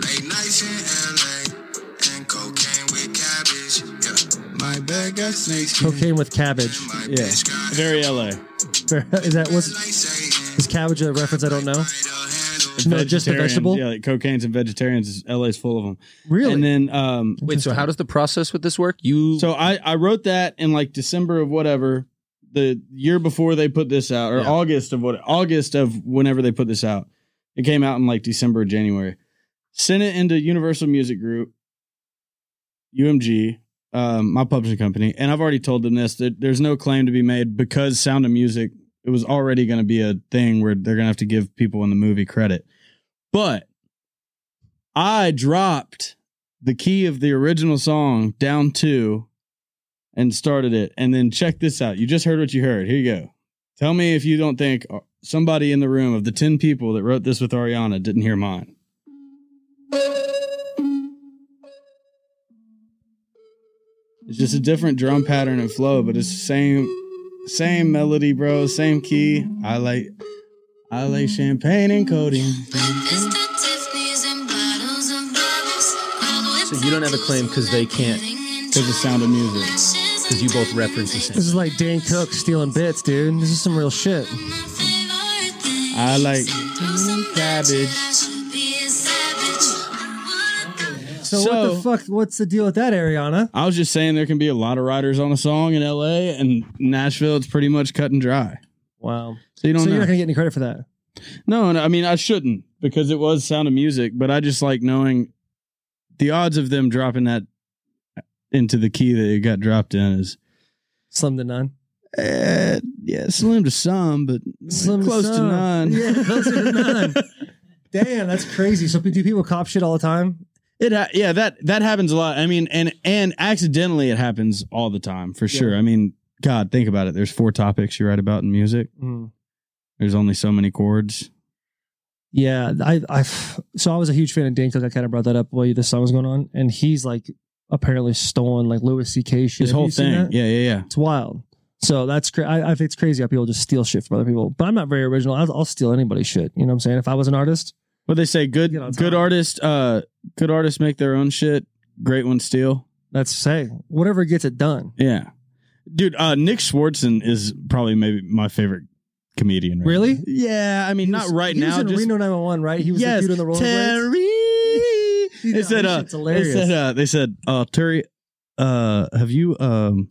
[SPEAKER 5] Late nights in LA, and cocaine with cabbage. Yeah, my bag got snakes.
[SPEAKER 3] Cocaine with cabbage.
[SPEAKER 5] My
[SPEAKER 1] Yeah,
[SPEAKER 5] bitch got
[SPEAKER 1] very LA.
[SPEAKER 3] is that was
[SPEAKER 5] like Satan.
[SPEAKER 3] is cabbage a reference I don't know?
[SPEAKER 5] Fatal handle.
[SPEAKER 3] No, just a
[SPEAKER 1] Vegetarian.
[SPEAKER 3] vegetable.
[SPEAKER 1] Yeah, like cocaine's and vegetarians. LA's full of them.
[SPEAKER 3] Really?
[SPEAKER 1] And then, um,
[SPEAKER 4] Wait, so how does the process with this work? You
[SPEAKER 1] so I I wrote that in like December of whatever the year before they put this out, or
[SPEAKER 4] Yeah.
[SPEAKER 1] August of what August of whenever they put this out. It came out in like December or January. Sent it into Universal Music Group, UMG, um, my publishing company, and I've already told them this that there's no claim to be made because Sound of Music it was already going to be a thing where they're going to have to give people in the movie credit, but I dropped the key of the original song down two and started it. And then check this out. You just heard what you heard. Here you go. Tell me if you don't think uh, somebody in the room of the 10 people that wrote this with Ariana didn't hear mine. It's just a different drum pattern and flow, but it's the same same melody, bro, same key. I like I like champagne and codeine.
[SPEAKER 7] So
[SPEAKER 4] you don't have a claim 'cause they can't.
[SPEAKER 1] Because the sound of music.
[SPEAKER 4] because you both reference the same.
[SPEAKER 3] This is like Dan Cook stealing bits, dude. This is some real shit.
[SPEAKER 1] I like cabbage.
[SPEAKER 3] So,
[SPEAKER 1] So-
[SPEAKER 3] what the fuck? What's the deal with that, Ariana?
[SPEAKER 1] I was just saying there can be a lot of writers on a song in LA and Nashville it's pretty much cut and dry.
[SPEAKER 3] Wow.
[SPEAKER 1] So you don't
[SPEAKER 3] So
[SPEAKER 1] know.
[SPEAKER 3] you're not gonna get any credit for that.
[SPEAKER 1] No, and I mean I shouldn't because it was Sound of Music, but I just like knowing the odds of them dropping that into the key that it got dropped in is
[SPEAKER 3] Slim to none.
[SPEAKER 1] eh, yeah, slim to some, but
[SPEAKER 3] Slim
[SPEAKER 1] close to
[SPEAKER 3] some.
[SPEAKER 1] none.
[SPEAKER 3] Yeah, closer to none. Damn, that's crazy. So do people cop shit all the time?
[SPEAKER 1] It ha- yeah that that happens a lot. I mean, and and accidentally it happens all the time for sure. I mean, God, think about it. There's four topics you write about in music.
[SPEAKER 3] Hmm.
[SPEAKER 1] There's only so many chords.
[SPEAKER 3] Yeah, I, I, so I was a huge fan of Dan Cook. I kind of brought that up while this song was going on, and he's like apparently stolen like Louis C.K. shit.
[SPEAKER 1] This
[SPEAKER 3] Have
[SPEAKER 1] whole
[SPEAKER 3] you seen
[SPEAKER 1] thing.
[SPEAKER 3] that?
[SPEAKER 1] Yeah, yeah, yeah.
[SPEAKER 3] It's wild. So that's cra- I, I think it's crazy how people just steal shit from other people. But I'm not very original. I'll, I'll steal anybody's shit. You know what I'm saying? If I was an artist,
[SPEAKER 1] What they say, good
[SPEAKER 3] Get on
[SPEAKER 1] good
[SPEAKER 3] top.
[SPEAKER 1] artists, uh, good artists make their own shit. Great ones steal.
[SPEAKER 3] that's say whatever gets it done.
[SPEAKER 1] Yeah. Dude, uh, Nick Swartzen is probably maybe my favorite comedian. Right
[SPEAKER 3] Really?
[SPEAKER 1] now. Yeah. I mean, not right
[SPEAKER 3] he
[SPEAKER 1] now.
[SPEAKER 3] Was in
[SPEAKER 1] just,
[SPEAKER 3] Reno 911, right? He was
[SPEAKER 1] yes,
[SPEAKER 3] the dude in the roller blades.
[SPEAKER 1] Terry.
[SPEAKER 3] Dude,
[SPEAKER 1] they,
[SPEAKER 3] that
[SPEAKER 1] said, uh,
[SPEAKER 3] shit's
[SPEAKER 1] they
[SPEAKER 3] hilarious.
[SPEAKER 1] said, uh, they said, uh, Terry, uh, have you, um,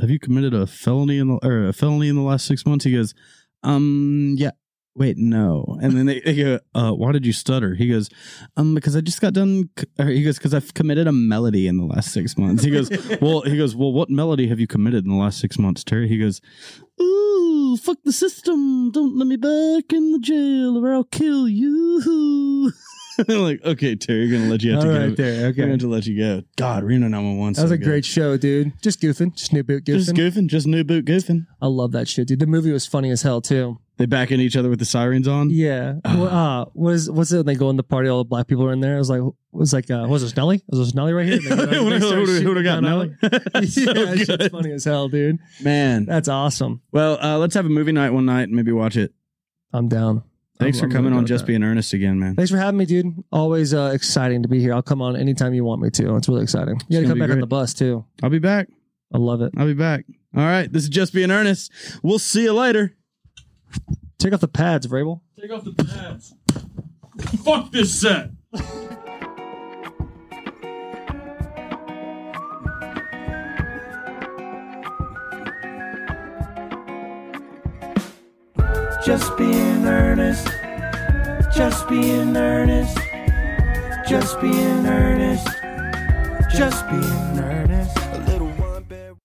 [SPEAKER 1] have you committed a felony in the, or a felony in the last six months? He goes, um, yeah. Wait, no. And then they, they go, uh, why did you stutter? He goes, um, because I just got done. c- Or he goes, because I've committed a melody in the last six months. He goes, well, he goes, well, what melody have you committed in the last six months, Terry? He goes, ooh, fuck the system. Don't let me back in the jail or I'll kill you. I'm like, okay, Terry, you're going to let you have
[SPEAKER 3] All
[SPEAKER 1] to
[SPEAKER 3] right,
[SPEAKER 1] go.
[SPEAKER 3] there.
[SPEAKER 1] We're
[SPEAKER 3] Okay,
[SPEAKER 1] going to let you go. God, Reno 911.
[SPEAKER 3] that was a great show, dude. Just goofing, just new boot
[SPEAKER 1] Just
[SPEAKER 3] goofing.
[SPEAKER 1] goofing, just new boot goofing.
[SPEAKER 3] I love that shit, dude. The movie was funny as hell too.
[SPEAKER 1] They backing each other with the sirens on.
[SPEAKER 3] Yeah. Well, uh, was what's it when they go in the party? All the black people are in there. It was like, it was like, uh, what was this Nelly? Was this Nelly right here? They- they start shooting down on- yeah, that shit's funny as hell, dude.
[SPEAKER 1] Man.
[SPEAKER 3] That's awesome.
[SPEAKER 1] Well, uh, let's have a movie night one night and maybe watch it.
[SPEAKER 3] I'm down.
[SPEAKER 1] Thanks
[SPEAKER 3] I'm-
[SPEAKER 1] for
[SPEAKER 3] I'm gonna
[SPEAKER 1] coming
[SPEAKER 3] go
[SPEAKER 1] on
[SPEAKER 3] with
[SPEAKER 1] Just
[SPEAKER 3] that.
[SPEAKER 1] Being Earnest again, man.
[SPEAKER 3] Thanks for having me, dude. Always uh, exciting to be here. I'll come on anytime you want me to. It's really exciting.
[SPEAKER 1] It's
[SPEAKER 3] You gotta
[SPEAKER 1] gonna
[SPEAKER 3] come
[SPEAKER 1] be
[SPEAKER 3] back
[SPEAKER 1] great.
[SPEAKER 3] on the bus too.
[SPEAKER 1] I'll be back.
[SPEAKER 3] I love it.
[SPEAKER 1] I'll be back. All right. This is Just Being Earnest. We'll see you later.
[SPEAKER 3] Take off the pads, Vrabel.
[SPEAKER 7] Take off the pads. Fuck this set.
[SPEAKER 2] Just be in earnest. Just be in earnest. Just be in earnest. Just be in earnest.